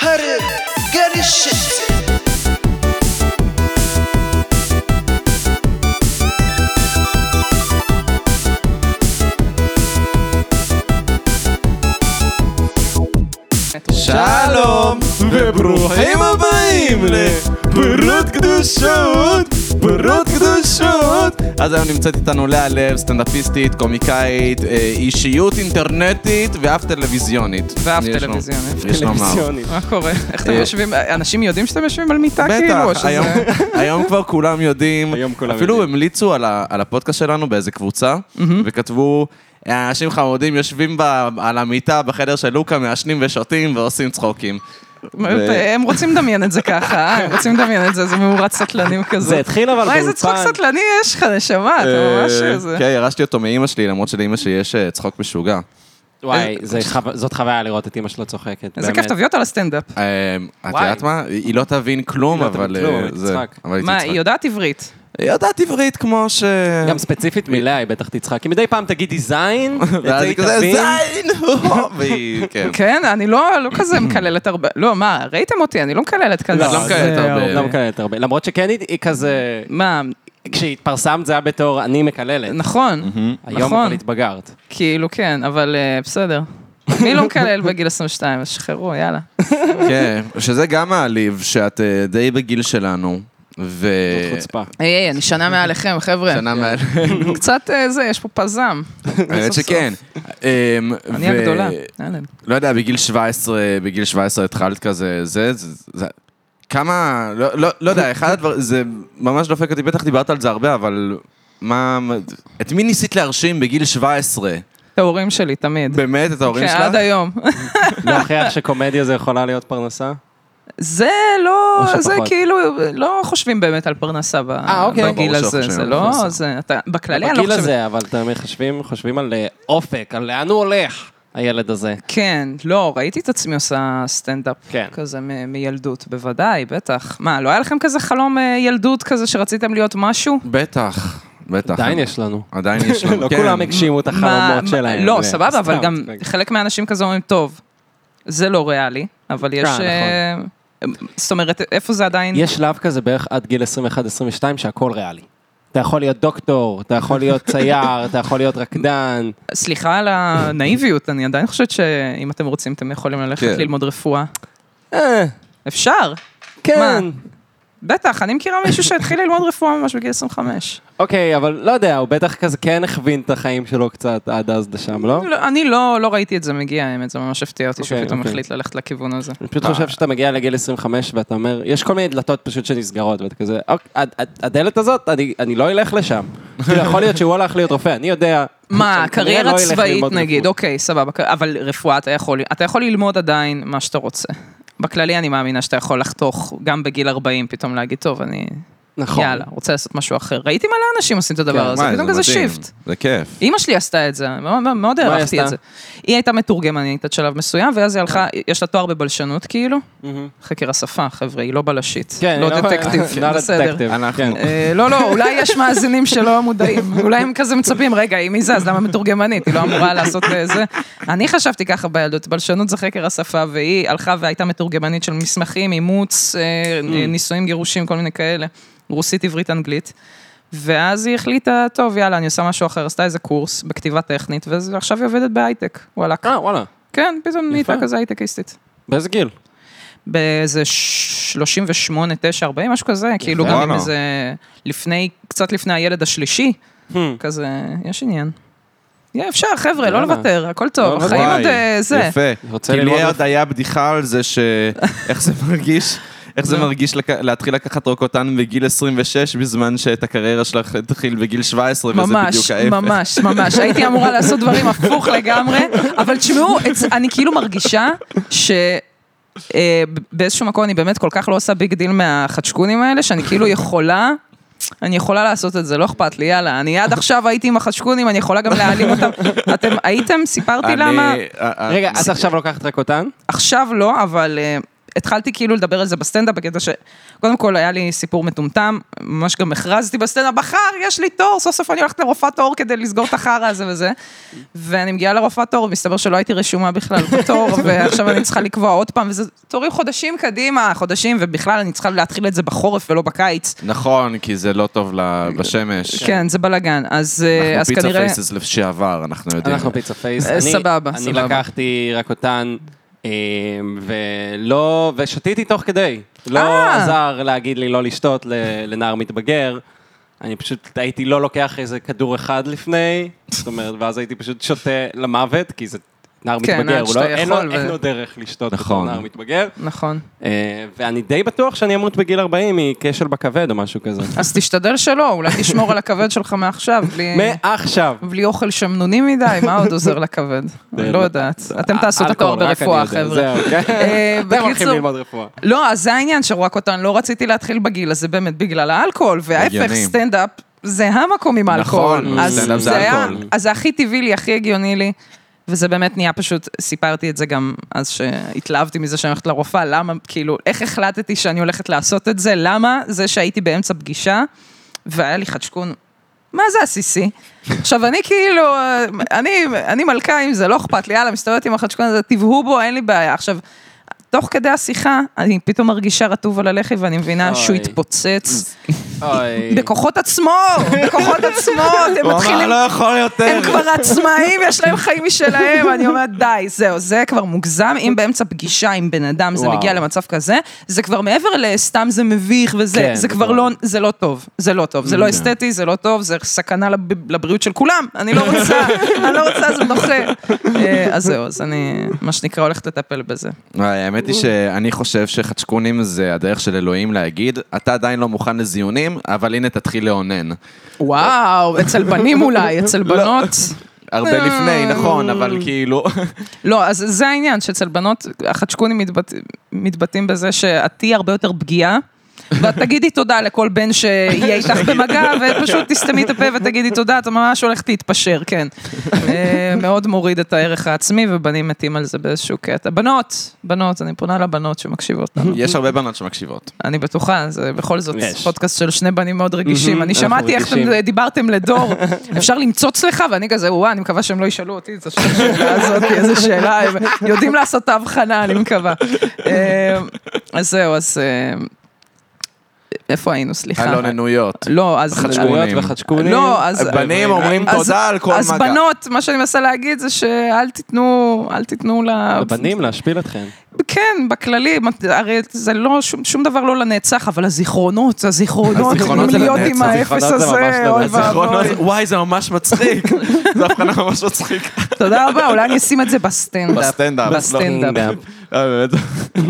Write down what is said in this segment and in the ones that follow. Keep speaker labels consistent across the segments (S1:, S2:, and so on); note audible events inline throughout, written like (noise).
S1: Karı karışık
S2: שלום, וברוכים הבאים לפירות קדושות, פירות קדושות. אז היום נמצאת איתנו לאה לב, סטנדאפיסטית, קומיקאית, אה, אישיות אינטרנטית ואף טלוויזיונית.
S3: ואף
S2: יש לו-
S3: טלוויזיונית.
S2: יש לומר.
S3: מה קורה? איך אתם
S2: אה,
S3: יושבים? אנשים יודעים שאתם יושבים על מיטה כאילו? או
S2: בטח,
S3: שזה-
S2: היום- (laughs) היום כבר כולם יודעים.
S4: היום כולם
S2: אפילו
S4: יודעים.
S2: המליצו על ה- על הפודקאסט שלנו באיזה קבוצה, וכתבו... אנשים חמודים יושבים ב- על המיטה בחדר של לוקה, מעשנים ושותים ועושים צחוקים.
S3: הם רוצים לדמיין את זה ככה, אה? הם רוצים לדמיין את זה, זה מאורת סטלנים כזאת.
S4: זה התחיל אבל
S3: וואי, איזה צחוק
S4: באולפן.
S3: סטלני יש לך, נשמה, אתה ממש
S2: אה,
S3: איזה...
S2: כן, ירשתי אותו מאימא שלי, למרות שלאימא שלי יש אה, צחוק משוגע.
S4: וואי, זה חו- זאת חוויה לראות את אימא שלו צוחקת.
S3: איזה כיף,
S4: באמת.
S3: תביא אותה לסטנדאפ.
S2: אה, את
S4: וואי.
S2: יודעת מה? היא היא לא תבין כלום,
S4: היא לא תבין
S2: אבל...
S4: כלום,
S2: אה,
S4: היא
S2: זה-
S4: תצחק.
S2: אבל היא
S3: מה,
S2: תצחק.
S3: היא יודעת עברית.
S2: היא יודעת עברית כמו ש...
S4: גם ספציפית
S3: אה,
S4: מלאה, היא בטח תצחק. אם מדי פעם תגידי זין, את זה
S2: ואז
S4: היא
S2: היא כזה
S4: תבין.
S2: זין! (laughs) והיא... כן.
S3: כן, אני לא לא כזה מקללת הרבה. לא, מה, ראיתם אותי, אני לא מקללת כזה. אה,
S2: את לא
S4: זה-
S2: מקללת הרבה.
S4: לא מקללת הרבה. למרות שכן היא היא כזה...
S3: מה,
S4: כשהתפרסמת זה היה בתור אני מקללת.
S3: נכון,
S4: היום
S3: נכון.
S4: אבל התבגרת.
S3: כאילו כן, אבל אה, בסדר. מי לא מקלל בגיל 22? אז שחררו, יאללה.
S2: כן, שזה גם מעליב, שאת אה, די בגיל שלנו, ו...
S3: אה,
S4: חוצפה.
S3: היי, היי, אני שנה מעליכם, חבר'ה.
S2: שנה מעל...
S3: קצת אה, זה, יש פה פזם.
S2: האמת
S3: סוף
S2: שכן. אה,
S3: אני
S2: ו-
S3: הגדולה. אהלן.
S2: לא יודע, בגיל 17, בגיל 17 התחלת כזה, זה, זה, זה כמה, לא, לא, לא יודע, אחד הדברים, זה ממש דופק אותי, בטח דיברת על זה הרבה, אבל מה, מה- את מי ניסית להרשים בגיל 17?
S3: את ההורים שלי, תמיד.
S2: באמת, את ההורים
S3: כן, עד
S2: שלך?
S3: היום. (laughs)
S4: להוכיח שקומדיה זה יכולה להיות פרנסה?
S3: זה לא,
S4: או שפחות.
S3: זה כאילו, לא חושבים באמת על פרנסה ב-
S4: אה, אוקיי.
S3: בגיל
S2: ברור שלא
S3: הזה.
S2: חושבים
S3: זה
S2: על
S3: לא,
S2: פרנסה.
S3: זה, אתה- בכללי אני לא
S4: בגיל
S3: חושבת.
S4: הזה, אבל אתם חושבים- חושבים על אה, אופק, על לאן הוא הולך, הילד הזה.
S3: כן, לא, ראיתי את עצמי עושה סטנדאפ
S4: כן.
S3: כזה מ- מילדות, בוודאי, בטח. מה, לא היה לכם כזה חלום אה, ילדות כזה שרציתם להיות משהו?
S2: בטח, בטח.
S4: עדיין יש לנו.
S2: עדיין יש לנו,
S4: לא
S2: כן.
S4: כולם הגשימו את
S3: נכון. מה-
S4: החלומות שלהם.
S3: לא,
S4: אה,
S3: סבבה, אבל
S4: סתם,
S3: גם
S4: צוחק.
S3: חלק מהאנשים כזה אומרים, טוב, זה לא ריאלי, אבל יש...
S4: נכון.
S3: אה, זאת אומרת, איפה זה עדיין...
S4: יש שלב כזה בערך עד גיל 21-22 שהכל ריאלי. אתה יכול להיות דוקטור, אתה יכול להיות צייר, אתה יכול להיות רקדן.
S3: סליחה על הנאיביות, אני עדיין חושבת שאם אתם רוצים, אתם יכולים ללכת
S2: כן.
S3: ללמוד רפואה.
S4: אה,
S3: אפשר,
S4: כן.
S3: בטח, אני מכירה מישהו שהתחיל ללמוד רפואה ממש בגיל 25.
S4: אוקיי, אבל לא יודע, הוא בטח כזה כן הכווין את החיים שלו קצת עד אז לשם, לא?
S3: לא, אני לא לא ראיתי את זה מגיע, האמת, זה ממש הפתיע אותי
S4: אוקיי,
S3: שפתאום
S4: אוקיי.
S3: החליט ללכת לכיוון הזה.
S4: אני פשוט חושב שאתה מגיע לגיל 25 ואתה אומר, יש כל מיני דלתות פשוט שנסגרות, ואתה כזה, "אוק, הד- הד- הדלת הזאת, אני- אני לא אלך
S3: (laughs)
S4: לשם. כאילו, יכול להיות שהוא הלך להיות רופא, אני יודע.
S3: מה,
S4: אני כנראה
S3: קריירה
S4: לא אלך
S3: צבאית
S4: ללמוד
S3: נגיד,
S4: רפואה.
S3: אוקיי, סבבה, ק- אבל רפואה אתה יכול, אתה יכול ללמוד עדיין מה שאתה רוצה. בכללי אני מאמינה שאתה יכול לחתוך גם בגיל 40, פתאום להגיד, טוב, אני,
S4: נכון.
S3: יאללה, רוצה לעשות משהו אחר. ראיתי מלא אנשים עושים את הדבר
S4: כן,
S3: הזה,
S2: וואי,
S3: פתאום כזה
S2: מדהים,
S3: שיפט.
S2: זה כיף.
S3: אימא שלי עשתה את זה, מאוד- מאוד
S4: היא
S3: הערכתי את
S4: עשתה?
S3: זה. היא הייתה מתורגמנית עד שלב מסוים, ואז היא הלכה, יש לה תואר בבלשנות כאילו, חקר השפה, חבר'ה, היא לא בלשית,
S4: כן,
S3: לא
S4: אני (laughs)
S3: דטקטיב,
S4: לא
S3: בסדר.
S4: דטקטיב,
S2: אנחנו-
S4: כן.
S3: אה, לא, לא, אולי יש מאזינים שלא מודעים, אולי הם כזה מצפים, רגע, היא מי זה, אז למה מתורגמנית? היא לא אמורה לעשות אה, זה. אני חשבתי ככה בילדות, בלשנות זה חקר השפה, והיא הלכה והייתה מתורגמנית של מסמכים, אימוץ, אה,
S4: Mm.
S3: נישואים, גירושים, כל מיני כאלה, רוסית, עברית, אנגלית. ואז היא החליטה, טוב, יאללה, אני עושה משהו אחר, עשתה איזה קורס בכתיבה טכנית, ועכשיו היא עובדת בהייטק, וואלאק.
S4: אה, וואלה.
S3: כן, פתאום נהייתה
S4: יפה.
S3: כזה הייטקיסטית.
S4: באיזה גיל?
S3: באיזה 38, 9, 40, משהו כזה, כאילו גם עם
S2: וואלה.
S3: איזה, לפני, קצת לפני הילד השלישי,
S4: Hmm.
S3: כזה, יש עניין. יהיה אפשר, חבר'ה, לא
S4: יאללה.
S3: לוותר, הכל
S4: לא
S3: טוב, החיים
S4: לוותר.
S3: עוד אה, זה.
S2: יפה.
S4: רוצה
S2: כי
S4: ללמוד
S2: לי
S4: רפ-
S2: עוד היה בדיחה על זה ש...
S4: (laughs)
S2: איך זה מרגיש? איך זה מרגיש לק- להתחיל לקחת רוקוטן בגיל 26, בזמן שאת הקריירה שלך התחיל בגיל 17, וזה בדיוק
S3: ממש,
S2: ההפך.
S3: ממש, ממש. הייתי אמורה לעשות דברים הפוך לגמרי, אבל תשמעו, את- אני כאילו מרגישה ש... אה, ב- באיזשהו מקום אני באמת כל כך לא עושה ביג דיל מהחדשקונים האלה, שאני כאילו יכולה, אני יכולה לעשות את זה, לא אכפת לי, יאללה. אני עד עכשיו הייתי עם החדשקונים, אני יכולה גם להעלים אותם. אתם הייתם? סיפרתי למה?
S2: אני- אה,
S4: רגע, את עכשיו לוקחת רק אותן?
S3: עכשיו לא, אבל אה, התחלתי כאילו לדבר על זה בסטנדאפ, בקטע ש... קודם כל היה לי סיפור מטומטם, ממש גם הכרזתי בסטנדאפ, מחר יש לי תור, סוף סוף אני הולכת לרופאת עור כדי לסגור את החרא הזה וזה. ואני מגיעה לרופאת עור, מסתבר שלא הייתי רשומה בכלל בתור, ועכשיו אני צריכה לקבוע עוד פעם, וזה תורים חודשים קדימה, חודשים, ובכלל אני צריכה להתחיל את זה בחורף ולא בקיץ.
S2: נכון, כי זה לא טוב ל- בשמש.
S3: כן, זה בלאגן, אז אה,
S2: אנחנו
S3: אז
S2: פיצה
S3: כנראה...
S2: פייסס לשעבר, אנחנו יודעים.
S4: אנחנו פיצה פייס.
S3: אה,
S4: אני-
S3: סבבה,
S4: אני
S3: סבבה.
S4: לקחתי רק אותן, אה, ולא, ושתיתי תוך כדי. לא
S3: אה.
S4: עזר להגיד לי לא לשתות ל- לנער מתבגר. אני פשוט הייתי לא לוקח איזה כדור אחד לפני, זאת אומרת, ואז הייתי פשוט שותה למוות, כי זה נער
S3: כן,
S4: מתבגר,
S3: עד
S4: הוא לא,
S3: שאתה
S4: אין, לו,
S3: יכול ו-
S4: אין לו דרך לשתות בתור
S2: נכון.
S4: נער מתבגר.
S3: נכון.
S4: אה, ואני די בטוח שאני אמות בגיל 40 מכשל בכבד או משהו כזה.
S3: אז תשתדל שלא, אולי תשמור על הכבד שלך מעכשיו, בלי...
S4: מעכשיו.
S3: בלי אוכל שמנוני מדי, מה עוד עוזר
S4: (laughs)
S3: לכבד? אני לא יודעת. אתם תעשו את התואר
S4: אלכוהול, רק אני
S3: ברפואה,
S4: יודע,
S3: חבר'ה.
S4: זהו,
S3: אה,
S4: כן. (laughs) אתם הולכים
S3: בקיצור-
S4: ללמוד רפואה.
S3: לא, אז זה העניין שרק אותן לא רציתי להתחיל בגיל הזה באמת בגלל האלכוהול, וההפך,
S2: הגיוני.
S3: סטנדאפ זה המקום עם האלכוהול.
S2: נכון,
S3: אז
S2: סטנדאפ זה
S3: היה-
S2: אלכוהול.
S3: אז זה הכי טבעי לי, הכי הגיוני לי. וזה באמת נהיה פשוט, סיפרתי את זה גם אז שהתלהבתי מזה שאני הולכת לרופאה, למה, כאילו, איך החלטתי שאני הולכת לעשות את זה, למה זה שהייתי באמצע פגישה, והיה לי חדשקון, מה זה עסיסי? עכשיו, אני כאילו, אה, אני, אני מלכה עם זה, לא אכפת לי, יאללה, מסתובבת עם החדשקון הזה, תבהו בו, אין לי בעיה. עכשיו, תוך כדי השיחה, אני פתאום מרגישה רטוב על הלחי, ואני מבינה
S4: אוי.
S3: שהוא התפוצץ
S2: אוקיי.
S4: אוי.
S3: בכוחות עצמו, בכוחות עצמו, אתם
S2: הוא אמר,
S3: מתחילים...
S2: לא יכול יותר.
S3: הם כבר עצמאים, יש להם חיים משלהם, אני אומרת, די, זהו, זה כבר מוגזם. אם באמצע פגישה עם בן אדם זה
S4: וואו.
S3: מגיע למצב כזה, זה כבר מעבר לסתם זה מביך וזה,
S4: כן,
S3: זה כבר
S4: נכון.
S3: לא, זה לא טוב, זה לא טוב, זה לא אסתטי, זה לא טוב, זה סכנה לב- לבריאות של כולם, אני לא רוצה, (laughs) אני לא רוצה, זה דוחה. אה, אז זהו, אז אני, מה שנקרא, הולכת לטפל בזה.
S2: וואי, האמת היא שאני חושב שחצ'קונים זה הדרך של אלוהים להגיד, אתה עדיין לא מוכן לזיונים, אבל הנה תתחיל לאונן.
S3: וואו, אצל בנים אולי, אצל בנות.
S2: הרבה
S3: אה.
S2: לפני, נכון, אבל כאילו...
S3: לא, אז זה העניין, שאצל בנות החדשקונים מתבט... מתבטאים בזה שאת תהיי הרבה יותר פגיעה. ואת תגידי תודה לכל בן שיהיה איתך במגע, ופשוט תסתמי את הפה ותגידי תודה, את ממש הולכת להתפשר, כן. אה, מאוד מוריד את הערך העצמי, ובנים מתים על זה באיזשהו קטע. בנות, בנות, אני פונה לבנות שמקשיבות לנו.
S2: (clears throat) יש הרבה בנות שמקשיבות.
S3: אני בטוחה, זה בכל זאת
S4: יש.
S3: פודקאסט של שני בנים מאוד רגישים. אני
S4: אנחנו
S3: שמעתי איך
S4: רגישים.
S3: אתם
S2: (laughs)
S3: דיברתם לדור, אפשר למצוץ לך, ואני כזה, וואי, אני מקווה שהם לא ישאלו אותי את השאלה הזאת, איזה שאלה, הם יודעים לעשות את ההבחנה, אני
S2: (laughs)
S3: מקווה. אה, אז זהו, אז... אה, איפה היינו, סליחה?
S2: הלוננויות.
S3: לא, אז...
S2: חדשקונים.
S4: חדשקויות וחדשקונים.
S3: לא, נכון. אז...
S2: בנים אומרים
S3: אז-
S2: תודה על כל
S3: אז
S2: (laughs) מגע.
S3: בנות, מה שאני מנסה להגיד זה שאל תיתנו, אל תיתנו ל...
S4: לבנים להשפיל אתכם.
S3: כן, בכללי, מת- הרי זה לא, שום, שום דבר לא לנצח, אבל הזיכרונות, הזיכרונות,
S2: הזיכרונות
S3: יכולים
S2: זה
S3: להיות
S2: לנצח,
S3: עם האפס
S4: הזיכרונות זה ממש
S3: הזה,
S4: לא
S3: אוי
S4: לנצח.
S3: ואבוי.
S2: זיכרונות- וואי, זה ממש מצחיק. (laughs) זו הבחנה לא ממש מצחיקה.
S3: תודה רבה, אולי אני אשים את זה בסטנדאפ.
S2: בסטנדאפ.
S3: בסטנדאפ.
S2: (laughs)
S4: לא,
S2: אה, באמת.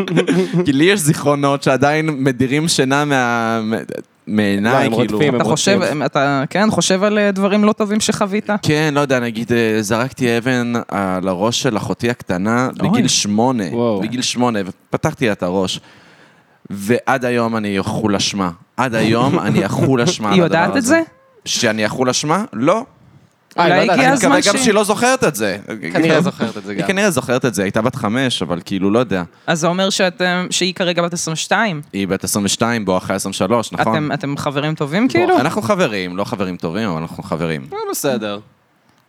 S2: (laughs) כי לי יש זיכרונות שעדיין מדירים שינה מה...
S4: לא,
S2: מעיניי,
S4: הם
S2: כאילו.
S4: רודפים, הם
S3: אתה חושב,
S4: רוצים.
S3: אתה, כן, חושב על אה, דברים לא טובים שחווית?
S2: כן, לא יודע, נגיד, אה, זרקתי אבן על הראש של אחותי הקטנה בגיל שמונה.
S4: וואו.
S2: בגיל שמונה, ופתחתי לה את הראש. ועד היום אני אכול אשמה. עד היום אני אכול אשמה על
S3: היא
S2: הדבר הזה.
S3: יודעת את זה?
S2: שאני אכול אשמה? לא.
S4: אה,
S3: אולי
S4: לא יודעת,
S3: הגיע
S4: אני
S2: אני
S3: הזמן
S2: מקווה
S3: ש-
S2: גם שהיא לא זוכרת את זה. כן.
S4: כנראה זוכרת את זה
S2: היא
S4: גם.
S2: כנראה זוכרת את זה, הייתה בת חמש, אבל כאילו, לא יודע.
S3: אז זה אומר שאתם, שהיא כרגע בת 22.
S2: היא בת 22, בואכה 23, נכון?
S3: אתם, אתם חברים טובים כאילו?
S2: אנחנו חברים, לא חברים טובים, אבל אנחנו חברים.
S4: אה, בסדר.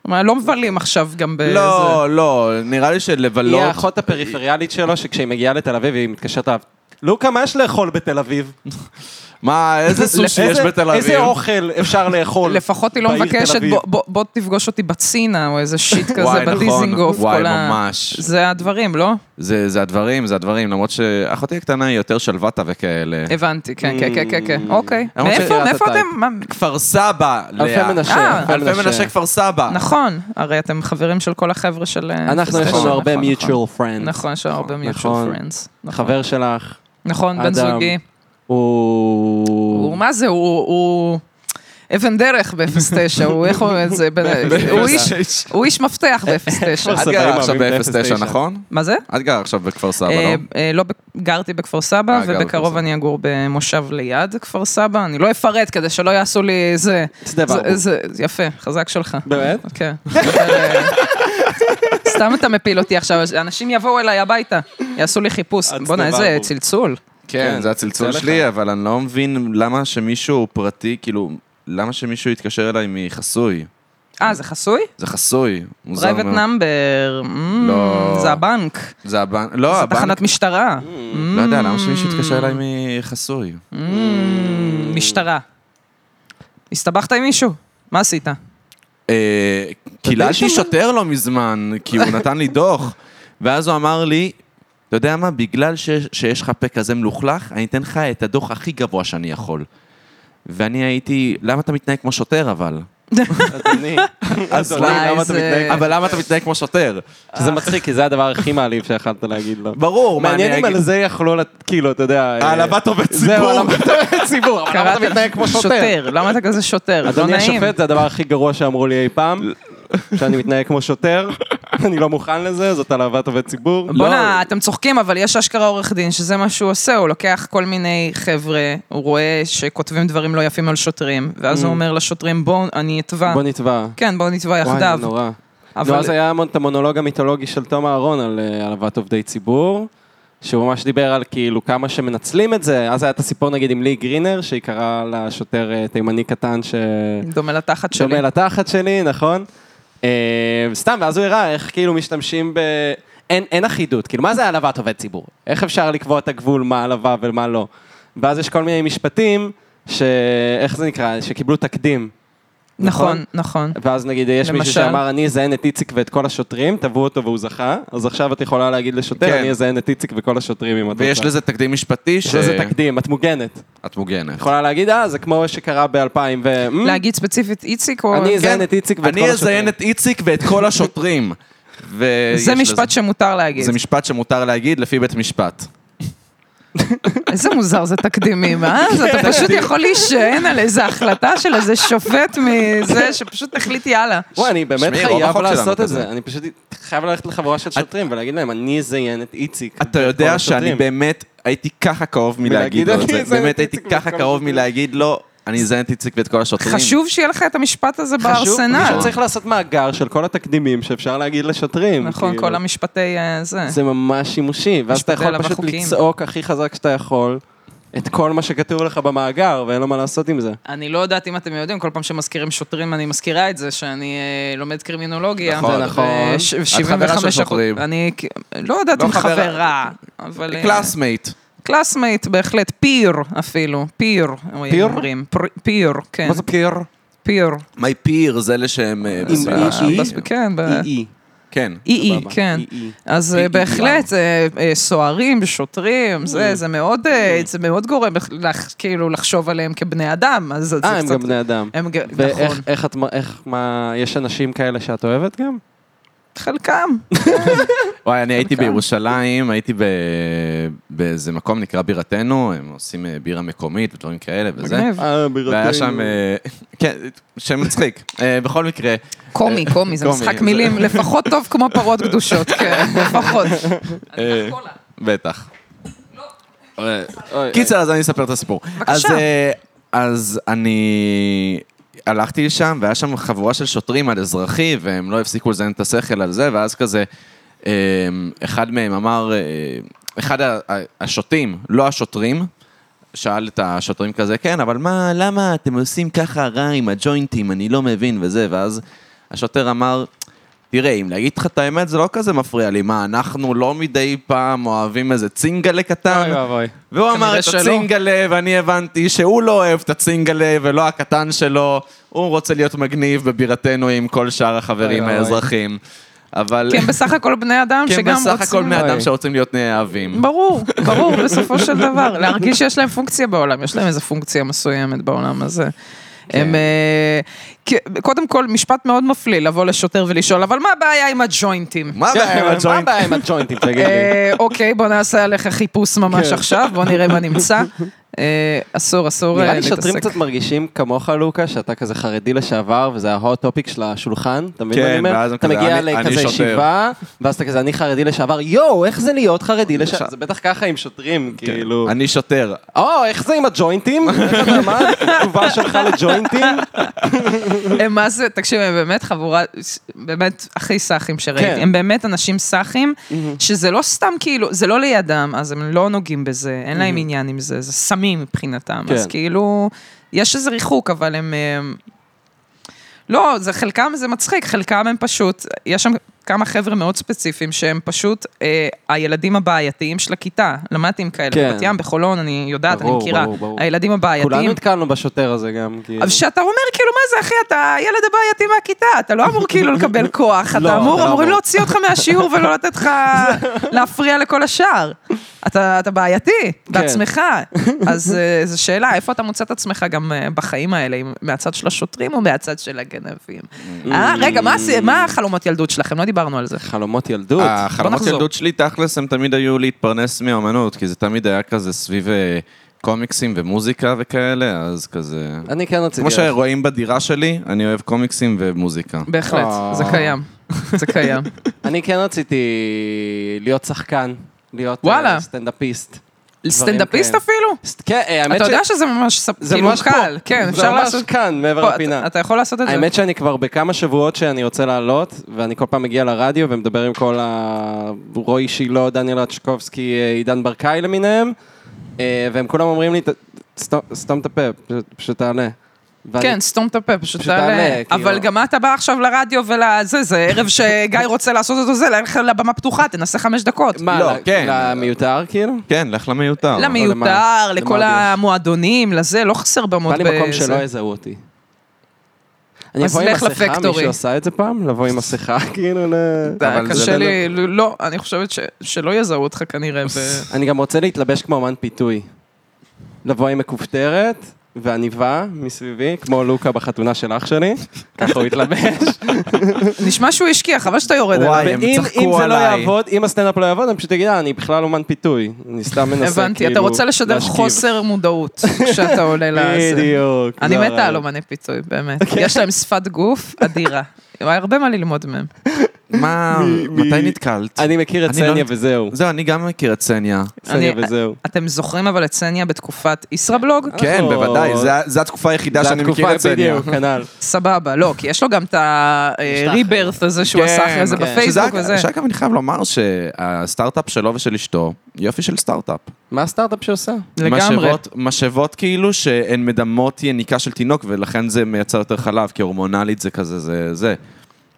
S3: מה, לא מבלים עכשיו גם באיזה...
S2: לא, לא, נראה לי שלבלות...
S4: היא האחות הפריפריאלית שלו, שכשהיא מגיעה לתל אביב, היא מתקשרת אליו. לוקה, מה יש לאכול בתל אביב?
S2: מה, איזה סושי יש
S4: איזה-
S2: בתל אביב?
S4: איזה אוכל אפשר לאכול?
S3: לפחות היא לא
S4: בעיר תל
S3: מבקשת,
S4: אביב?
S3: בוא- בוא- בוא תפגוש אותי בצינה, או איזה שיט
S2: וואי,
S3: כזה,
S2: נכון.
S3: בדיזינגוף, כל ה...
S2: וואי, ממש.
S3: זה הדברים, לא?
S2: זה זה הדברים, זה הדברים, למרות שאחותי הקטנה היא יותר שלוותה וכאלה.
S3: הבנתי, כן, כן, כן, כן,
S4: Mm.
S3: כן, אוקיי.
S2: למרות
S3: מאיפה,
S2: שקריית
S3: מאיפה
S4: הטייפ.
S3: אתם? מה-
S2: כפר סבא, לאה.
S4: (laughs) אלפי מנשה.
S3: אה,
S2: אלפי מנשה כפר סבא.
S3: נכון, הרי אתם חברים של כל החבר'ה של... אה,
S4: אה. אנחנו,
S3: של
S4: יש לנו
S3: סטיישן,
S4: הרבה
S3: נכון, נכון.
S4: mutual friends.
S3: נכון, יש לנו הרבה mutual
S4: נכון.
S3: friends. נכון.
S4: חבר שלך,
S3: נכון, בן
S4: אדם.
S3: זוגי.
S4: הוא...
S3: הוא, מה זה, הוא... הוא... אבן דרך ב-09, הוא איך אומרים את זה?
S4: (laughs)
S3: ב- הוא איש- הוא איש מפתח
S4: אה,
S3: ב-09.
S2: את
S4: סבא,
S2: גרה
S4: אם
S2: עכשיו
S4: אוהבים
S2: ב-09,
S4: ב-09,
S2: נכון?
S3: מה זה?
S2: את גרה עכשיו בכפר סבא,
S3: אה,
S2: לא?
S3: אה, לא, ב- גרתי בכפר סבא,
S2: אה, גרת בכפר
S3: ובקרוב
S2: סבא.
S3: אני אגור במושב ליד כפר סבא. אני לא אפרט כדי שלא יעשו לי זה. זה-
S4: שדה ברבור.
S3: זה- יפה, חזק שלך.
S4: באמת?
S3: כן. אבל, אה, כן. סתם אתה מפיל אותי עכשיו, אנשים יבואו אליי הביתה, יעשו לי חיפוש.
S4: עד
S3: בואנה, איזה
S4: סטווארוב.
S3: צלצול.
S2: כן,
S4: כן,
S2: זה הצלצול
S4: יוצא לך.
S2: שלי, אבל אני לא מבין למה שמישהו פרטי, כאילו, למה שמישהו יתקשר אליי מחסוי?
S3: אה, זה חסוי?
S2: זה חסוי, מוזר
S3: פרייבט
S2: מאוד.
S3: נאמבר,
S2: לא.
S3: זה הבנק,
S2: זה הבנק, לא,
S3: זה
S2: הבנק,
S3: תחנת Mm. משטרה.
S4: Mm.
S2: לא יודע, למה שמישהו יתקשר אליי מחסוי?
S3: מ, משטרה. הסתבכת עם מישהו? מה עשית?
S2: אה, קיללתי שוטר לא מזמן, כי הוא נתן לי
S4: (laughs)
S2: דוח, ואז הוא אמר לי, אתה יודע מה, בגלל שיש- שיש לך פה כזה מלוכלך, אני אתן לך את הדוח הכי גבוה שאני יכול. ואני הייתי, למה אתה מתנהג כמו שוטר
S4: (laughs)
S2: אבל?
S4: אדוני,
S2: אז
S4: אדוני,
S2: למה
S3: וואי,
S4: למה אתה
S3: זה-
S4: מתנהג?
S2: אבל למה אתה מתנהג כמו שוטר?
S4: זה מצחיק, כי זה הדבר הכי מעליב שיכלת להגיד לו.
S2: ברור, מה
S4: מעניין
S2: אני
S4: אם
S2: אגיד?
S4: על זה יכלו, לת- כאילו, אתה יודע... אה,
S2: העלבת עובד
S4: זהו,
S2: ציבור.
S4: העלבת (laughs) עובד ציבור, אבל למה אתה מתנהג כמו שוטר?
S3: למה אתה כזה שוטר? לא
S4: אדוני
S3: נעים.
S4: השופט, זה הדבר הכי גרוע שאמרו לי אי פעם, שאני מתנהג כמו שוטר, (laughs) אני לא מוכן לזה, זאת העלבת עובד ציבור. לא,
S3: בואנה, אתם צוחקים, אבל יש אשכרה עורך דין שזה מה שהוא עושה, הוא לוקח כל מיני חבר'ה, הוא רואה שכותבים דברים לא יפים על שוטרים, ואז הוא אומר לשוטרים, בואו, אני אתבע.
S4: Mm. בוא נתבע.
S3: כן, בואו נתבע
S4: וואי,
S3: יחדיו.
S4: זה נורא.
S3: אבל-
S4: נו, אז היה המון את המונולוג המיתולוגי של תום אהרון על אה, העלבת עובדי ציבור, שהוא ממש דיבר על כאילו כמה שמנצלים את זה, אז היה את הסיפור נגיד עם לי גרינר, שהיא קראה לה שוטר אה, תימני קטן ש...
S3: דומה לתחת שלי.
S4: דומה לתחת שלי, נכון? אה, סתם, ואז הוא הראה איך כאילו משתמשים ב... אין, אין אחידות, כאילו מה זה העלבת עובד ציבור? איך אפשר לקבוע את הגבול מה העלבה ומה לא? ואז יש כל מיני משפטים, ש... איך זה נקרא? שקיבלו תקדים.
S3: נכון, נכון.
S4: ואז נגיד יש מישהו
S3: למשל?
S4: שאמר, אני אזיין את איציק ואת כל השוטרים, תבעו אותו והוא זכה, אז עכשיו את יכולה להגיד לשוטר,
S2: כן.
S4: אני אזיין את איציק וכל השוטרים אם את רוצה.
S2: ויש לזה תקדים משפטי
S4: יש לזה תקדים, את מוגנת.
S2: שאת מוגנת.
S4: יכולה להגיד, אה, זה כמו שקרה ב-2000 ו... "מ,
S2: לא,
S3: להגיד ספציפית איציק, או...
S4: אני
S2: כן,
S4: אזיין את איציק ואת כל
S2: אני
S4: השוטרים.
S2: אזיין את איציק ואת כל
S4: (laughs)
S2: השוטרים. ויש
S3: זה
S2: לזה-
S3: משפט שמותר להגיד.
S2: זה משפט שמותר להגיד לפי בית משפט.
S4: כן,
S3: איזה מוזר זה תקדימים,
S4: (laughs)
S3: אה? אז אתה פשוט יכול להישען על איזו החלטה של איזה שופט מזה שפשוט החליט יאללה.
S4: וואי, אני באמת
S2: שמעי, רוב
S4: חייב
S2: החוק שלנו
S4: לעשות את
S2: כזה.
S4: זה. אני פשוט חייב ללכת לחבורה של שוטרים ולהגיד להם, אני אזיין את איציק. ואת
S2: אתה
S4: כן, כל
S2: יודע שאני
S4: השוטרים."
S2: באמת הייתי ככה קרוב מלהגיד
S4: מלהגיד,
S2: לו את
S4: "אני
S2: זה.
S4: אזיין את
S2: באמת הייתי
S4: איציק ואת
S2: ככה
S4: כל
S2: קרוב
S4: השוטרים.
S2: מלהגיד לו, אני אזיין את איציק ואת כל השוטרים.
S3: חשוב שיהיה לך את המשפט הזה
S4: חשוב,
S3: בארסנל.
S4: פשוט צריך לעשות מאגר של כל התקדימים שאפשר להגיד לשוטרים.
S3: נכון,
S4: כאילו.
S3: כל המשפטי אה, זה.
S4: זה ממש שימושי, ואז אתה
S3: משפטי
S4: יכול
S3: העלבה
S4: פשוט
S3: חוקיים.
S4: לצעוק הכי חזק שאתה יכול את כל מה שכתוב לך במאגר, ואין לו מה לעשות עם זה.
S3: אני לא יודעת אם אתם יודעים, כל פעם שמזכירים שוטרים, אני מזכירה את זה, שאני אה, לומד קרימינולוגיה. אה,
S2: נכון, זה
S4: נכון.
S3: וש-
S2: את
S3: 75
S2: חברה של
S3: אחוז-
S2: שוטרים.
S3: אני כ- לא יודעת
S2: לא
S3: אם
S2: חברה.
S3: חברה, אבל... אה,
S2: קלאסמייט.
S3: קלאסמייט, בהחלט. פיר אפילו. פיר.
S4: פיר?
S3: אומרים. פר- פיר, כן.
S4: מה זה פיר?
S3: פיר.
S2: מי פיר, זה אלה שהם... אה,
S4: עם
S2: בסביבה.
S4: אי, אי?
S3: בס- כן, ב-
S4: אי-אי.
S2: כן.
S3: אי-אי,
S4: סבבה,
S3: כן.
S4: אי-אי.
S3: אז
S2: אי-אי,
S3: אה, בהחלט, אה, אה, סוהרים, שוטרים, זה, זה מאוד, אה, זה מאוד גורם לך, כאילו לחשוב עליהם כבני אדם, אז זה
S4: אה, הם
S3: קצת-
S4: גם בני אדם.
S3: הם גם, נכון.
S4: ואיך איך את, איך, מה, יש אנשים כאלה שאת אוהבת גם? (laughs)
S3: חלקם.
S2: וואי, אני הייתי
S3: חלקם.
S2: בירושלים, הייתי ב- באיזה מקום נקרא בירתנו, הם עושים אה, בירה מקומית ודברים כאלה וזה.
S3: מגניב.
S4: אה,
S2: והיה שם, אה, (laughs) כן, שם מצחיק. אה, בכל מקרה,
S3: קומי,
S4: אה,
S3: קומי, זה
S2: קומי,
S3: משחק
S2: זה-
S3: מילים, לפחות טוב כמו פרות קדושות,
S4: (laughs)
S3: כן, לפחות.
S2: אה, בטח. אה, קיצר, אז אני אספר את הסיפור.
S3: בבקשה.
S2: אז, אה, אז אני הלכתי לשם, והיה שם חבורה של שוטרים על אזרחי, והם לא הפסיקו לזיין את השכל על זה, ואז כזה, אה, אחד מהם אמר, אה, אחד ה- ה- השוטים, לא השוטרים, שאל את השוטרים כזה, כן, אבל מה, למה אתם עושים ככה רע עם הג'וינטים, אני לא מבין וזה, ואז השוטר אמר, תראה, אם להגיד לך את האמת, זה לא כזה מפריע לי, מה, אנחנו לא מדי פעם אוהבים איזה צינגלה קטן?
S4: אוי ואבוי.
S2: והוא אמר
S3: כנראה
S2: את
S3: שלא.
S2: הצינגלה, ואני הבנתי שהוא לא אוהב את הצינגלה ולא הקטן שלו, הוא רוצה להיות מגניב בבירתנו עם כל שאר החברים
S4: אוי, אוי.
S2: האזרחים. אבל... (laughs)
S3: כי הם בסך הכל בני אדם
S2: כי הם
S3: שגם
S2: בסך הכל
S3: רוצים...
S2: בני אדם
S4: אוי.
S2: שרוצים להיות נאהבים.
S3: ברור, ברור, בסופו של דבר. להרגיש שיש להם פונקציה בעולם, יש להם איזו פונקציה מסוימת בעולם הזה.
S4: כן.
S3: הם, אה, כ- קודם כל, משפט מאוד מפליא לבוא לשוטר ולשאול, אבל מה הבעיה עם הג'וינטים?
S2: מה הבעיה עם
S4: כן, מה
S2: הג'וינט?
S4: הבעיה עם הג'וינטים, תגיד לי?
S3: אה, אוקיי, בוא נעשה עליך חיפוש ממש
S4: כן.
S3: עכשיו, בוא נראה מה נמצא. אה, אה, אסור, אסור
S4: נראה
S3: אה,
S4: לי שוטרים
S3: להתעסק.
S4: קצת מרגישים כמוך, לוקה, שאתה כזה חרדי לשעבר, וזה ההוט טופיק של השולחן, אתה מבין מה אני
S2: כן,
S4: אומר?
S2: ואז הם
S4: אתה
S2: כזה,
S4: מגיע
S2: "אני- אני
S4: לכזה
S2: שוטר".
S4: ישיבה, ואז אתה כזה, אני חרדי לשעבר, יואו, איך זה להיות חרדי לשעבר? זה בטח ככה עם שוטרים, כאילו.
S2: כן. אני שוטר.
S4: או, איך זה עם הג'וינטים? איך אתה-
S2: (laughs)
S4: מה התגובה שלך לג'וינטים?
S3: הם מה זה, תקשיב, הם באמת חבורה, באמת הכי סאחים
S4: כן. Mhm.
S3: שראיתי. הם באמת אנשים סאחים, שזה לא סתם כאילו, זה לא לידם, אז הם לא נוגעים בזה, אין להם עניין עם זה, זה סמים מבחינתם. אז
S4: Mhm. כן.
S3: כאילו, יש איזה ריחוק, אבל הם... אה, לא, זה חלקם זה מצחיק, חלקם הם פשוט, יש שם כמה חבר'ה מאוד ספציפיים שהם פשוט אה, הילדים הבעייתיים של הכיתה. למדתי עם כאלה,
S4: כן.
S3: בבת ים, בחולון, אני יודעת, אני
S4: ברור,
S3: מכירה.
S4: ברור, ברור.
S3: הילדים הבעייתיים.
S4: כולנו נתקלנו בשוטר הזה גם, כאילו.
S3: אבל שאתה אומר, כאילו, מה זה, אחי, אתה הילד הבעייתי מהכיתה, אתה לא אמור
S4: (laughs)
S3: כאילו לקבל כוח,
S4: לא,
S3: אתה אמור,
S4: אתה לא אמור.
S3: אמורים להוציא אותך מהשיעור ולא לתת
S4: (laughs)
S3: לך להפריע לכל השאר. אתה אתה בעייתי,
S4: כן. (laughs)
S3: בעצמך. אז אה, זו שאלה, איפה אתה מוצא את עצמך גם אה, בחיים האלה, אם מהצד של השוטרים או מהצד של הגנבים?
S4: Mm.
S3: אה, רגע, מה עשי- מה החלומות ילדות שלכם? לא דיברנו על זה.
S4: חלומות ילדות.
S2: החלומות
S3: נחזור.
S2: ילדות שלי, תכלס, הם תמיד היו להתפרנס מאמנות, כי זה תמיד היה כזה סביב אה, קומיקסים ומוזיקה וכאלה, אז כזה...
S4: אני כן רציתי...
S2: כמו שרואים בדירה שלי, אני אוהב קומיקסים ומוזיקה.
S3: בהחלט, זה
S4: אה.
S3: קיים. זה
S4: (laughs)
S3: קיים.
S4: אני כן רציתי להיות שחקן, להיות אה,
S3: וואלה.
S4: סטנדאפיסט.
S3: סטנדאפיסט
S4: כאלה.
S3: אפילו?
S4: סט- כן, אה, האמת
S3: אתה יודע
S4: ש-
S3: שזה ממש, סב-
S4: זה
S3: כאילו,
S4: ממש פה.
S3: קל. כן,
S4: זה
S3: אפשר
S4: ממש
S3: לעשות...
S4: כאן, מעבר
S3: פה,
S4: לפינה.
S3: אתה- אתה יכול לעשות את זה.
S4: האמת שאני כבר בכמה שבועות שאני רוצה לעלות, ואני כל פעם מגיע לרדיו ומדבר עם כל ה... רועי שילה, דניאל רצ'קובסקי, אה, עידן ברקאי למיניהם, אה, והם כולם אומרים לי, "ת- סתום- סתום את הפה, פשוט- פשוט תעלה. ואני-
S3: כן, סתום את הפה, פשוט
S4: פשוט
S3: תעלה.
S4: תעלה, כאילו.
S3: אבל גם אתה בא עכשיו לרדיו ולזה, זה ערב שגיא רוצה לעשות אותו זה, לך לבמה פתוחה, תנסה חמש דקות.
S4: מה,
S2: לא,
S4: ל-
S2: כן.
S4: למיותר כאילו?
S2: כן, לך למיותר.
S4: למה-
S3: למיותר,
S4: למה
S3: לכל
S4: עוד יש?
S3: המועדונים, לזה, לא חסר
S4: בא
S3: במות
S4: לי מקום
S3: בזה.
S4: שלא יזהו אותי. אני
S3: אז
S4: אבוא עם
S3: לך
S4: מסכה,
S3: לפקטורי.
S4: מישהו עשה את זה פעם? לבוא עם מסכה, (laughs) כאילו, ל...
S3: אתה-
S2: אבל זה
S3: קשה
S2: לא-
S3: לי, לא, אני חושבת ש- שלא יזהו אותך כנראה. ו-
S4: אני גם רוצה להתלבש כמו אמן פיתוי. לבוא עם מכופתרת ועניבה מסביבי, כמו לוקה בחתונה של אח שלי, ככה הוא התלבש.
S3: נשמע שהוא השקיע, חבל שאתה יורד עליו.
S2: (laughs) וואי, הם
S4: ואם-
S2: צחקו
S4: אם זה לא
S2: עליי.
S4: יעבוד, אם הסטנדאפ לא יעבוד, אני פשוט אגיד, "אה, אני בכלל אומן פיתוי. אני סתם מנסה כאילו
S3: הבנתי, אתה רוצה לשדר
S4: להשכיב."
S3: חוסר מודעות כשאתה עולה לזה.
S4: בדיוק. לא,
S3: אני מתה
S4: זה
S3: לא
S4: הרעיון.
S3: על אומני פיצוי, באמת. יש להם שפת גוף אדירה. הרבה מה ללמוד מהם.
S2: מה,
S4: מ-
S2: מתי נתקלת?
S4: אני מכיר את
S2: אני לא
S4: סניה
S2: נת-
S4: וזהו.
S2: זהו, אני גם מכיר את סניה.
S4: סניה
S3: אני-
S4: וזהו.
S3: אתם זוכרים אבל את סניה בתקופת ישראבלוג?
S2: כן,
S4: אנחנו-
S2: בוודאי, זה- זו התקופה היחידה שאני מכיר את
S4: זה
S2: סניה.
S4: התקופה בדיוק, כנ"ל.
S3: סבבה, לא, כי יש לו גם את
S4: יש את
S3: ה-rebirth הזה שהוא
S2: כן,
S3: עשה אחרי זה
S2: כן.
S3: בפייסבוק
S2: שזה-
S3: וזה.
S2: שאגב, אני חייב לומר שהסטארט-אפ שלו ושל אשתו, יופי של סטארט-אפ.
S4: מה הסטארט-אפ שעושה?
S3: לגמרי.
S2: משאבות, משאבות כאילו שהן מדמות יניקה של תינוק, ולכן זה מייצר יותר חלב, כי הורמונלית זה כזה, זה זה.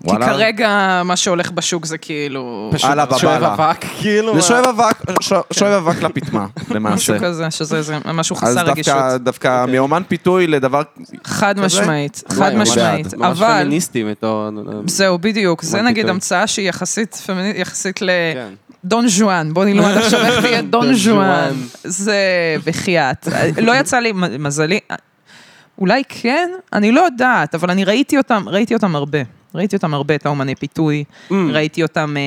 S3: כי כרגע מה שהולך בשוק זה כאילו...
S2: פשוט אללה
S4: שואב
S2: בבאללה.
S4: אבק, כאילו.
S2: זה
S4: מה?
S2: שואב אבק, שואב- שואב אבק לפטמה, למעשה.
S3: כן. (laughs) משהו כזה, שזה זה משהו
S2: אז
S3: חסר רגישות. אוקיי.
S2: דווקא, דווקא מאומן פיתוי לדבר...
S3: חד
S2: כזה?
S3: משמעית,
S4: וואי,
S2: לא
S3: חד
S4: ממש
S3: משמעית.
S2: בעד.
S4: ממש
S3: אבל...
S4: פמיניסטים את ה...
S3: זהו, בדיוק. זה
S4: מה
S3: נגיד
S4: פתאום?
S3: המצאה שהיא יחסית פמינית, יחסית ל...
S4: כן.
S3: דון ז'ואן. בוא נלמד עכשיו איך תהיה דון
S4: דון ז'ואן.
S3: ז'ואן. זה בחייאת. לא יצא לי, מ- מזלי, אולי כן, אני לא יודעת, אבל אני ראיתי אותם, ראיתי אותם הרבה. ראיתי אותם הרבה, את האומני פיתוי, ראיתי אותם אה,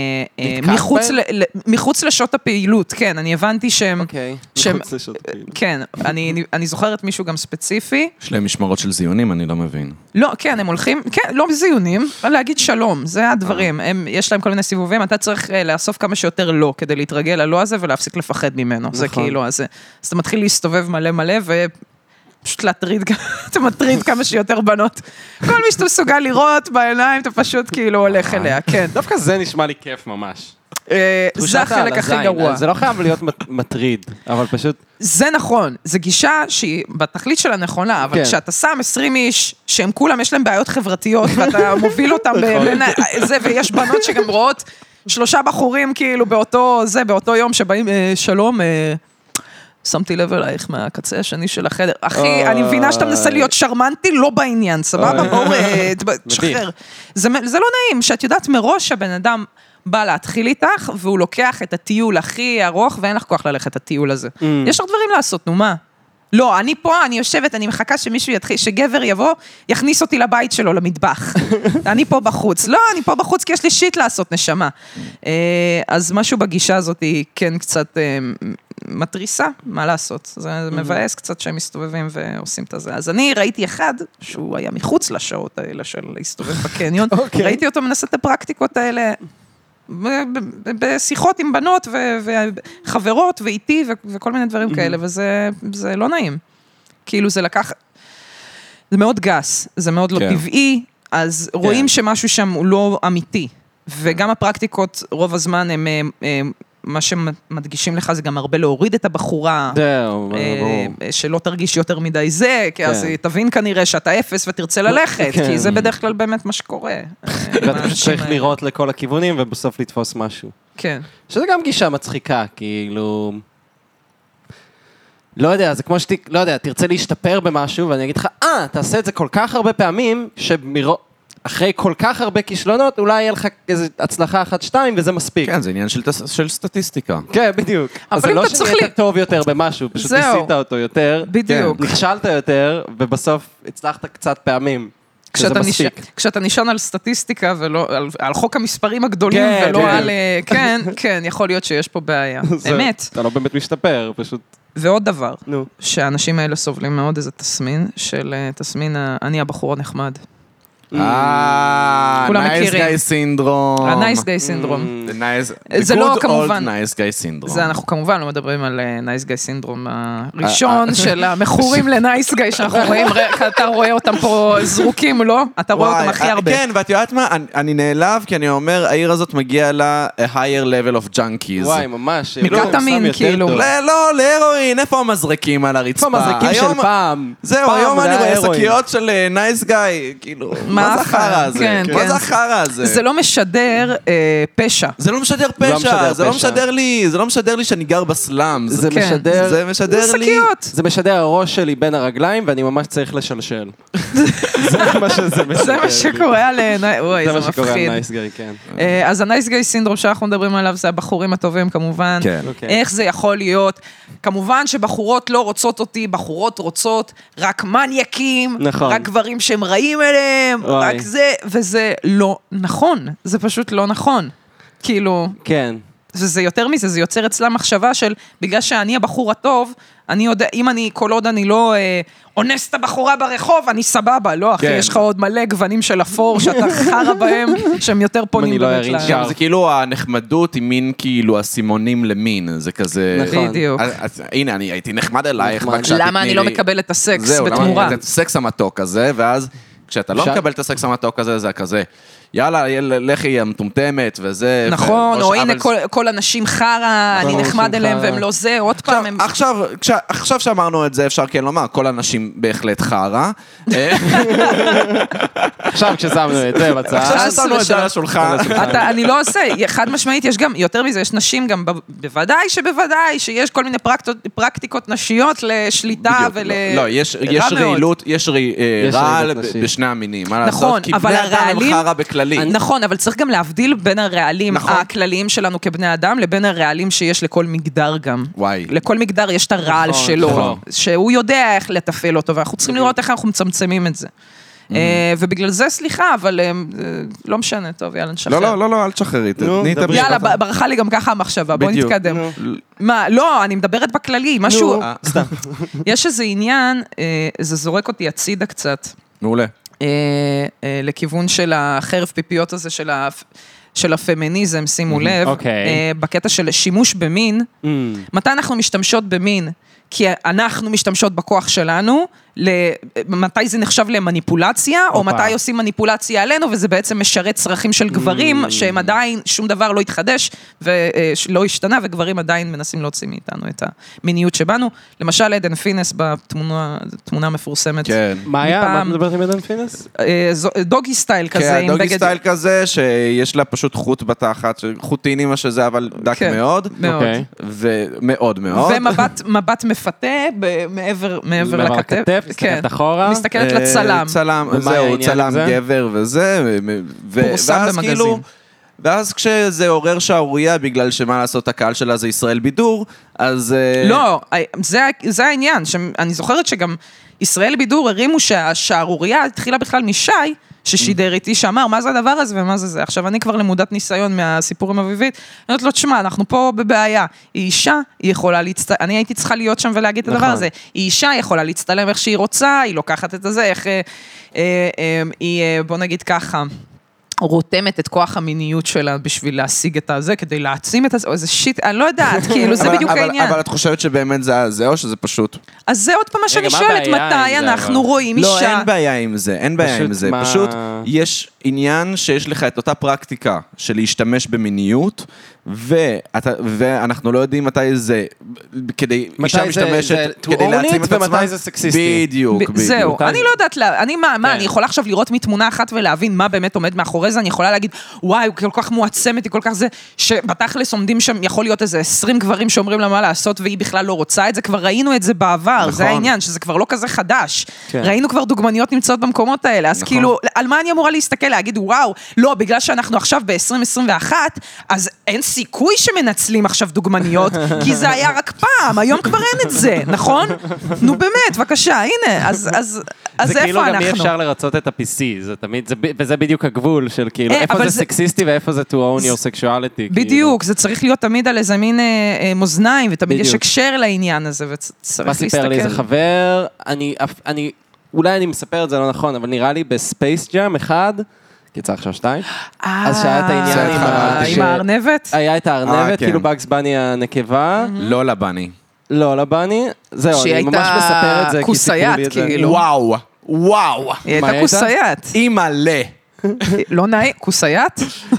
S3: אה,
S4: נתקלת
S3: מחוץ
S4: Mm. בהם?
S3: ל- ל- מחוץ לשעות הפעילות, כן, אני הבנתי שהם...
S4: אוקיי.
S3: שהם-
S4: מחוץ לשעות הפעילות.
S3: כן, אני, אני- אני זוכרת מישהו גם ספציפי.
S2: יש להם משמרות של זיונים, אני לא מבין.
S3: לא, כן, הם הולכים, כן, לא זיונים, אבל להגיד שלום, זה הדברים.
S4: אה.
S3: הם, יש להם כל מיני סיבובים, אתה צריך אה, לאסוף כמה שיותר לא, כדי להתרגל ללא הזה ולהפסיק לפחד ממנו. זה
S4: נכון.
S3: כאילו, אז, אה, אז אתה מתחיל להסתובב מלא מלא ופשוט להטריד, כ- (laughs) אתה מטריד כמה שיותר בנות. כל מי שאתה מסוגל לראות בעיניים, אתה פשוט כאילו הולך אליה, כן.
S4: דווקא זה נשמע לי כיף ממש.
S3: אה,
S4: תחושת
S3: זה החלק
S4: העל
S3: הכי
S4: הזין,
S3: גרוע.
S4: זה לא חייב להיות מט- מטריד, אבל פשוט...
S3: זה נכון, זו גישה שהיא בתכלית שלה נכונה, אבל
S4: כן.
S3: כשאתה שם 20 איש, שהם כולם, יש להם בעיות חברתיות, ואתה מוביל אותם בין ה- זה, ויש בנות שגם רואות שלושה בחורים, כאילו, באותו, זה, באותו יום שבאים, אה, שלום, אה, שמתי לב אלייך מהקצה השני של החדר. אחי,
S4: אוי.
S3: אני מבינה שאתה מנסה להיות שרמנטי, לא בעניין, סבבה?
S4: אוי.
S3: בואו, אה, ת- תשחרר. זה מ- זה לא נעים, שאת יודעת מראש שהבן אדם... בא להתחיל איתך, והוא לוקח את הטיול הכי ארוך, ואין לך כוח ללכת לטיול הזה. יש לך דברים לעשות, נו מה? לא, אני פה, אני יושבת, אני מחכה שמישהו יתחיל, שגבר יבוא, יכניס אותי לבית שלו, למטבח. אני פה בחוץ. לא, אני פה בחוץ כי יש לי שיט לעשות, נשמה. אה, אז משהו בגישה הזאת היא כן קצת אה, מתריסה, מה לעשות. זה מבאס קצת שהם מסתובבים ועושים את הזה. אז אני ראיתי אחד, שהוא היה מחוץ לשעות האלה של להסתובב בקניון,
S5: אוקיי.
S3: ראיתי אותו מנסה את הפרקטיקות האלה. ב- ב- ב- בשיחות עם בנות ו- וחברות ואיתי ו- וכל מיני דברים כאלה, וזה זה לא נעים. כאילו זה לקח, זה מאוד גס, זה מאוד לא
S2: כן.
S3: טבעי, אז
S4: כן.
S3: רואים שמשהו שם הוא לא אמיתי. וגם הפרקטיקות, רוב הזמן הם, הם, הם מה שמדגישים לך זה גם הרבה להוריד את הבחורה.
S4: זהו,
S3: אה,
S4: ברור.
S3: שלא תרגיש יותר מדי זה, כי אז
S4: כן.
S3: היא תבין כנראה שאתה אפס ותרצה ללכת,
S4: כן.
S3: כי זה בדרך כלל באמת מה שקורה. אה, עם
S4: ואתה פשוט
S3: האנשים
S4: צריך
S3: האלה.
S4: לירות לכל הכיוונים ובסוף לתפוס משהו.
S3: כן.
S4: שזה גם גישה מצחיקה, כאילו... לא יודע, זה כמו שת... לא יודע, תרצה להשתפר במשהו, ואני אגיד לך, אה, תעשה את זה כל כך הרבה פעמים, שאחרי כל כך הרבה כישלונות, אולי יהיה לך איזו הצלחה אחת, שתיים, וזה מספיק.
S2: כן, זה עניין של תס- של סטטיסטיקה.
S4: כן, בדיוק.
S3: אבל
S4: אז זה
S3: אם
S4: לא
S3: אתה צריך
S4: שנהיית
S3: ל-
S4: טוב יותר במשהו, פשוט
S3: זהו.
S4: ניסית אותו יותר.
S3: בדיוק.
S4: כן, נכשלת יותר, ובסוף הצלחת קצת פעמים. שזה
S3: כשאתה נשען-
S4: מספיק.
S3: כשאתה נשען על סטטיסטיקה ולא, על, על חוק המספרים הגדולים
S4: כן,
S3: ולא
S4: כן.
S3: על... אה, כן, כן, יכול להיות שיש פה בעיה.
S4: (laughs) זה-
S3: אמת.
S4: אתה לא באמת משתפר, פשוט, Mm,
S3: ועוד דבר,
S4: נו.
S3: שהאנשים האלה סובלים מאוד איזה תסמין, של אה, תסמין ה- אני הבחור הנחמד.
S2: אה,
S3: Mm. כולם
S2: נייס
S3: מכירים.
S2: גאי סינדרום.
S3: ה-nice day סינדרום.
S2: The nice-
S3: זה
S2: the
S3: לא,
S2: good old
S3: כמובן.
S2: nice guy syndrome.
S3: זה אנחנו כמובן לא מדברים על נייס גיא סינדרום הראשון של המכורים לנייס גיא שאנחנו רואים, ר- אתה רואה אותם פה זרוקים, לא? אתה רואה אותם
S2: וואי,
S3: הכי
S2: אה,
S3: הרבה.
S2: כן, ואת יודעת מה? אני- אני נעלב כי אני אומר, העיר הזאת מגיע לה a higher level of junkies.
S4: וואי, ממש.
S3: מקטמין,
S4: אלוהים, סתם יותר
S3: כאילו.
S4: טוב.
S2: לא, לא, להרואין, איפה המזרקים על הרצפה?
S4: איפה המזרקים
S2: היום-
S4: של פעם?
S2: זהו,
S4: פעם
S2: היום
S4: זה
S2: אני
S4: היה
S2: רואה
S4: הרואין.
S2: שקיות של נייס גאי, כאילו,
S3: מה
S2: מה זה
S3: הפעם?
S2: החרא הזה?
S3: כן,
S2: מה
S3: כן.
S2: זה החרא הזה?
S3: זה לא משדר אה, פשע.
S2: זה לא משדר
S4: לא
S2: פשע,
S4: משדר
S2: זה לא
S4: פשע.
S2: משדר לי, זה לא משדר לי שאני גר בסלאמס.
S4: זה
S3: כן.
S4: משדר...
S2: זה משדר לי...
S3: שקיות.
S4: זה משדר הראש שלי בין הרגליים, ואני ממש
S3: (laughs)
S4: צריך לשלשל. זה מה שזה משדר.
S3: זה מה
S4: לי.
S3: שקורה על... אה, ני- וואי,
S4: זה
S3: זה
S4: מה שקורה על
S3: מפחיד.
S4: נייס גאי, כן.
S3: אה, אז הנייס גיי סינדרום שאנחנו מדברים עליו זה הבחורים הטובים כמובן.
S2: כן.
S4: אוקיי.
S3: איך זה יכול להיות? כמובן שבחורות לא רוצות אותי, בחורות רוצות רק מניאקים,
S4: נכון.
S3: רק גברים שהם רעים אליהם,
S4: וואי.
S3: רק זה, וזה לא נכון, זה פשוט לא נכון. כאילו,
S4: כן.
S3: וזה יותר מזה, זה יוצר אצלה מחשבה של, בגלל שאני הבחור הטוב, אני יודע, אם אני, כל עוד אני לא אה, אונס את הבחורה ברחוב, אני סבבה. לא, אחי,
S2: כן.
S3: יש לך עוד מלא גוונים של אפור שאתה חרא
S2: (laughs)
S3: בהם, שהם יותר
S4: אני
S3: פונים
S4: לא
S3: באמת
S4: ארין
S3: ל...
S4: שם.
S2: גם זה כאילו הנחמדות היא מין כאילו אסימונים למין, זה כזה...
S4: נכון.
S3: בדיוק.
S2: אז- אז הנה, אני הייתי נחמד אלייך,
S4: נחמד.
S2: רק שאת
S3: למה
S2: תתני
S3: אני לא
S2: לי-
S3: מקבל את הסקס
S2: זהו, למה
S3: בתמורה?
S2: אני- את הסקס המתוק הזה, ואז כשאתה לא
S4: אפשר-
S2: מקבל את הסקס המתוק הזה, זה כזה, יאללה, יאל- לכי המטומטמת, וזה...
S3: נכון,
S2: וראש
S3: או הנה
S2: עוול-
S3: כל- כל הנשים חרא, אני
S4: כל
S3: נחמד
S4: הנשים
S3: אליהם
S4: חרא.
S3: והם לא זה, עוד פעם, הם...
S2: עכשיו, כש- עכשיו שאמרנו את זה, אפשר כן לומר, כל הנשים בהחלט
S3: (laughs)
S2: חרא. אה,
S4: עכשיו כששמנו את זה בצד.
S2: עכשיו
S3: חס
S2: ששמנו את זה על
S3: ושלום.
S2: השולחן.
S3: אתה, אני לא עושה, חד משמעית, יש גם, יותר מזה, יש נשים גם, ב- בוודאי שבוודאי, שיש כל מיני פרקטות, פרקטיקות נשיות לשליטה
S2: (laughs) בדיוק,
S3: ול...
S2: לא, לא, יש,
S3: רע
S2: יש
S3: מאוד.
S2: רעילות, יש, רע- אה,
S4: יש
S2: רעל
S4: רעילות
S2: ב-
S4: נשית.
S2: בשני המינים, מה
S3: נכון,
S2: לעשות? כי
S3: אבל
S2: בני אדם הם
S3: הרעלים-
S2: חרא בכללי.
S3: נכון, אבל צריך גם להבדיל בין הרעלים
S2: נכון.
S3: הכלליים שלנו כבני אדם לבין הרעלים שיש לכל מגדר גם.
S2: וואי.
S3: לכל מגדר יש את הרעל
S4: נכון,
S3: שלו,
S4: נכון.
S3: שהוא יודע איך לתפעל אותו, ואנחנו צריכים לראות איך אנחנו מצמצמים את זה. אה, ובגלל זה, סליחה, אבל אה, לא משנה, טוב, יאללה, נשחרר.
S2: לא, לא, לא, לא, אל תשחררי, תני את
S4: דבר.
S2: המשפט.
S3: יאללה, ב- ברחה לי גם ככה המחשבה, בוא
S2: בדיוק.
S3: נתקדם. מה, לא, אני מדברת בכללי, משהו,
S2: אה, סתם.
S3: יש איזה עניין, אה, זה זורק אותי הצידה קצת,
S2: מעולה.
S3: אה, אה, לכיוון של החרב פיפיות הזה של ה... של הפמיניזם, שימו לב,
S4: אוקיי.
S3: אה, בקטע של שימוש במין,
S4: Mm.
S3: מתי אנחנו משתמשות במין? כי אנחנו משתמשות בכוח שלנו, ל- מתי זה נחשב למניפולציה, או
S4: הופה.
S3: מתי עושים מניפולציה עלינו, וזה בעצם משרת צרכים של גברים,
S2: Mm.
S3: שהם עדיין, שום דבר לא התחדש ולא השתנה, וגברים עדיין מנסים להוציא מאיתנו את המיניות שבנו. למשל, עדן פינס בתמונה תמונה מפורסמת.
S2: כן.
S4: מה היה? מה את
S3: מפעם-
S4: מדברת עם עדן פינס?
S3: אה, זו- דוגי סטייל כזה,
S2: כן,
S3: עם
S2: דוגי
S3: בגד-
S2: סטייל כזה, שיש לה פשוט חוט בתחת, ש- חוטין עם שזה, אבל דק
S3: כן,
S2: מאוד.
S3: מאוד.
S4: אוקיי.
S2: ומאוד מאוד.
S3: ומבט מבט מפתה ב- מעבר מעבר
S4: מעבר
S3: לכתף.
S4: לכתף,
S3: כן.
S4: מסתכלת אחורה.
S3: מסתכלת
S2: אה,
S3: לצלם.
S2: צלם,
S4: ומה
S2: זהו,
S4: העניין עם
S2: צלם
S4: זה?
S2: גבר וזה, ו- ו-
S3: פורסם
S2: ואז
S3: במגזין.
S2: כאילו... ואז כשזה עורר שערורייה, בגלל שמה לעשות, הקהל שלה זה ישראל בידור, אז... אה,
S3: לא, זה, זה העניין, שאני זוכרת שגם ישראל בידור הרימו שהשערורייה התחילה בכלל משי, ששידר איתי, שאמר, מה זה הדבר הזה ומה זה זה. עכשיו, אני כבר למודת ניסיון מהסיפור עם אביבית, אני אומרת לו, תשמע, אנחנו פה בבעיה. היא אישה, היא יכולה להצטלם, אני הייתי צריכה להיות שם ולהגיד את הדבר
S4: נכון.
S3: הזה. היא אישה, היא יכולה להצטלם איך שהיא רוצה, היא לוקחת את הזה, איך... אה, אה, אה, היא, אה, בוא נגיד ככה. רותמת את כוח המיניות שלה בשביל להשיג את הזה, כדי להעצים את הזה, או איזה שיט, אני לא
S2: (laughs)
S3: יודעת, כאילו, זה
S2: אבל-
S3: בדיוק
S2: אבל-
S3: העניין.
S2: אבל את חושבת שבאמת זה היה זה, או שזה פשוט...
S3: אז זה עוד פעם מה שאני
S4: מה
S3: שואלת,
S4: הבעיה עם
S3: מתי
S4: זה,
S3: אנחנו
S4: אבל?
S3: רואים
S2: לא,
S3: אישה...
S2: אין בעיה עם זה, אין בעיה עם
S4: פשוט
S2: זה.
S4: מה-
S2: פשוט יש עניין שיש לך את אותה פרקטיקה של להשתמש במיניות, ואתה- ואנחנו לא יודעים מתי זה, כדי,
S4: מתי
S2: אישה
S4: זה-
S2: משתמשת,
S4: זה to
S2: כדי
S4: own
S2: להעצים
S4: it
S2: את עצמה.
S4: ומתי זה סקסיסטי.
S2: בדיוק,
S3: ב-
S2: בדיוק.
S3: זהו, אני לא יודעת, לה- אני מה, מה,
S4: כן.
S3: אני יכולה עכשיו לראות מתמונה אחת ולהבין מה באמת עומד מאחורי זה, אני יכולה להגיד, וואי, הוא כל כך מועצמת, היא כל כך זה, שבתכלס עומדים שם, יכול להיות איזה 20 גברים שאומרים לה מה לעשות, והיא בכלל לא רוצה את זה, כבר ראינו את זה בעבר, זה
S2: נכון.
S3: העניין, שזה כבר לא כזה חדש.
S4: כן.
S3: ראינו כבר דוגמניות נמצאות במקומות האלה, אז
S2: נכון.
S3: כאילו, על מה אני אמורה להסתכל, להגיד, וואו, לא, בגלל שאנחנו עכשיו ב-2021, אז אין סיכוי שמנצלים עכשיו דוגמניות, כי זה היה רק פעם, היום כבר אין את זה, נכון? נו באמת, בבקשה, הנה, אז, אז, אז
S4: זה
S3: איפה
S4: כאילו גם
S3: אנחנו?
S4: אי אפשר לרצות את ה-PC, זה תמיד, זה ב- וזה בדיוק הגבול של כאילו,
S3: אה, אבל
S4: איפה זה
S3: זה-
S4: סקסיסטי ואיפה זה to own your sexuality. כאילו.
S3: בדיוק, זה צריך להיות תמיד על איזה מין אה, אה, מאזניים, ותמיד יש
S4: בדיוק.
S3: הקשר לעניין הזה, וצריך
S4: מה
S3: להסתכל.
S4: סיפר לי איזה חבר, אני, אף- אני, אולי אני מספר את זה לא נכון, אבל נראה לי בספייס ג'אם אחד, יצא עכשיו שתיים,
S3: אה,
S4: אז שהיה את העניין
S2: עם
S4: אה,
S2: ה- ש-
S3: עם הארנבת?
S4: היה את
S2: אה,
S4: הארנבת,
S2: כן.
S4: כאילו בגס בני הנקבה,
S2: לא לבני.
S4: לא לבני, זהו,
S3: שהיא
S4: אני ממש
S3: הייתה
S4: מספר את זה, כי סיפרו
S3: כוסיית,
S4: לי את זה.
S3: כאילו.
S2: וואו, וואו,
S3: היא
S4: מה
S3: הייתה
S4: היא (laughs)
S3: כוסיית.
S2: אימא'לה.
S3: לא נעים, כוסיית?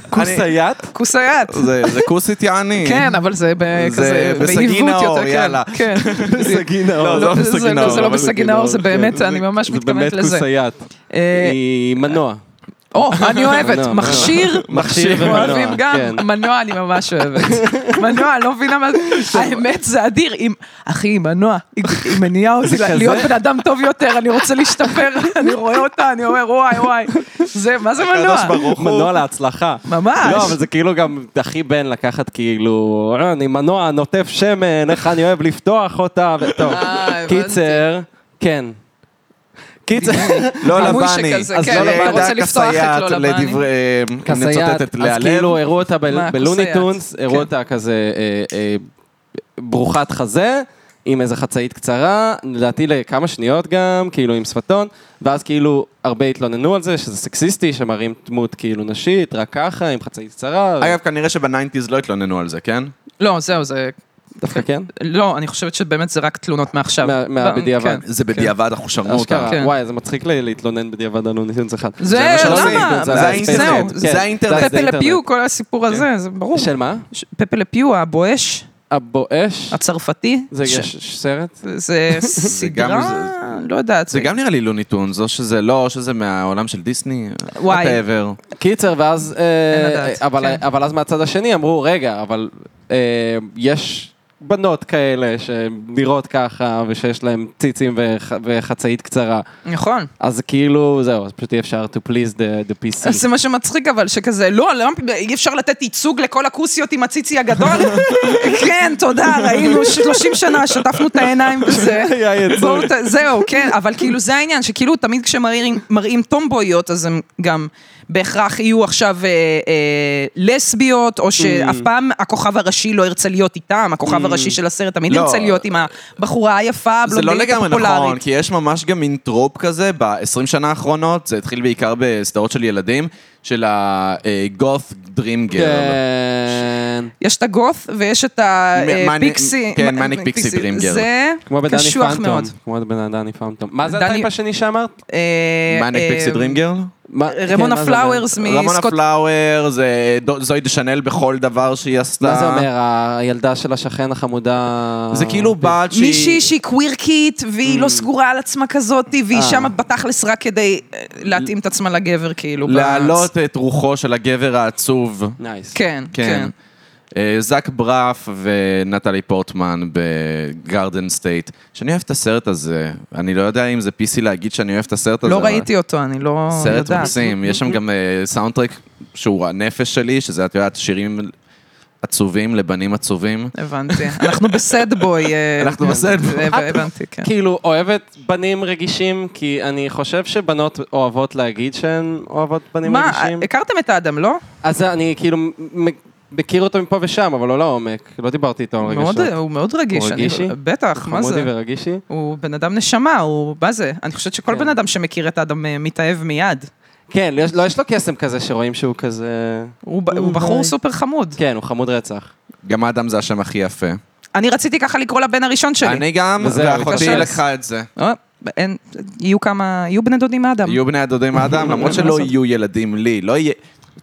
S4: כוסיית? (laughs)
S3: כוסיית.
S2: זה זה כוסית יעני.
S3: כן, אבל זה בכזה,
S2: בסגי
S3: בעיוות
S2: נאור,
S3: יותר, כן,
S2: יאללה.
S4: (laughs)
S3: כן.
S4: סגי
S2: לא,
S4: נאור.
S2: זה
S3: לא, זה-
S2: בסגי
S3: זה-
S2: נאור,
S3: זה לא
S2: אבל
S3: בסגי נאור, זה באמת, אני ממש מתכוונת
S4: זה
S3: לזה.
S4: באמת כוסיית.
S3: אה,
S4: היא מנוע.
S3: או, אני אוהבת,
S4: מנוע,
S3: מכשיר,
S4: לא, (laughs) מכשיר ומנוע,
S3: אוהבים גם,
S4: כן.
S3: מנוע אני ממש אוהבת. (laughs) מנוע, אני לא מבינה
S4: (laughs)
S3: מה זה, האמת זה אדיר, אם- אחי, מנוע, היא היא מניעה אותי
S4: כזה-
S3: להיות בן אדם טוב יותר, אני רוצה
S4: (laughs)
S3: להשתפר, אני רואה אותה, אני אומר, וואי, וואי, זה, מה זה מנוע?
S4: מנוע להצלחה.
S3: ממש.
S4: לא, אבל זה כאילו גם הכי בן לקחת כאילו, "אה, אני מנוע נוטף שמן, איך אני אוהב לפתוח אותה, וטוב.
S3: אה, הבנתי.
S4: קיצר, כן. קיצר, (laughs)
S2: לא
S3: חמוש
S2: לבני.
S3: שכזה,
S2: אז
S3: כן,
S2: לא
S4: אני
S2: לבני.
S3: רוצה לפתוח את
S2: כסיית
S3: לא לבני.
S2: לדברי- אם
S4: כסייעת,
S2: נצטט את
S4: אז
S2: לאה
S4: כאילו
S2: לב.
S4: הראו אותה
S3: מה,
S4: ב-
S3: כסייעת?
S4: בלוני טונס,
S3: כן.
S4: הראו אותה כזה אה, אה, ברוכת חזה, עם איזה חצאית קצרה, לדעתי לכמה שניות גם, כאילו עם שפתון, ואז כאילו הרבה התלוננו על זה, שזה סקסיסטי, שמראים דמות כאילו נשית, רק ככה, עם חצאית קצרה,
S2: אגב, כנראה שבניינטיז לא התלוננו על זה, כן?
S3: לא, זהו, זה,
S4: דווקא
S2: (laughs)
S4: כן.
S3: לא, אני חושבת שבאמת זה רק תלונות מעכשיו.
S4: מה- מהבדיעבד.
S3: כן.
S2: זה בדיעבד, אנחנו שמענו אותה.
S4: אשכרה,
S3: כן.
S4: וואי, זה מצחיק לי להתלונן בדיעבד על אוניסיונס אחד.
S3: זה,
S2: מה שעושים,
S3: למה?
S2: זה
S3: זה-
S2: האינטרנט.
S3: זהו,
S2: זה
S4: כן,
S2: האינטרנט.
S4: זה כן.
S3: פפה לפיו, כל הסיפור הזה, זה ברור.
S4: של מה?
S3: ש- פפה לפיו, הבואש,
S4: הבואש?
S3: הצרפתי.
S4: זה
S3: ש-
S4: יש יש סרט? (laughs)
S3: זה סדרה,
S2: זה-
S3: לא יודעת.
S2: זה גם נראה לי לוני טונס, או שזה לא, או שזה מהעולם של דיסני,
S3: וואי.
S2: whatever.
S4: קיצר, ואז... אה,
S3: לדעת,
S4: אבל-
S3: כן.
S4: אבל אז מהצד השני אמרו, רגע, אבל אה, יש בנות כאלה שנראות ככה, ושיש להן ציצים וח- וחצאית קצרה.
S3: נכון.
S4: אז כאילו, זהו, אז פשוט אי אפשר to please the, the PC.
S3: אז זה מה שמצחיק אבל, שכזה, לא, למה אי אפשר לתת ייצוג לכל הכוסיות עם
S2: (laughs)
S3: הציצי הגדול? כן, תודה, ראינו 30 שנה, שטפנו את העיניים
S2: (laughs)
S3: בזה.
S4: היה ייצוג.
S3: בואו ת- זהו, כן, אבל כאילו זה העניין, שכאילו תמיד כשמראים מראים טומבויות, אז הם גם בהכרח יהיו עכשיו אה, אה, לסביות, או
S2: Mm.
S3: שאף פעם הכוכב הראשי לא ירצה להיות איתם, הכוכב הראשי של הסרט תמיד
S2: לא.
S3: ירצה להיות עם הבחורה היפה,
S2: זה לא
S3: הבלונדינית
S2: לגמרי נכון,
S3: הפופולרית.
S2: כי יש ממש גם מין טרופ כזה ב-20 שנה האחרונות, זה התחיל בעיקר בסדרות של ילדים, של הגוף דרים גרל.
S4: כן.
S3: יש את הגוף ויש את אה, הפיקסי.
S2: מניק- כן, מניק פיקסי דרים גרל.
S3: זה
S4: כמו בדני
S3: קשוח
S4: פאנטום.
S3: מאוד.
S4: כמו בדני פאנטום. מה זה
S3: דני-
S4: הטייפ השני שאמרת?
S3: אה,
S2: מניק
S3: אה,
S2: פיקסי דרים גרל?
S4: מה- כן,
S3: רמונה
S4: מה זה אומר?
S3: פלאוורס
S2: רמונה
S3: מסקוט...
S2: פלאואר, זה דו- זוהי דשנל בכל דבר שהיא עשתה.
S4: מה זה אומר, הילדה של השכן החמודה...
S2: זה כאילו בת שהיא...
S3: מישהי שהיא קווירקית, והיא
S2: Mm.
S3: לא סגורה על עצמה כזאת, והיא
S4: אה.
S3: שמה בתכלס רק כדי אה, להתאים את עצמה לגבר, כאילו. ב-
S2: להעלות את רוחו של הגבר העצוב.
S4: נייס.
S3: כן, כן.
S2: כן. אה, זאק ברף ונטלי פורטמן בגארדן סטייט, שאני אוהב את הסרט הזה. אני לא יודע אם זה PC להגיד שאני אוהב את הסרט הזה.
S3: לא
S2: אבל-
S3: ראיתי אותו, אני לא יודעת.
S2: סרט מקסים, יש שם גם אה, סאונדטרק שהוא הנפש שלי, שזה, את יודעת, שירים עצובים לבנים עצובים.
S3: הבנתי. אנחנו בסד בוי. אה,
S2: (laughs) אנחנו בסד בוי.
S3: אה, הבנתי, כן.
S4: כאילו, אוהבת בנים רגישים, כי אני חושב שבנות אוהבות להגיד שהן אוהבות בנים
S3: מה,
S4: רגישים.
S3: הכרתם את האדם, לא?
S4: אז אני כאילו מ- מכיר אותו מפה ושם, אבל לא לעומק. לא דיברתי איתו על רגשות.
S3: מאוד, הוא מאוד רגיש.
S4: הוא
S3: אני-
S4: רגישי?
S3: בטח, מה
S4: חמודי
S3: זה?
S4: ורגישי.
S3: הוא בן אדם נשמה, הוא... מה זה? אני חושבת שכל
S4: כן.
S3: בן אדם שמכיר את האדם אה, מתאהב מיד.
S4: כן, יש- לא, יש לו קסם כזה שרואים שהוא כזה...
S3: הוא ב- הוא בחור סופר חמוד.
S4: כן, הוא חמוד רצח.
S2: גם אדם זה השם הכי יפה.
S3: אני רציתי ככה לקרוא לבן הראשון שלי.
S2: אני גם,
S4: וזהו,
S2: ואחותי
S4: התקשר.
S2: לקחה את זה.
S3: אה, אין- יהיו כמה... יהיו בני דודים מאדם.
S2: יהיו בני
S3: (laughs)
S2: הדודים אדם, למרות
S3: אין מה
S2: שלא
S3: לעשות.
S2: יהיו ילדים לי. לא יהיה...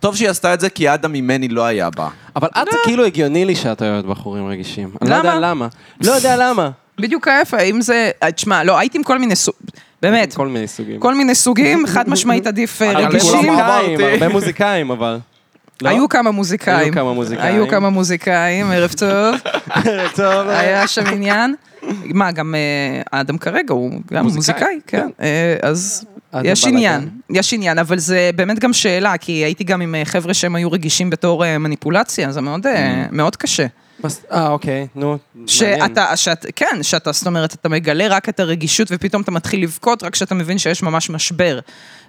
S2: טוב שהיא עשתה את זה, כי אדם ממני לא היה בה.
S4: אבל את זה כאילו הגיוני לי שאת אוהבת בחורים רגישים. אני לא
S3: אה. למה?
S4: יודע למה. לא יודע למה.
S3: בדיוק ההפך, אם זה... אה, תשמע, לא, הייתי עם כל מיני סוג... באמת,
S4: כל מיני סוגים.
S3: כל מיני סוגים, חד משמעית עדיף אה,
S4: הרבה
S3: רגישים.
S2: כולם
S4: מוזיקאים,
S2: אמרתי.
S4: הרבה מוזיקאים, אבל. לא?
S3: היו כמה מוזיקאים.
S4: היו כמה מוזיקאים.
S3: היו כמה מוזיקאים, ערב טוב.
S4: טוב,
S3: היה שם עניין. מה, גם אה, אדם כרגע הוא גם
S4: מוזיקאי,
S3: מוזיקאי, כן. אה, אז
S4: אדם
S3: יש
S4: בלאגן.
S3: עניין, יש עניין, אבל זה באמת גם שאלה, כי הייתי גם עם אה, חבר'ה שהם היו רגישים בתור אה, מניפולציה, זה מאוד, אה, מאוד קשה.
S4: מס- אה, אוקיי, נו. מעניין.
S3: שאתה, שאת, כן, שאתה, זאת אומרת, אתה מגלה רק את הרגישות ופתאום אתה מתחיל לבכות, רק כשאתה מבין שיש ממש משבר.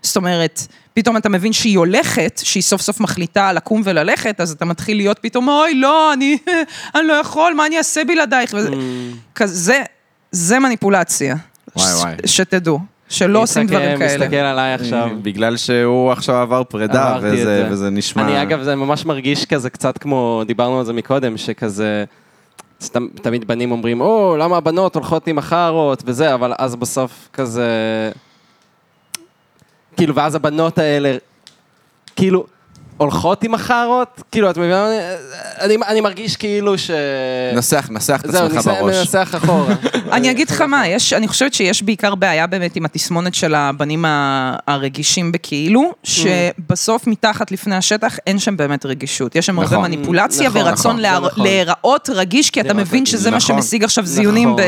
S3: זאת אומרת, פתאום אתה מבין שהיא הולכת, שהיא סוף סוף מחליטה לקום וללכת, אז אתה מתחיל להיות פתאום, אוי, לא, אני, (laughs) אני לא יכול, מה אני אעשה בלעדייך? וזה, כזה, זה מניפולציה.
S2: וואי,
S3: ש-
S2: וואי.
S3: שתדעו, שלא לא עושים דברים
S4: מסתכל-
S3: כאלה.
S4: מסתכל עליי עכשיו.
S2: בגלל שהוא עכשיו עבר פרידה,
S4: אמרתי את
S2: Mm. וזה
S4: זה.
S2: וזה נשמע...
S4: אני אגב, זה ממש מרגיש כזה קצת כמו, דיברנו על זה מקודם, שכזה... סתם, תמיד בנים אומרים, או, למה הבנות הולכות עם החארות וזה, אבל אז בסוף כזה... כאילו, ואז הבנות האלה, כאילו, הולכות עם החארות? כאילו, את מבינה? אני, אני מרגיש כאילו ש...
S2: נסח, נסח את
S4: זהו,
S2: עצמך
S4: נסה-
S2: בראש.
S4: מנסח אחורה.
S3: (laughs) אני אגיד לך מה, יש, אני חושבת שיש בעיקר בעיה באמת עם התסמונת של הבנים ה- הרגישים בכאילו,
S4: Mm.
S3: שבסוף מתחת לפני השטח אין שם באמת רגישות. יש שם הרבה
S2: נכון,
S3: מניפולציה
S4: נכון,
S3: ורצון
S4: נכון,
S3: לה-
S4: זה נכון.
S3: להיראות רגיש, כי אתה
S4: להיראות
S3: מבין
S4: רגיש.
S3: שזה מה
S2: נכון,
S3: שמשיג עכשיו זיונים ב-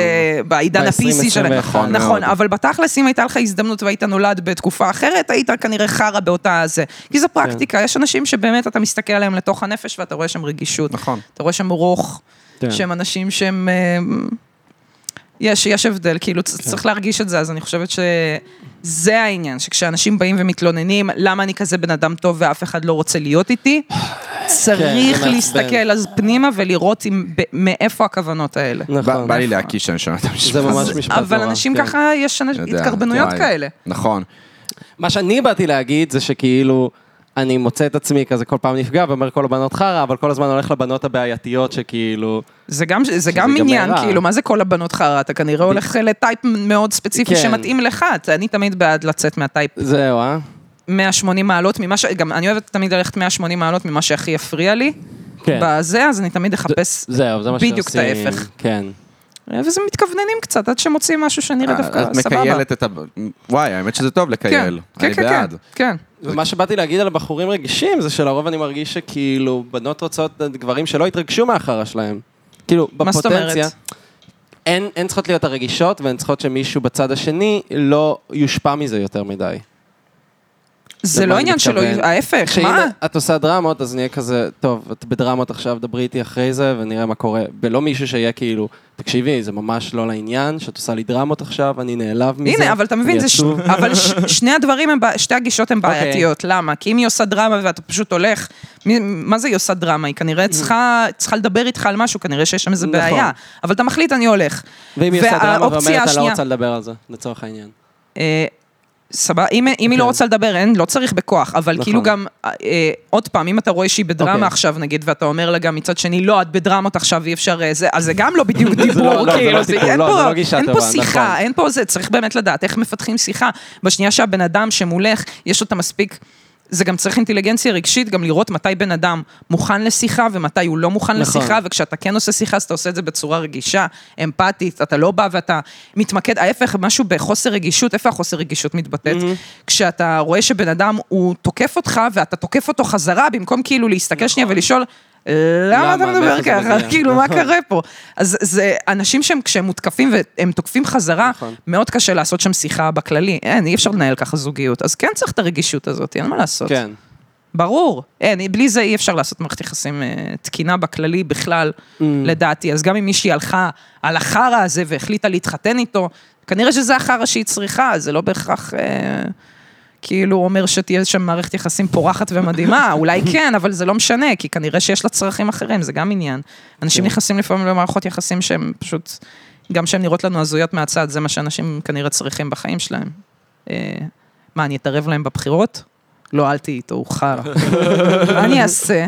S3: בעידן
S4: ב-
S3: ה-PC שלהם.
S4: 20, נכון
S3: נכון,
S2: מאוד.
S3: אבל בתכלס, אם הייתה לך הזדמנות והיית נולד בתקופה אחרת, היית כנראה חרא באותה זה. כי
S4: כן.
S3: זו פרקטיקה, יש אנשים שבאמת אתה מסתכל עליהם לתוך הנפש ואתה רואה שם רגישות.
S2: נכון.
S3: אתה רואה שם רוך,
S4: כן.
S3: שהם אנשים שהם... אה, יש, יש הבדל, כאילו צ-
S4: כן.
S3: צריך להרגיש את זה, אז אני חושבת שזה העניין, שכשאנשים באים ומתלוננים, למה אני כזה בן אדם טוב ואף אחד לא רוצה להיות
S4: (sighs)
S3: איתי, צריך
S4: כן, מעצבן.
S3: להסתכל אז פנימה ולראות אם, ב, מאיפה הכוונות האלה.
S2: בא
S4: נכון.
S2: בא לי להקיש שאני שומע את המשפט.
S4: ממש
S2: הזה.
S4: משפט
S3: אבל
S4: נורא,
S3: אנשים
S4: כן.
S3: ככה, יש אנש-
S2: יודע,
S3: התקרבנויות
S2: וואי.
S3: כאלה.
S2: נכון.
S4: מה שאני באתי להגיד זה שכאילו, אני מוצא את עצמי כזה כל פעם נפגע ואומר כל הבנות חרא, אבל כל הזמן הולך לבנות הבעייתיות שכאילו...
S3: זה גם, זה גם
S4: גם
S3: עניין,
S4: רע.
S3: כאילו, מה זה כל הבנות חרא? אתה כנראה הולך לטייפ מאוד ספציפי
S4: כן.
S3: שמתאים לך, אתה- אני תמיד בעד לצאת מהטייפ
S4: זהו, אה?
S3: 180 מעלות ממה ש... גם אני אוהבת תמיד ללכת 180 מעלות ממה שהכי יפריע לי.
S4: כן.
S3: בזה, אז אני תמיד אחפש,
S4: זהו, זה מה שעושים.
S3: בדיוק את ההפך.
S4: כן.
S3: וזה מתכווננים קצת, עד שמוצאים משהו שנראה דווקא
S2: אה, את
S3: סבבה.
S2: מקיילת את ה... וואי, האמת שזה טוב
S3: כן,
S2: לקייל.
S3: כן,
S2: אני
S3: כן, כן,
S2: בעד.
S3: כן.
S4: ומה שבאתי להגיד על בחורים רגישים זה שלרוב אני מרגיש שכאילו בנות רוצות גברים שלא התרגשו מהחרא שלהם. כאילו, בפוטנציה...
S3: מה זאת אומרת?
S4: הן, הן צריכות להיות הרגישות והן צריכות שמישהו בצד השני לא יושפע מזה יותר מדי.
S3: זה
S4: למה
S3: לא
S4: אני
S3: עניין שלא,
S4: מתכוון?
S3: ההפך, מה?
S4: כשהנה את עושה דרמות, אז נהיה כזה, טוב, את בדרמות עכשיו, דברי איתי אחרי זה ונראה מה קורה. ולא מישהו שיהיה כאילו, תקשיבי, זה ממש לא לעניין, שאת עושה לי דרמות עכשיו, אני נעלב מזה.
S3: הנה, אבל אתה מבין,
S4: אני
S3: זה ש...
S4: עצוב."
S3: אבל ש... שני הדברים, הם... בע- שתי הגישות הן
S4: אוקיי.
S3: בעייתיות. למה? כי אם היא עושה דרמה ואתה פשוט הולך, מי... מה זה היא עושה דרמה? היא כנראה צריכה, צריכה לדבר איתך על משהו, כנראה שיש שם איזה
S4: Mm. נכון.
S3: בעיה. אבל אתה מחליט, אני הולך.
S4: ואם היא עושה דרמה
S3: והאופציה
S4: ואומרת, אני לא
S3: השנייה-
S4: רוצה לדבר על זה, לצורך העניין.
S3: אה, סבבה, אם, אם היא לא
S4: אוקיי.
S3: רוצה לדבר, אין, לא צריך בכוח, אבל
S4: נכון.
S3: כאילו גם, אה, אה, עוד פעם, אם אתה רואה שהיא בדרמה
S4: אוקיי.
S3: עכשיו נגיד, ואתה אומר לה גם מצד שני, לא, את בדרמות עכשיו, אי אפשר אה, זה, אז זה גם לא בדיוק
S4: לא-
S3: דיבור,
S4: לא, (laughs) זה
S3: כאילו,
S4: לא
S3: זה-
S4: טיפול,
S3: אין
S4: לא, זה
S3: פה-
S4: לא גישה
S3: אין פה
S4: טובה, נכון.
S3: שיחה, אין פה זה, צריך באמת לדעת איך מפתחים שיחה. בשנייה שהבן אדם שמולך, יש לו את המספיק... זה גם צריך אינטליגנציה רגשית, גם לראות מתי בן אדם מוכן לשיחה ומתי הוא לא מוכן
S4: נכון.
S3: לשיחה, וכשאתה כן עושה שיחה, אז אתה עושה את זה בצורה רגישה, אמפתית, אתה לא בא ואתה מתמקד, ההפך, משהו בחוסר רגישות, איפה החוסר רגישות מתבטאת? כשאתה רואה שבן אדם הוא תוקף אותך, ואתה תוקף אותו חזרה, במקום כאילו להסתכל שנייה ולשאול... למה אתה
S4: נכון. למה?
S3: מדבר
S4: מאיפה זה
S3: ככה?
S4: מגיע?" נכון.
S3: כאילו, מה קורה פה? אז זה אנשים שהם, כשהם מותקפים והם תוקפים חזרה,
S4: נכון.
S3: מאוד קשה לעשות שם שיחה בכללי. אין, אי אפשר לנהל ככה זוגיות. אז כן צריך את הרגישות הזאת, אין מה לעשות.
S4: כן.
S3: ברור. אין, בלי זה אי אפשר לעשות מערכת יחסים אה, תקינה בכללי בכלל, לדעתי. אז גם אם מישהי הלכה על החרא הזה והחליטה להתחתן איתו, כנראה שזה החרא שהיא צריכה, זה לא בהכרח... אה, כאילו אומר שתהיה שם מערכת יחסים פורחת ומדהימה, אולי כן, אבל זה לא משנה, כי כנראה שיש לה צרכים אחרים, זה גם עניין. אנשים נכנסים לפעמים למערכות יחסים שהן פשוט, גם שהן נראות לנו הזויות מהצד, זה מה שאנשים כנראה צריכים בחיים שלהם. אה, מה, אני אתערב להם בבחירות? לא, אל תהיי איתו, הוא חרא. מה אני אעשה?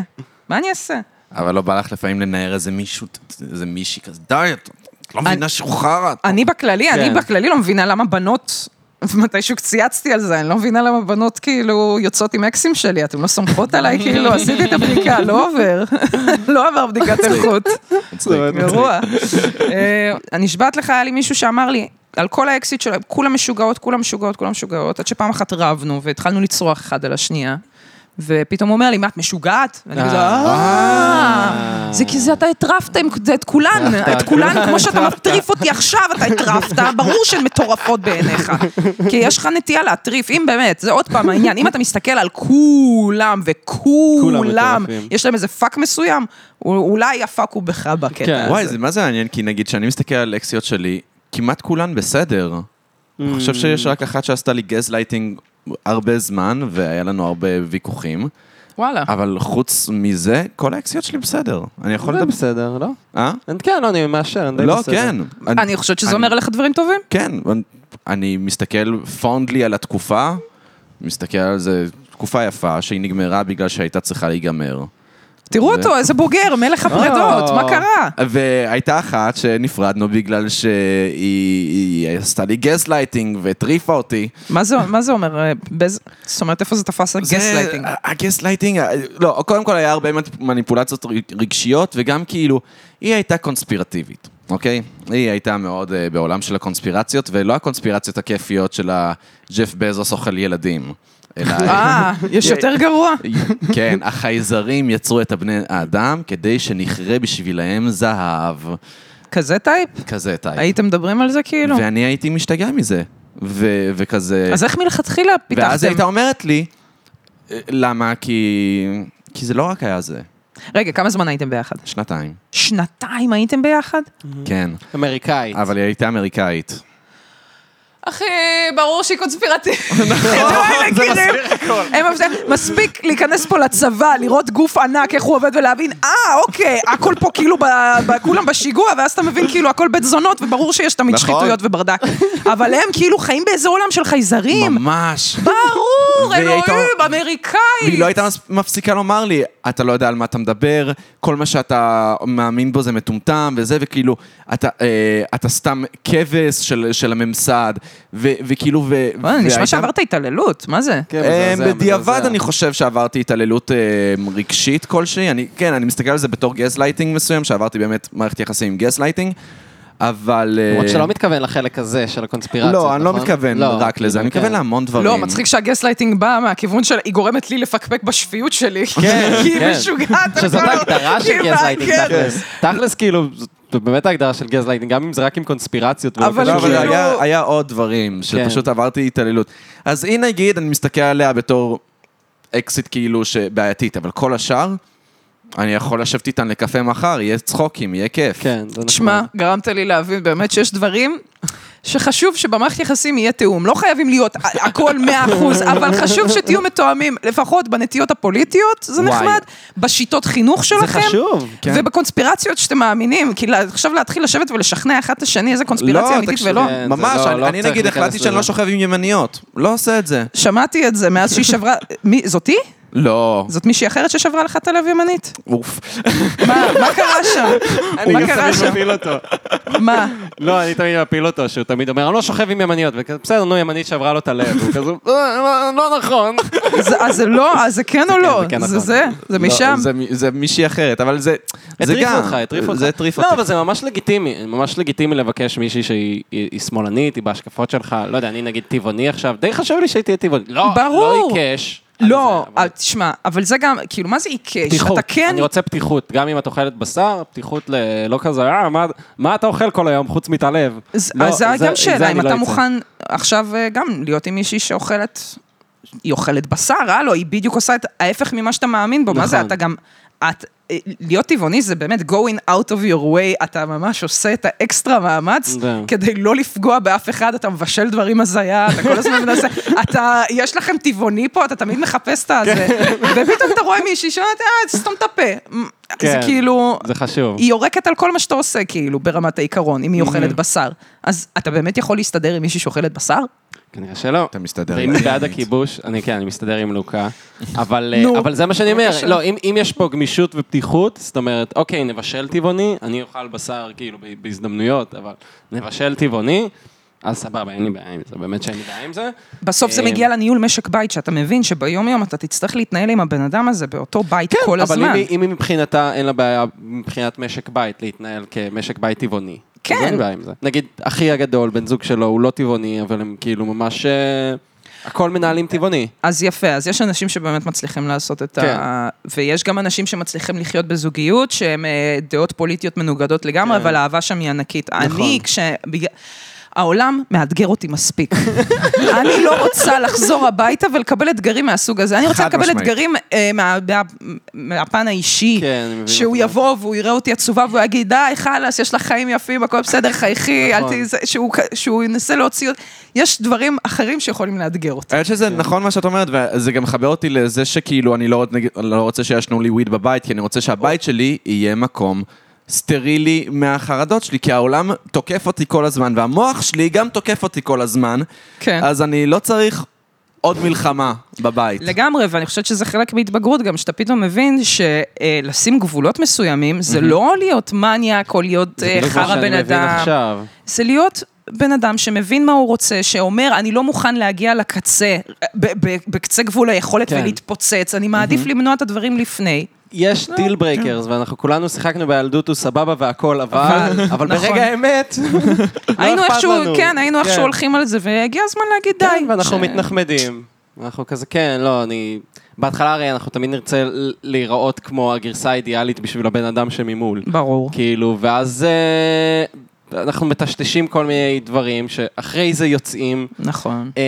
S3: מה אני אעשה?
S2: אבל לא בא לך לפעמים לנער איזה מישהו, איזה מישהי כזה, די, את את לא מבינה שהוא חרא. את-
S3: אני בכללי, אני
S4: כן.
S3: בכללי לא מבינה למה בנות... מתישהו צייצתי על זה, אני לא מבינה למה בנות כאילו יוצאות עם אקסים שלי, אתם לא סומכות עליי, כאילו, עשיתי את הבדיקה, לא עובר, (laughs) לא עבר בדיקת איכות, גרוע. אה, אני נשבעת לך, היה לי מישהו שאמר לי, על כל האקסיט שלהם, כולם משוגעות, כולם משוגעות, כולם משוגעות, עד שפעם אחת רבנו והתחלנו לצרוח אחד על השנייה, ופתאום הוא אומר לי, מה, את משוגעת? ואני כזה, "אה, זה כי זה אתה הטרפת עם- זה את כולן, את כולן, כמו שאתה מטריף אותי עכשיו, אתה הטרפת, ברור שהן מטורפות בעיניך. כי יש לך נטייה להטריף, אם באמת, זה עוד פעם העניין, אם אתה מסתכל על כולם וכולם,
S4: מטורפים.
S3: יש להם איזה פאק מסוים, אולי הפאק הוא בך בקטע
S4: כן.
S3: הזה.
S2: וואי, זה מה זה מעניין, כי נגיד, כשאני מסתכל על אקסיות שלי, כמעט כולן בסדר. אני חושב שיש רק אחת שעשתה לי גז לייטינג הרבה זמן, והיה לנו הרבה ויכוחים,
S3: וואלה.
S2: אבל חוץ מזה, כל האקסיות שלי בסדר. אני יכול
S4: זה
S2: לדבר...
S4: בסדר, לא?
S2: אה?
S4: כן, לא, אני מאשר, אני די
S2: לא,
S4: בסדר.
S2: כן.
S3: אני חושבת שזה
S2: אני-
S3: אומר עליך דברים טובים.
S2: כן, אני- אני מסתכל פונדלי על התקופה, מסתכל על זה, תקופה יפה שהיא נגמרה בגלל שהייתה צריכה להיגמר.
S3: תראו
S2: זה- לא.
S3: אותו, איזה בוגר, מלך הפרדות, מה קרה?
S2: והייתה אחת שנפרדנו בגלל שהיא היא עשתה לי גסלייטינג והטריפה אותי.
S3: מה זה- מה זה אומר? אה, באיזה- זאת אומרת, איפה זה תפס הגסלייטינג?
S2: זה- אה, הגסלייטינג, לא, קודם כל היה הרבה מניפולציות רגשיות, וגם כאילו, היא הייתה קונספירטיבית, אוקיי? היא הייתה מאוד אה, בעולם של הקונספירציות, ולא הקונספירציות הכיפיות של הג'ף בזוס אוכל ילדים. אלא...
S3: אה, יש יותר גרוע?
S2: (laughs) כן, החייזרים יצרו את הבני האדם כדי שנכרה בשבילהם זהב.
S3: כזה טייפ?
S2: כזה טייפ.
S3: הייתם מדברים על זה כאילו?
S2: ואני הייתי משתגע מזה. ו- וכזה...
S3: אז איך מלכתחילה
S2: ואז הייתה
S3: פיתחתם?
S2: אומרת לי, "אה, למה? כי... כי זה לא רק היה זה.
S3: רגע, כמה זמן הייתם ביחד?
S2: שנתיים.
S3: Mm-hmm. שנתיים הייתם ביחד?
S2: כן.
S4: אמריקאית.
S2: אבל היא הייתה אמריקאית.
S3: אחי, ברור שהיא
S2: (laughs)
S3: קונספירטיבית.
S2: נכון,
S3: לא זה מסביר הכל. מספיק להיכנס פה לצבא, לראות גוף ענק, איך הוא עובד ולהבין, אה, אוקיי, הכל פה כאילו, ב- ב- כולם בשיגוע, ואז אתה מבין כאילו הכל בית זונות, וברור שיש תמיד
S2: נכון.
S3: שחיתויות וברדק. אבל הם כאילו חיים באיזה עולם של חייזרים.
S2: ממש.
S3: ברור,
S2: והיא הייתה-
S3: אלוהים,
S2: והיא לא
S3: אמריקאי.
S2: הייתה מס- מפסיקה לומר לי, אתה לא יודע על מה אתה מדבר, כל מה שאתה מאמין בו זה מטומטם וזה, וכאילו, אתה, אה, אתה סתם כבש של, של הממסד, ו, וכאילו, ו...
S3: וואי, נשמע
S2: והייתה-
S3: שעברת התעללות, מה זה?
S4: כן,
S2: אה,
S4: מזעזע,
S2: בדיעבד
S4: מזעזע.
S2: אני חושב שעברתי התעללות אה, רגשית כלשהי, אני, כן, אני מסתכל על זה בתור גזלייטינג מסוים, שעברתי באמת מערכת יחסים עם גזלייטינג, אבל... אה,
S4: למרות שאתה לא מתכוון לחלק הזה של הקונספירציה,
S2: לא, אני לא
S4: נכון?
S2: מתכוון
S4: לא,
S2: רק לזה, אני
S4: כן.
S2: מתכוון להמון דברים.
S3: לא, מצחיק שהגסלייטינג בא מהכיוון של, היא גורמת לי לפקפק בשפיות שלי.
S4: כן,
S3: כי היא
S4: כן.
S3: משוגעת. (laughs)
S4: שזאת
S3: הכל- כאילו, כן.
S4: ההגדרה של
S3: היא
S4: גזלייטינג,
S3: מעקרת.
S4: תכלס. תכלס, כאילו, זאת באמת ההגדרה של גזלייטינג, גם אם זה רק עם קונספירציות. ולא
S3: אבל
S2: לא,
S4: קשור.
S2: אבל
S3: כאילו-
S2: היה, היה עוד דברים, שפשוט
S4: כן.
S2: עברתי התעללות. אז היא נגיד, אני מסתכל עליה בתור אקזיט כאילו שבעייתית, אבל כל השאר, אני יכול לשבת איתן לקפה מחר, יהיה צחוקים, יהיה כיף.
S4: כן, זה נכון.
S3: תשמע, גרמת לי להבין באמת שיש דברים שחשוב שבמערכת יחסים יהיה תיאום. לא חייבים להיות ה- הכל 100%, אבל חשוב שתהיו מתואמים, לפחות בנטיות הפוליטיות, זה
S2: וואי.
S3: נחמד, בשיטות חינוך שלכם.
S4: חשוב,
S2: כן.
S3: ובקונספירציות שאתם מאמינים, כי לה- עכשיו להתחיל לשבת ולשכנע אחד את השני איזה קונספירציה
S2: לא,
S3: אמיתית
S2: תקשיב,
S3: ולא.
S4: כן, זה
S2: ממש,
S4: לא-
S2: אני,
S4: לא
S2: אני
S4: צריך
S2: נגיד
S4: להיכנס
S2: החלטתי שאני
S4: לזה.
S2: לא שוכב עם ימניות, לא עושה את זה.
S3: שמעתי את זה מאז שהיא שברה, מי, זאתי?
S2: לא,
S3: זאת מישהי אחרת ששברה לך את הלב ימנית?
S2: אוף.
S3: מה, מה קרה שם? מה קרה שם?
S4: מפיל אותו.
S3: מה?
S4: לא, אני תמיד מפיל אותו, שהוא תמיד אומר, אני לא שוכב עם ימניות, וכזה, בסדר, נו, ימנית שברה לו את הלב, הוא כזה, "אה, לא- לא נכון.
S3: זה- אז זה לא, אז זה כן או לא?
S4: כן,
S3: זה
S4: נכון.
S3: זה? זה
S2: לא,
S3: משם?
S2: זה, מ- זה מישהי אחרת, אבל זה, (laughs) זה
S4: הטריף
S2: גם.
S4: אותך, הטריף אותך.
S2: זה הטריף
S4: לא,
S2: אותי.
S4: אבל זה ממש לגיטימי, ממש לגיטימי לבקש מישהי שהיא היא- היא שמאלנית, היא בהשקפות שלך, לא יודע, אני נגיד טבעוני עכשיו, די חשוב לי שהיא תהיה טבעונית. לא,
S3: ברור.
S4: לא עיקש. על
S3: לא,
S4: זה, אבל-
S3: אה, תשמע, אבל זה גם, כאילו, מה זה עיקש?
S4: פתיחות,
S3: אתה כן...
S4: אני רוצה פתיחות, גם אם את אוכלת בשר, פתיחות ל... לא כזה, אה, מה, מה אתה אוכל כל היום חוץ מתעלב?
S3: אז
S4: לא,
S3: אז זה גם
S4: זה
S3: שאלה,
S4: אני
S3: אם
S4: לא
S3: אתה
S4: אצא.
S3: מוכן עכשיו אה, גם להיות עם מישהי שאוכלת, היא אוכלת בשר, הלו, היא בדיוק עושה את ההפך ממה שאתה מאמין בו, מה זה,
S4: נכון.
S3: אתה גם... את, אה, להיות טבעוני זה באמת going out of your way, אתה ממש עושה את האקסטרה מאמץ
S4: זה.
S3: כדי לא לפגוע באף אחד, אתה מבשל דברים הזיה, אתה כל הזמן מנסה, (laughs) אתה, יש לכם טבעוני פה, אתה תמיד מחפש את
S4: כן.
S3: הזה, ופתאום אתה רואה מישהי שאומרת, אה, סתום את הפה. זה
S4: כן,
S3: כאילו,
S4: זה חשוב.
S3: היא יורקת על כל מה שאתה עושה, כאילו, ברמת העיקרון, אם היא אוכלת בשר. אז אתה באמת יכול להסתדר עם מישהי שאוכלת בשר?
S4: כנראה שלא.
S2: אתה מסתדר
S4: ואם
S2: עם
S4: היא בעד
S2: האמת.
S4: הכיבוש, אני כן, אני מסתדר
S3: (laughs)
S4: עם לוקה. אבל, אה,
S3: נו,
S4: אבל זה מה שאני אומר,
S3: בבקשה.
S4: לא, אם, אם יש פה גמישות ופתיחות, זאת אומרת, אוקיי, נבשל טבעוני, אני אוכל בשר כאילו ב- בהזדמנויות, אבל נבשל טבעוני, אז סבבה, אין לי בעיה עם זה, באמת שאין לי בעיה עם זה.
S3: בסוף זה
S4: אה,
S3: מגיע לניהול משק בית, שאתה מבין שביום-יום אתה תצטרך להתנהל עם הבן אדם הזה באותו בית כל
S4: כן, אבל אם
S3: הזמן.
S4: היא, אם היא מבחינתה, אין לה בעיה מבחינת משק בית להתנהל כמשק בית טבעוני.
S3: כן.
S4: אז אין לי בעיה עם זה. נגיד, אחי הגדול, בן זוג שלו, הוא לא טבעוני, אבל הם כאילו ממש... אה, הכל מנהלים טבעוני.
S3: אז יפה, אז יש אנשים שבאמת מצליחים לעשות את
S4: כן.
S3: ה... ויש גם אנשים שמצליחים לחיות בזוגיות, שהם אה, דעות פוליטיות מנוגדות לגמרי, אבל האהבה שם היא ענקית.
S4: כן. נכון.
S3: אני, כש... בגלל- העולם מאתגר אותי מספיק. (laughs) אני לא רוצה לחזור הביתה ולקבל אתגרים מהסוג הזה. אני רוצה
S2: חד
S3: לקבל
S2: משמעית.
S3: אתגרים אה, מה- מה- מהפן האישי,
S4: כן, אני מבין
S3: שהוא
S4: אותך.
S3: יבוא והוא יראה אותי עצובה והוא יגיד, די, חלאס, יש לך חיים יפים, הכל בסדר, חייכי, אל
S4: נכון.
S3: תהיי זה", שהוא- שהוא ינסה להוציא... אותי. יש דברים אחרים שיכולים לאתגר אותי.
S2: האמת שזה נכון מה שאת אומרת, וזה גם מחבר אותי לזה שכאילו אני לא רוצ- נגיד, לא רוצה שישנו לי וויד בבית, כי אני רוצה שהבית שלי יהיה מקום סטרילי מהחרדות שלי, כי העולם תוקף אותי כל הזמן, והמוח שלי גם תוקף אותי כל הזמן,
S4: אה,
S3: כן.
S2: אז אני לא צריך עוד מלחמה בבית.
S3: לגמרי, ואני חושבת שזה חלק מהתבגרות גם, שאתה פתאום מבין שלשים גבולות מסוימים, זה לא להיות מניאק או להיות אה,
S4: בדיוק מה
S3: חרא
S4: שאני
S3: בן
S4: מבין
S3: אדם.
S4: עכשיו.
S3: זה להיות בן אדם שמבין מה הוא רוצה, שאומר, אני לא מוכן להגיע לקצה, ב- ב- בקצה גבול היכולת
S4: כן.
S3: ולהתפוצץ, אני מעדיף למנוע את הדברים לפני. לא,
S4: יש דיל
S3: כן.
S4: ברייקרס, ואנחנו כולנו שיחקנו בילדות, הוא סבבה והכל, אבל,
S3: אבל,
S4: אבל
S3: נכון.
S4: ברגע
S3: (laughs)
S4: האמת, לא
S3: היינו
S4: אכפת
S3: איכשהו,
S4: לנו.
S3: כן, היינו איכשהו הולכים על זה, והגיע הזמן להגיד די.
S4: כן, ואנחנו
S3: ש-
S4: מתנחמדים. אנחנו כזה, כן, לא, אני... בהתחלה הרי אנחנו תמיד נרצה ל- להיראות כמו הגרסה האידיאלית בשביל הבן אדם שממול.
S3: ברור.
S4: כאילו, ואז אה, אנחנו מטשטשים כל מיני דברים שאחרי זה יוצאים.
S3: נכון.
S4: אה,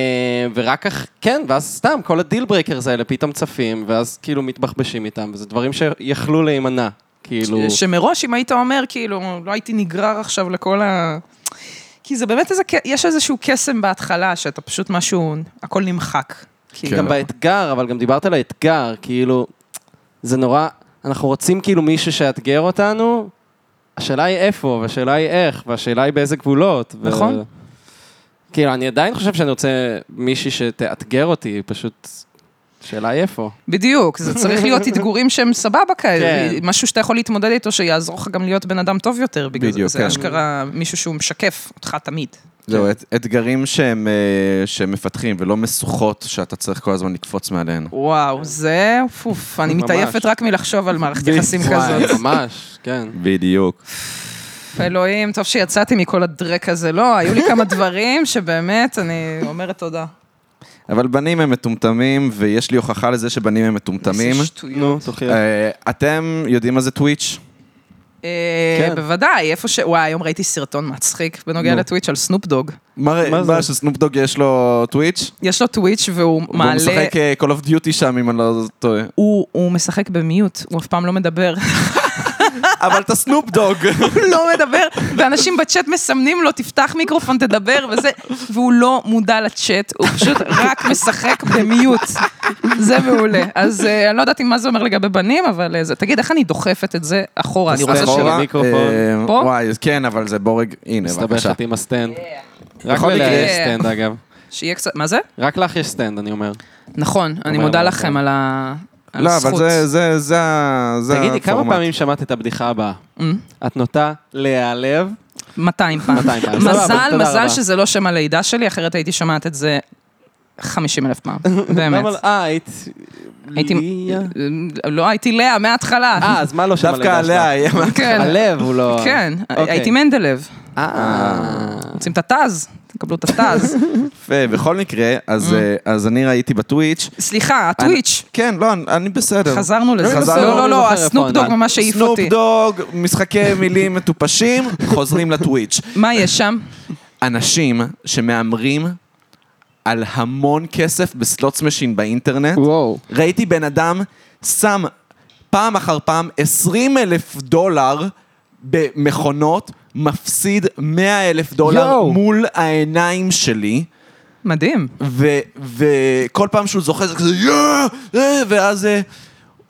S4: ורק אח... כן, ואז סתם, כל הדיל ברקרס האלה פתאום צפים, ואז כאילו מתבחבשים איתם, וזה דברים שיכלו להימנע. כאילו...
S3: שמראש, אם היית אומר, כאילו, לא הייתי נגרר עכשיו לכל ה... כי זה באמת איזה, ק- יש איזשהו קסם בהתחלה, שאתה פשוט משהו, הכל נמחק. כאילו.
S4: כן. גם באתגר, אבל גם דיברת על האתגר, כאילו, זה נורא, אנחנו רוצים כאילו מישהו שיאתגר אותנו, השאלה היא איפה, והשאלה היא איך, והשאלה היא באיזה גבולות. ו-
S3: נכון.
S4: כאילו, אני עדיין חושב שאני רוצה מישהי שתאתגר אותי, פשוט, השאלה היא איפה.
S2: (laughs)
S3: בדיוק, זה צריך
S4: (laughs)
S3: להיות אתגורים שהם סבבה כאלה,
S4: כן.
S3: משהו שאתה יכול להתמודד איתו, שיעזור לך גם להיות בן אדם טוב יותר, בגלל זה,
S2: בדיוק,
S3: זה
S2: כן.
S3: אשכרה מישהו שהוא משקף אותך תמיד.
S2: זהו, את- אתגרים שהם, אה, שהם מפתחים, ולא משוכות שאתה צריך כל הזמן לקפוץ מעליהן.
S3: וואו, זה, פוף, אני
S4: ממש.
S3: מתעייפת רק מלחשוב על מערכת יחסים כזאת.
S4: (laughs)
S3: (laughs)
S4: וואי, ממש, כן.
S2: בדיוק.
S3: אלוהים, טוב שיצאתי מכל הדרק הזה, לא, היו לי כמה דברים שבאמת, אני אומרת תודה.
S2: אבל בנים הם מטומטמים, ויש לי הוכחה לזה שבנים הם מטומטמים.
S3: איזה שטויות.
S4: נו, תוכיח.
S2: אה, אתם יודעים מה זה טוויץ'?
S3: אה,
S4: כן.
S3: בוודאי, איפה ש... וואי, היום ראיתי סרטון מצחיק בנוגע
S4: נו.
S3: לטוויץ' על סנופ דוג.
S2: מה,
S4: מה
S2: מה,
S4: זה?
S2: מה שסנופ דוג יש לו טוויץ'?
S3: יש לו טוויץ' והוא
S2: מעלה... הוא
S3: מעלה...
S2: משחק אה, Call of Duty שם, אם אני לא טועה.
S3: הוא, הוא משחק במיוט, הוא אף פעם לא מדבר. (laughs)
S2: אבל אתה סנופ דוג.
S3: הוא לא מדבר, ואנשים בצ'אט מסמנים לו, תפתח מיקרופון, תדבר, וזה, והוא לא מודע לצ'אט, הוא פשוט רק משחק במיוט. זה מעולה. אז אה, אני לא יודעת אם מה זה אומר לגבי בנים, אבל אה, זה... תגיד, איך אני דוחפת את זה אחורה? אני רוצה ש...
S4: אחורה.
S2: אחורה,
S4: המיקרופון.
S2: אה,
S3: פה?
S2: וואי, אז כן, אבל זה בורג. הנה, בבקשה.
S4: מסתבכת עם הסטנד. רק
S2: בכל
S4: לה
S2: מקרה-
S4: יש סטנד, אגב.
S3: שיהיה קצת... מה זה?
S4: רק לך יש סטנד, אני אומר.
S3: נכון, אני
S4: אומר,
S3: מודה
S4: אומר,
S3: לכם
S4: אומר.
S3: על ה... על
S2: לא, אבל
S3: הזכות.
S2: זה, זה, זה, ה- זה Mm?
S4: תגידי, כמה פעמים שמעת את הבדיחה הבאה? את נוטה להיעלב?
S3: 200 פעם.
S4: 200 פעם, סבבה,
S3: מזל,
S4: תודה
S3: מזל
S4: רבה.
S3: שזה לא שם הלידה שלי, אחרת הייתי שומעת את זה 50 אלף פעם, באמת.
S4: למה- אה, היית...
S3: הייתי...
S4: ליה?
S3: לא, הייתי לאה מההתחלה.
S4: אה, אז מה לא שם
S2: דווקא עליה,
S4: שלך?
S2: היה-
S3: (laughs) כן,
S4: הלב הוא לא...
S3: כן,
S4: אוקיי.
S3: הייתי מנדלב.
S4: אה.
S3: רוצים את הטז? תקבלו את הטז.
S2: יפה, בכל מקרה,
S4: Mm.
S2: אז, אה, אז אני ראיתי בטוויץ'.
S3: סליחה, הטוויץ'.
S2: כן, לא, אני, אני בסדר.
S3: חזרנו לזה.
S2: חזרנו.
S3: לא, לא,
S4: אני
S3: לא,
S4: זוכר
S3: הסנופ
S4: איפה
S3: דוג
S4: אני.
S3: ממש העיף
S2: סנופ
S3: אותי.
S2: דוג, משחקי (laughs) מילים מטופשים, חוזרים לטוויץ'.
S3: מה יש שם?
S2: אנשים שמהמרים על המון כסף בסלוטס משין באינטרנט.
S4: וואו.
S2: ראיתי בן אדם שם פעם אחר פעם 20 אלף דולר במכונות, מפסיד 100 אלף דולר
S4: יואו.
S2: מול העיניים שלי.
S3: מדהים.
S2: ו- וכל פעם שהוא זוכה זה כזה יאה, אה", ואז, אה,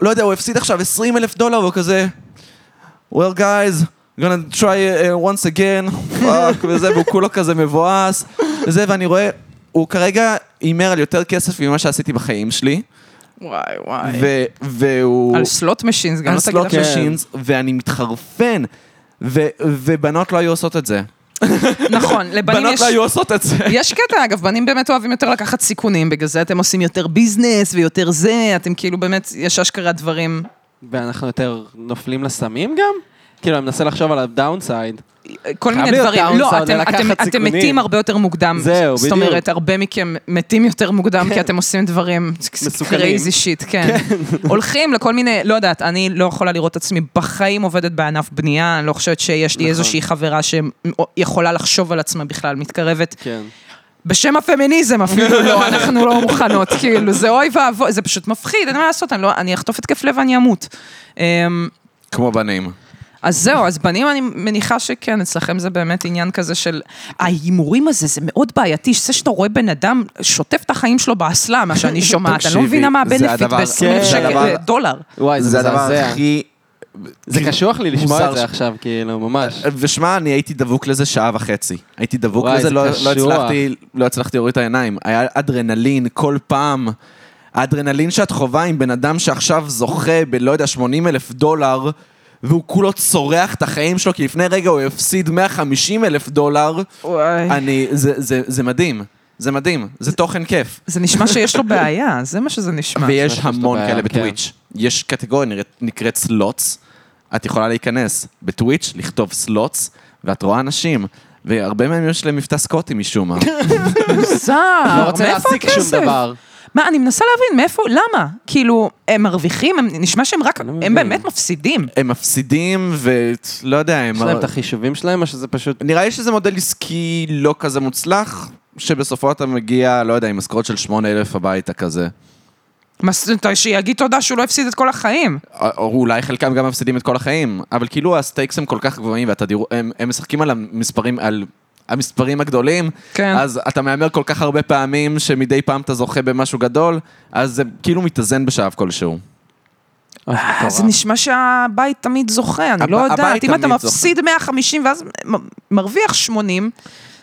S2: לא יודע, הוא הפסיד עכשיו 20 אלף דולר, והוא כזה, well guys, I'm gonna try uh, once again, fuck, וזה, והוא כולו כזה מבואס, וזה, ואני רואה, הוא כרגע הימר על יותר כסף ממה שעשיתי בחיים שלי,
S3: וואי, וואי.
S2: ו- והוא...
S3: על סלוט משינס, גם
S2: על
S3: לא תגיד
S2: סלוט
S3: עכשיו.
S2: משינס, ואני מתחרפן, ו- ובנות לא היו עושות את זה.
S3: נכון, לבנים
S2: בנות
S3: יש...
S2: לא היו עושות את זה.
S3: יש קטע, אגב, בנים באמת אוהבים יותר לקחת סיכונים, בגלל זה אתם עושים יותר ביזנס ויותר זה, אתם כאילו באמת, יש אשכרה דברים.
S4: ואנחנו יותר נופלים לסמים גם? כאילו, אני מנסה לחשוב על הדאונסייד.
S3: כל מיני
S4: להיות
S3: דברים.
S4: דאון
S3: לא,
S4: סייד,
S3: אתם,
S4: לקחת
S3: אתם, אתם
S4: סיכונים.
S3: מתים הרבה יותר מוקדם.
S4: זהו,
S3: זאת
S4: בדיוק. כן.
S3: אומרת, הרבה מכם מתים יותר מוקדם, כי אתם עושים דברים
S4: מסוכנים.
S3: קרייזי שיט, כן. הולכים לכל מיני, לא יודעת, אני לא יכולה לראות את עצמי בחיים עובדת בענף בנייה, אני לא חושבת שיש לי
S4: נכון.
S3: איזושהי חברה שיכולה לחשוב על עצמה בכלל, מתקרבת
S4: כן.
S3: בשם הפמיניזם אפילו לא, אנחנו לא מוכנות, כאילו, זה אוי ואבוי, זה פשוט מפחיד, אין מה לעשות, אני, לא, אני אחטוף התקף לב ואני אמות. אמ,
S2: כמו בנים.
S3: אז זהו, אז בנים אני מניחה שכן, אצלכם זה באמת עניין כזה של... ההימורים הזה, זה מאוד בעייתי, שזה שאתה רואה בן אדם שוטף את החיים שלו באסלה, מה
S4: (laughs)
S3: שאני שומעת, אני לא
S2: תקשיבי,
S3: מבינה מה
S2: זה
S3: הבנפיט
S2: הדבר-
S3: ב-20
S4: כן, זה
S2: הדבר-
S3: שקל אה, דולר.
S4: וואי,
S2: זה
S4: זה
S2: הדבר
S4: מזעזע.
S2: הכי...
S4: זה קשוח לי לשמוע
S2: מוזר
S4: את זה
S2: ש-
S4: עכשיו, כאילו,
S3: אה,
S4: ממש.
S2: ושמע, אני הייתי דבוק לזה שעה וחצי. הייתי דבוק
S4: וואי,
S2: לזה,
S4: זה
S2: לא, לא,
S4: קשוח.
S2: הצלחתי, לא הצלחתי להוריד את העיניים. היה אדרנלין כל פעם. האדרנלין שאת חווה עם בן אדם שעכשיו זוכה בלא יודע, 80 אלף דולר, והוא כולו צורח את החיים שלו, כי לפני רגע הוא הפסיד 150 אלף דולר.
S4: אה.
S3: וואי.
S2: אני, זה, זה, זה מדהים. זה מדהים. זה תוכן כיף.
S3: זה נשמע שיש לו בעיה, זה מה שזה נשמע.
S2: ויש
S4: שיש לו
S2: המון
S4: בעיה,
S2: כאלה
S4: כן.
S2: בטוויץ'. יש קטגוריה נראית- נקראת סלוטס, את יכולה להיכנס בטוויץ', לכתוב סלוטס, ואת רואה אנשים, והרבה מהם יש להם מבטא סקוטי משום
S4: (laughs)
S2: מה.
S4: לא
S3: מוזר,
S4: רוצה
S3: מאיפה
S4: להסיק שום
S3: הכסף?
S4: דבר.
S3: מה, אני מנסה להבין, מאיפה, למה? כאילו, הם מרוויחים, הם, נשמע שהם רק,
S4: לא
S3: הם
S4: מבין.
S3: באמת מפסידים.
S2: הם מפסידים, ולא יודע, הם...
S4: יש להם את החישובים שלהם, או שזה פשוט...
S2: נראה לי שזה מודל עסקי לא כזה מוצלח, שבסופו אתה מגיע, לא יודע, עם משכורת של 8,000 הביתה כזה.
S3: מה זאת אומרת, שיגיד תודה שהוא לא הפסיד את כל החיים.
S2: או- או אולי חלקם גם מפסידים את כל החיים, אבל כאילו הסטייקס הם כל כך גבוהים והתדירות, הם, הם משחקים על המספרים, על המספרים הגדולים,
S3: כן.
S2: אז אתה מהמר כל כך הרבה פעמים שמדי פעם אתה זוכה במשהו גדול, אז זה כאילו מתאזן בשלב כלשהו.
S4: אה,
S3: אה, זה
S4: מטורף.
S3: נשמע שהבית תמיד זוכה,
S2: הב-
S3: אני לא
S2: הבית
S3: יודעת. אם אתה
S2: תמיד זוכה.
S3: מפסיד 150 ואז מ- מרוויח 80,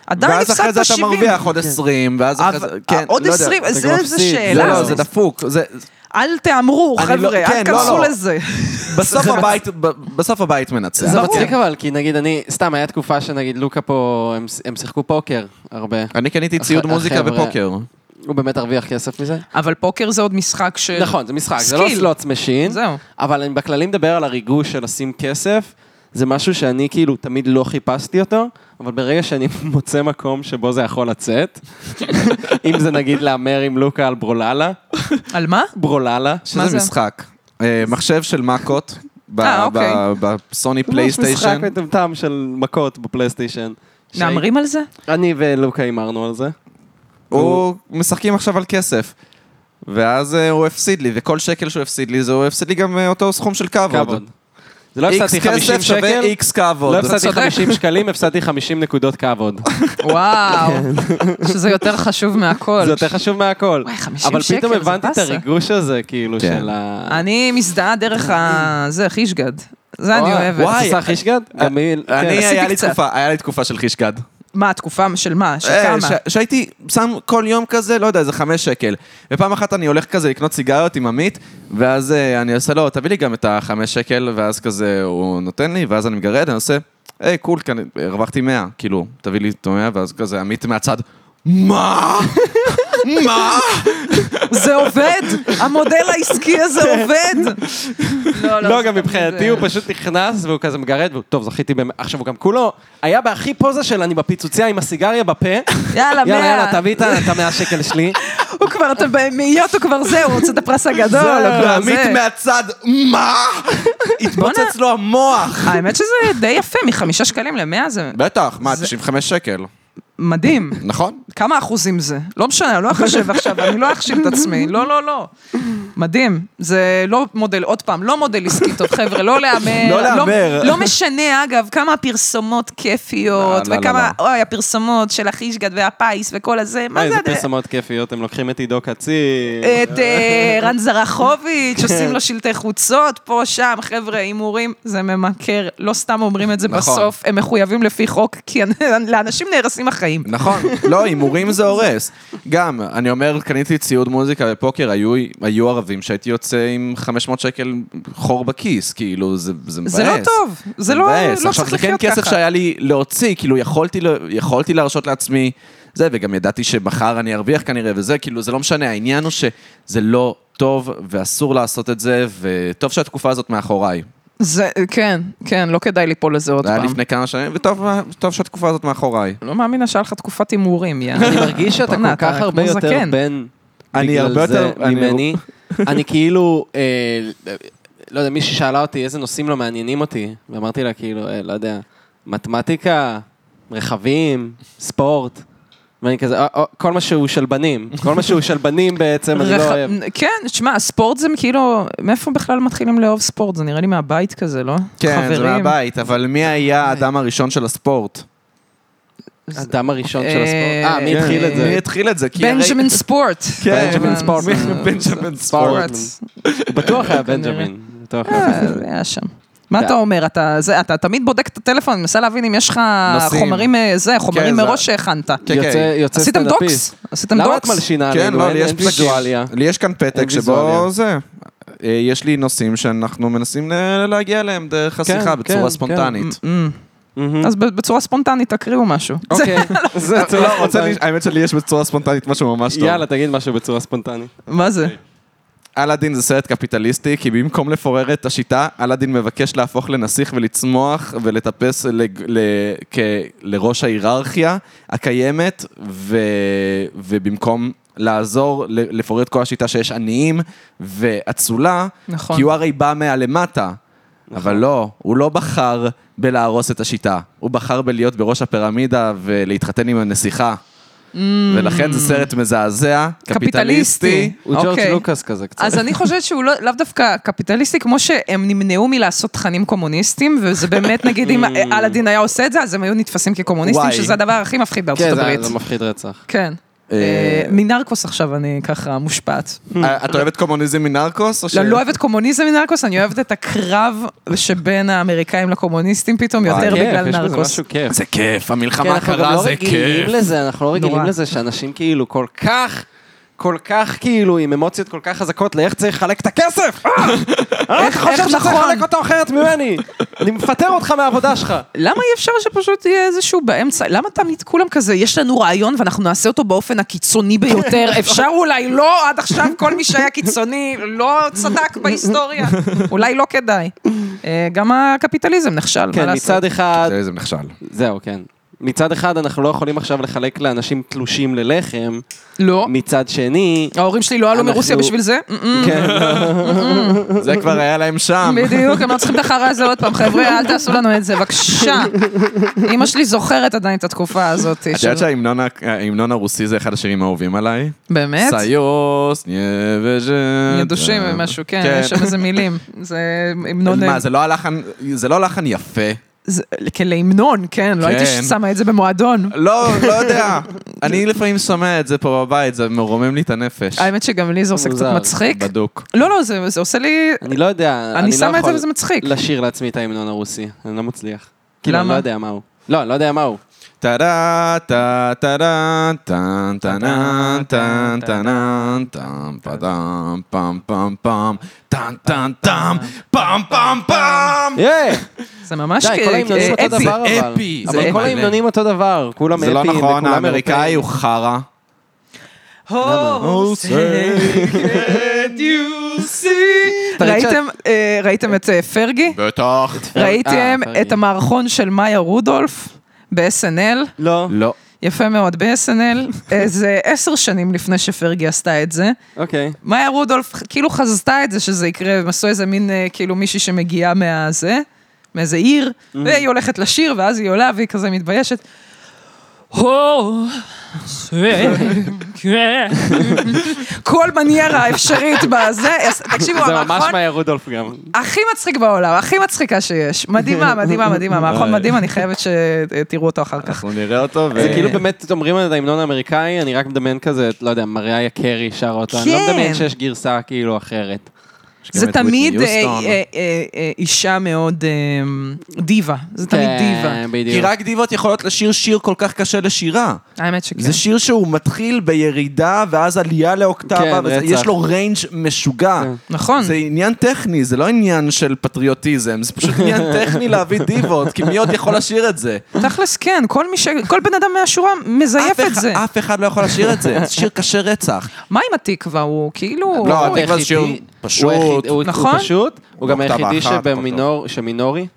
S3: עדיין
S2: ואז אחרי
S3: הפסדת
S2: זה אתה
S3: 70.
S2: מרוויח עוד 20, ואז אחרי זה,
S3: אבל-
S2: כן,
S3: עוד
S2: לא יודע.
S3: 20,
S4: אתה
S3: זה
S4: גם
S3: זה
S4: מפסיד.
S2: לא,
S3: שאלה.
S2: לא, זה דפוק. זה-
S3: אל תהמרו,
S2: אני לא-
S3: חבר'ה,
S2: כן,
S3: אל
S2: לא,
S3: תכנסו
S2: לא.
S3: לזה.
S2: בסוף הבית, ב- בסוף הבית מנצח. כן.
S4: זה
S3: ברור.
S4: מצחיק אבל, כי נגיד אני, סתם, היה תקופה שנגיד לוקה פה, הם- הם שיחקו פוקר הרבה.
S2: אני קניתי ציוד
S4: הח-
S2: מוזיקה
S4: החבר'ה.
S2: ופוקר.
S4: הוא באמת הרוויח כסף מזה?
S3: אבל פוקר זה עוד משחק של...
S4: נכון, זה משחק, זה לא
S3: כן. סקיל.
S4: סלוטס משין.
S3: זהו.
S4: אבל אני בכללי מדבר על הריגוש של לשים כסף, זה משהו שאני כאילו תמיד לא חיפשתי אותו, אבל ברגע שאני (laughs) מוצא מקום שבו זה יכול לצאת, (laughs) אם זה נגיד להמר עם לוקה על ברוללה,
S3: על מה?
S4: ברוללה,
S3: מה
S2: שזה
S3: זה?
S2: משחק. אה, מחשב של מכות. ב-
S3: אה, אוקיי.
S2: ב- בסוני
S4: ממש משחק
S2: פלייסטיישן.
S4: מטומטם של מכות בפלייסטיישן.
S3: מהמרים על
S2: (laughs)
S3: זה?
S4: אני ולוקה הימרנו על זה.
S2: הוא משחקים עכשיו על כסף. ואז אה, הוא הפסיד לי, וכל שקל שהוא הפסיד לי, זה הוא הפסיד לי גם אה, אותו סכום של כבוד.
S4: כבוד. זה לא הפסדתי
S2: איקס
S4: 50
S2: כסף שווה
S4: שקל,
S2: איקס כבוד.
S4: לא הפסדתי
S3: צודק.
S4: 50 שקלים, הפסדתי 50 נקודות כבוד.
S2: כן.
S3: וואו, שזה יותר חשוב מהכל.
S4: זה יותר חשוב מהכל.
S3: וואי, 50
S4: אבל פתאום
S3: שקל, זה
S4: הבנתי את
S3: באסה.
S4: הריגוש הזה, כאילו,
S2: כן.
S4: של ה...
S3: אני מזדהה דרך ה... זה, חישגד. זה
S4: אה,
S3: אה, אני אוהבת.
S2: וואי.
S4: אתה עושה חישגד? גם היא- כן.
S2: אני, היה לי
S3: קצת.
S2: תקופה, היה לי תקופה של חישגד.
S3: מה, התקופה של מה? של
S2: אה,
S3: כמה?
S2: ש- שהייתי שם כל יום כזה, לא יודע, איזה חמש שקל. ופעם אחת אני הולך כזה לקנות סיגריות עם עמית, ואז אה, אני עושה לו, תביא לי גם את החמש שקל, ואז כזה הוא נותן לי, ואז אני מגרד, אני עושה, היי, קול, כאן, הרווחתי 100, כאילו, תביא לי את המאה, ואז כזה עמית מהצד, מה? מה?
S3: זה עובד! המודל העסקי הזה עובד!
S4: כן. לא,
S3: זה
S4: גם מבחינתי
S3: זה-
S4: הוא פשוט נכנס והוא כזה מגרד, והוא, טוב, זכיתי באמת, עכשיו הוא גם כולו, היה בהכי פוזה של אני בפיצוציה עם הסיגריה בפה.
S3: (laughs) יאללה,
S4: יאללה, יאללה,
S3: מאה.
S4: תביא את ה- את המאה שקל שלי.
S3: הוא כבר, אתה במאיות הוא כבר זה, הוא רוצה את הפרס הגדול. הוא כבר
S2: עמית
S3: אה, זה.
S2: מהצד,
S3: (laughs)
S2: מה? התפוצץ לו המוח.
S3: האמת שזה די יפה, מחמישה שקלים למאה זה
S2: בטח, מה, 95 שקל,
S3: מדהים.
S2: נכון?
S3: כמה אחוזים זה? לא משנה, אני
S2: (laughs)
S3: לא אחשב עכשיו, אני לא אחשיב את עצמי. לא, לא, לא. מדהים. זה לא מודל, עוד פעם, לא מודל עסקי טוב, חבר'ה, לא להמר.
S2: לא להמר.
S3: לא משנה, אגב, כמה הפרסומות כיפיות,
S2: לא, לא,
S3: וכמה, אוי, הפרסומות של החישגד והפיס וכל הזה, מה זה
S4: איזה
S3: הדרך?
S4: פרסומות כיפיות, הם לוקחים את עידו קצין.
S3: את אה, רן זרחוביץ', עושים לו שלטי חוצות, פה, שם, חבר'ה, הימורים, זה ממכר, לא סתם אומרים את זה
S2: נכון.
S3: בסוף, הם מחויבים לפי חוק, כי (laughs) לאנשים נהרסים החיים.
S2: נכון, (laughs) לא, הימורים זה הורס. גם, אני אומר, קניתי ציוד מוזיקה ופוקר, היו, היו ערבים שהייתי יוצא עם 500 שקל חור בכיס, כאילו, זה, זה מבאס.
S3: זה לא טוב, זה לא-
S2: מבאס.
S3: לא
S2: עכשיו,
S3: צריך
S2: זה כן
S3: לחיות
S2: כסף
S3: ככה.
S2: שהיה לי להוציא, כאילו, יכולתי, ל- יכולתי להרשות לעצמי זה, וגם ידעתי שמחר אני ארוויח כנראה, וזה, כאילו, זה לא משנה, העניין הוא שזה לא טוב, ואסור לעשות את זה, וטוב שהתקופה הזאת מאחוריי.
S3: זה, כן, כן, לא כדאי ליפול לזה עוד
S2: זה היה
S3: פעם.
S2: לפני כמה שנים, וטוב טוב שהתקופה הזאת מאחוריי.
S3: לא מאמינה שהיה לך תקופת הימורים, יא.
S2: לא-
S4: אני מרגיש שאתה
S3: בואנה,
S4: כל כך
S3: אתה
S4: הרבה
S3: כמו
S4: יותר
S3: זקן.
S4: בן
S2: אני הרבה
S4: בגלל זה
S2: יותר- אני-
S4: ממני. (laughs) אני כאילו, אה, לא יודע, מישהי שאלה אותי איזה נושאים לא מעניינים אותי, ואמרתי לה כאילו, אה, לא יודע, מתמטיקה, רכבים, ספורט. ואני כזה, "אה, אה, כל מה שהוא שלבנים, כל מה שהוא שלבנים בעצם, אני לא
S3: רח-
S4: אוהב.
S3: כן, שמע, ספורט זה כאילו, מאיפה בכלל מתחילים לאהוב ספורט? זה נראה לי מהבית כזה, לא?
S2: כן, זה
S3: חברים. אה.
S2: מהבית, אבל מי היה האדם הראשון של הספורט?
S4: הדם הראשון של
S3: אה,
S4: הספורט. אה, מי התחיל את
S2: כן. מי
S4: זה?
S2: התחיל את זה? כי הרי-
S3: בנג'מין ספורט.
S2: (laughs) כן,
S4: בנג'מין
S3: זה-
S4: ספורטמן.
S3: זה-
S2: בנג'מין
S4: ספורטמן.
S3: ספורט.
S4: הוא בטוח היה
S3: כנראה.
S4: בנג'מין. בטוח היה.
S3: אה, זה היה שם. מה אתה אומר? אתה, זה, אתה תמיד בודק את הטלפון, אני מנסה להבין אם יש לך
S2: נושאים.
S3: חומרים, אה, זה, חומרים
S2: כן, זה-
S3: מראש שהכנת.
S2: כן.
S4: יוצא- יוצא
S3: עשיתם
S4: סטנדאפיסט.
S3: דוקס? עשיתם
S4: למה את
S3: דוקס?
S4: מלשינה
S2: כן,
S4: עלינו?
S2: לא,
S4: אין-
S2: לי יש
S4: אין ויזואליה.
S3: (laughs)
S2: פתקים. לי יש כאן פתק שבו
S4: ויזואליה.
S2: זה. אה, יש לי נושאים שאנחנו מנסים ל- להגיע אליהם דרך השיחה
S4: כן,
S2: בצורה
S4: כן.
S2: ספונטנית. Mm-hmm.
S3: אז ב- בצורה ספונטנית תקריאו משהו.
S4: אוקיי. (laughs) זה
S2: לא,
S4: צורה
S2: רוצה לי-
S4: ספונטנית.
S2: האמת שלי יש בצורה ספונטנית משהו ממש טוב.
S4: יאללה, תגיד משהו בצורה ספונטנית.
S3: מה
S2: אוקיי.
S3: זה?
S2: אלאדין זה סרט קפיטליסטי, כי במקום לפורר את השיטה, אלאדין מבקש להפוך לנסיך ולצמוח ולטפס לג... ל... כ... לראש ההיררכיה הקיימת, ו... ובמקום לעזור ל- לפורר את כל השיטה שיש עניים ואצולה,
S3: נכון.
S2: כי הוא הרי בא מהלמטה. אבל לא, הוא לא בחר בלהרוס את השיטה, הוא בחר בלהיות בראש הפירמידה ולהתחתן עם הנסיכה. ולכן זה סרט מזעזע, קפיטליסטי.
S4: הוא ג'ורג'
S3: אוקיי.
S4: לוקאס כזה קצת.
S3: אז אני חושבת שהוא לא- לאו דווקא קפיטליסטי, כמו שהם נמנעו מלעשות תכנים קומוניסטים, וזה
S4: (laughs)
S3: באמת, נגיד,
S4: Mm.
S3: אם אלאדין היה עושה את זה, אז הם היו נתפסים כקומוניסטים,
S2: וואי.
S3: שזה הדבר הכי מפחיד
S4: כן,
S3: בארצות
S4: זה-
S3: הברית.
S4: זה מפחיד רצח.
S3: כן.
S2: אה,
S3: אה, מנרקוס עכשיו אני ככה מושפעת.
S2: אה, את אוהבת קומוניזם מנרקוס? או ש-
S3: לא, לא אוהבת קומוניזם מנרקוס, אני אוהבת את הקרב שבין האמריקאים לקומוניסטים פתאום,
S2: וואי,
S3: יותר
S4: כיף,
S3: בגלל
S4: כן, יש בזה
S3: נרקוס.
S4: משהו כיף.
S2: זה כיף,
S3: כן,
S2: המלחמה
S4: אנחנו גם
S2: הקרה
S4: לא
S2: זה
S4: רגילים
S2: כיף.
S4: לזה, אנחנו לא רגילים
S3: נורא.
S4: לזה שאנשים כאילו כל כך, כל כך כאילו עם אמוציות כל כך חזקות לאיך צריך לחלק את הכסף! אה! אני רק
S3: איך- איך
S4: חושב שצריך
S3: נכון?
S4: לחלק אותו אחרת ממני! אני מפטר אותך מהעבודה שלך!
S3: למה אי אפשר שפשוט יהיה איזשהו באמצע? למה תמיד כולם כזה, יש לנו רעיון ואנחנו נעשה אותו באופן הקיצוני
S4: (laughs)
S3: ביותר? אפשר אולי לא, עד עכשיו כל מי שהיה קיצוני לא צדק בהיסטוריה. אולי לא כדאי. אה, גם הקפיטליזם נכשל, מה
S4: כן,
S3: לעשות?
S4: מצד אחד,
S2: זה נכשל.
S4: זהו, כן. מצד אחד אנחנו לא יכולים עכשיו לחלק לאנשים תלושים ללחם,
S3: לא.
S4: מצד שני...
S3: ההורים שלי לא עלו
S4: אנחנו-
S3: מרוסיה בשביל זה? מ-מ.
S4: כן,
S2: זה כבר היה להם שם.
S3: בדיוק, הם לא צריכים את החרא הזה עוד פעם. חבר'ה, אל תעשו לנו את זה, בבקשה. אמא שלי זוכרת עדיין את התקופה הזאת.
S2: את יודעת שההמנון ה- ההמנון הרוסי זה אחד השירים האהובים עליי?
S3: באמת?
S2: סיוס, נבז'ן.
S3: ידושים
S4: אה,
S3: ומשהו, כן, יש שם איזה מילים. זה המנון...
S2: מה, זה לא הלחן, זה לא לחן יפה.
S3: זה- כלהמנון, כן, לא הייתי
S2: כן.
S3: שמה את זה במועדון.
S2: לא, לא
S3: (laughs)
S2: יודע. אני לפעמים שומע את זה פה בבית, זה מרומם לי את הנפש.
S3: האמת שגם לי זה עושה קצת
S4: מוזר,
S3: מצחיק.
S2: בדוק.
S3: לא, לא, זה זה עושה לי...
S4: אני לא יודע,
S3: אני
S4: לא
S3: שמה את זה
S4: יכול
S3: וזה מצחיק.
S4: לשיר לעצמי את ההמנון הרוסי, אני לא מצליח. כאילו, אני
S3: למה?
S4: לא יודע מה הוא. לא, אני לא יודע מה
S2: (laughs)
S4: הוא.
S2: טה-דה, טה, טה-דה, טן, טנן, טן, טנן, טם, פדם, פם, פם, פם, טן, טן, טם, פם, פם, פם.
S4: יאה!
S3: (laughs) זה ממש
S4: די, כל
S3: אה,
S4: ההמנונים אותו
S3: אפי.
S4: דבר אבל.
S2: אפי, זה
S4: אבל כל
S2: אפי.
S4: ההמנונים אותו דבר, כולם
S2: זה לא
S4: אפיים
S2: נכון,
S4: וכולם
S2: האמריקאי
S4: אירופאים.
S2: הוא חרא.
S3: Oh, say, can you
S4: (laughs)
S3: see? ראיתם, אה, ראיתם את אה, פרגי?
S5: בטח.
S3: ראיתם
S4: אה, פרגי.
S3: את המערכון של מאיה רודולף ב-SNL?
S4: לא.
S2: לא.
S3: יפה מאוד,
S4: (laughs)
S3: ב-SNL, איזה אה, עשר שנים לפני שפרגי עשתה את זה.
S4: אוקיי.
S3: מאיה רודולף כאילו חזתה את זה שזה יקרה, הם עשו איזה מין אה, כאילו מישהי שמגיעה מהזה, מאיזה עיר,
S4: Mm-hmm.
S3: והיא הולכת לשיר, ואז היא עולה והיא כזה מתביישת. הו, זה, כן. כל מניירה אפשרית בזה, אז תקשיבו,
S4: זה ממש
S3: המערכון
S4: מאיה רודולף גם.
S3: הכי מצחיק בעולם, הכי מצחיקה שיש.
S4: (laughs)
S3: מדהימה, מדהימה, מדהימה, מערכון מדהים, אני חייבת שתראו אותו אחר
S4: (laughs)
S3: כך.
S2: אנחנו נראה אותו,
S4: זה
S2: ו-
S4: כאילו באמת אומרים על ההמנון האמריקאי, אני רק מדמיין כזה, לא יודע, מריה קרי שרה אותו, אני לא
S3: כן.
S4: מדמיין שיש גרסה כאילו אחרת.
S2: יש גם
S3: זה
S2: את ויטני
S3: תמיד אה,
S2: יוסטון.
S3: אה, אה, אה, אישה מאוד אה, דיבה, זה תמיד דיבה.
S4: כן,
S2: כי
S4: בדיוק.
S2: רק דיבות יכולות לשיר שיר כל כך קשה לשירה.
S3: האמת שכן.
S2: זה שיר שהוא מתחיל בירידה, ואז עלייה לאוקטבה,
S4: כן,
S2: וזה-
S4: רצח.
S2: יש לו ריינג' משוגע.
S3: נכון.
S2: זה עניין טכני, זה לא עניין של פטריוטיזם, זה פשוט
S3: (laughs)
S2: עניין טכני להביא דיבות, כי מי עוד יכול לשיר את זה?
S3: תכלס כן, כל מי ש... כל בן אדם מהשורה מזייף
S2: אף
S3: את
S2: אחד-
S3: זה.
S2: אף אחד לא יכול לשיר את זה, זה שיר קשה רצח.
S3: מה עם התקווה? הוא כאילו...
S2: לא,
S4: הוא
S2: התקווה זה
S4: היחידי-
S2: שיר
S4: הוא
S2: פשוט.
S4: היחיד- הוא-
S3: נכון?
S4: הוא פשוט, הוא גם
S2: נוקטה
S4: היחידי
S2: באחת,
S4: שבמינור- שמינורי,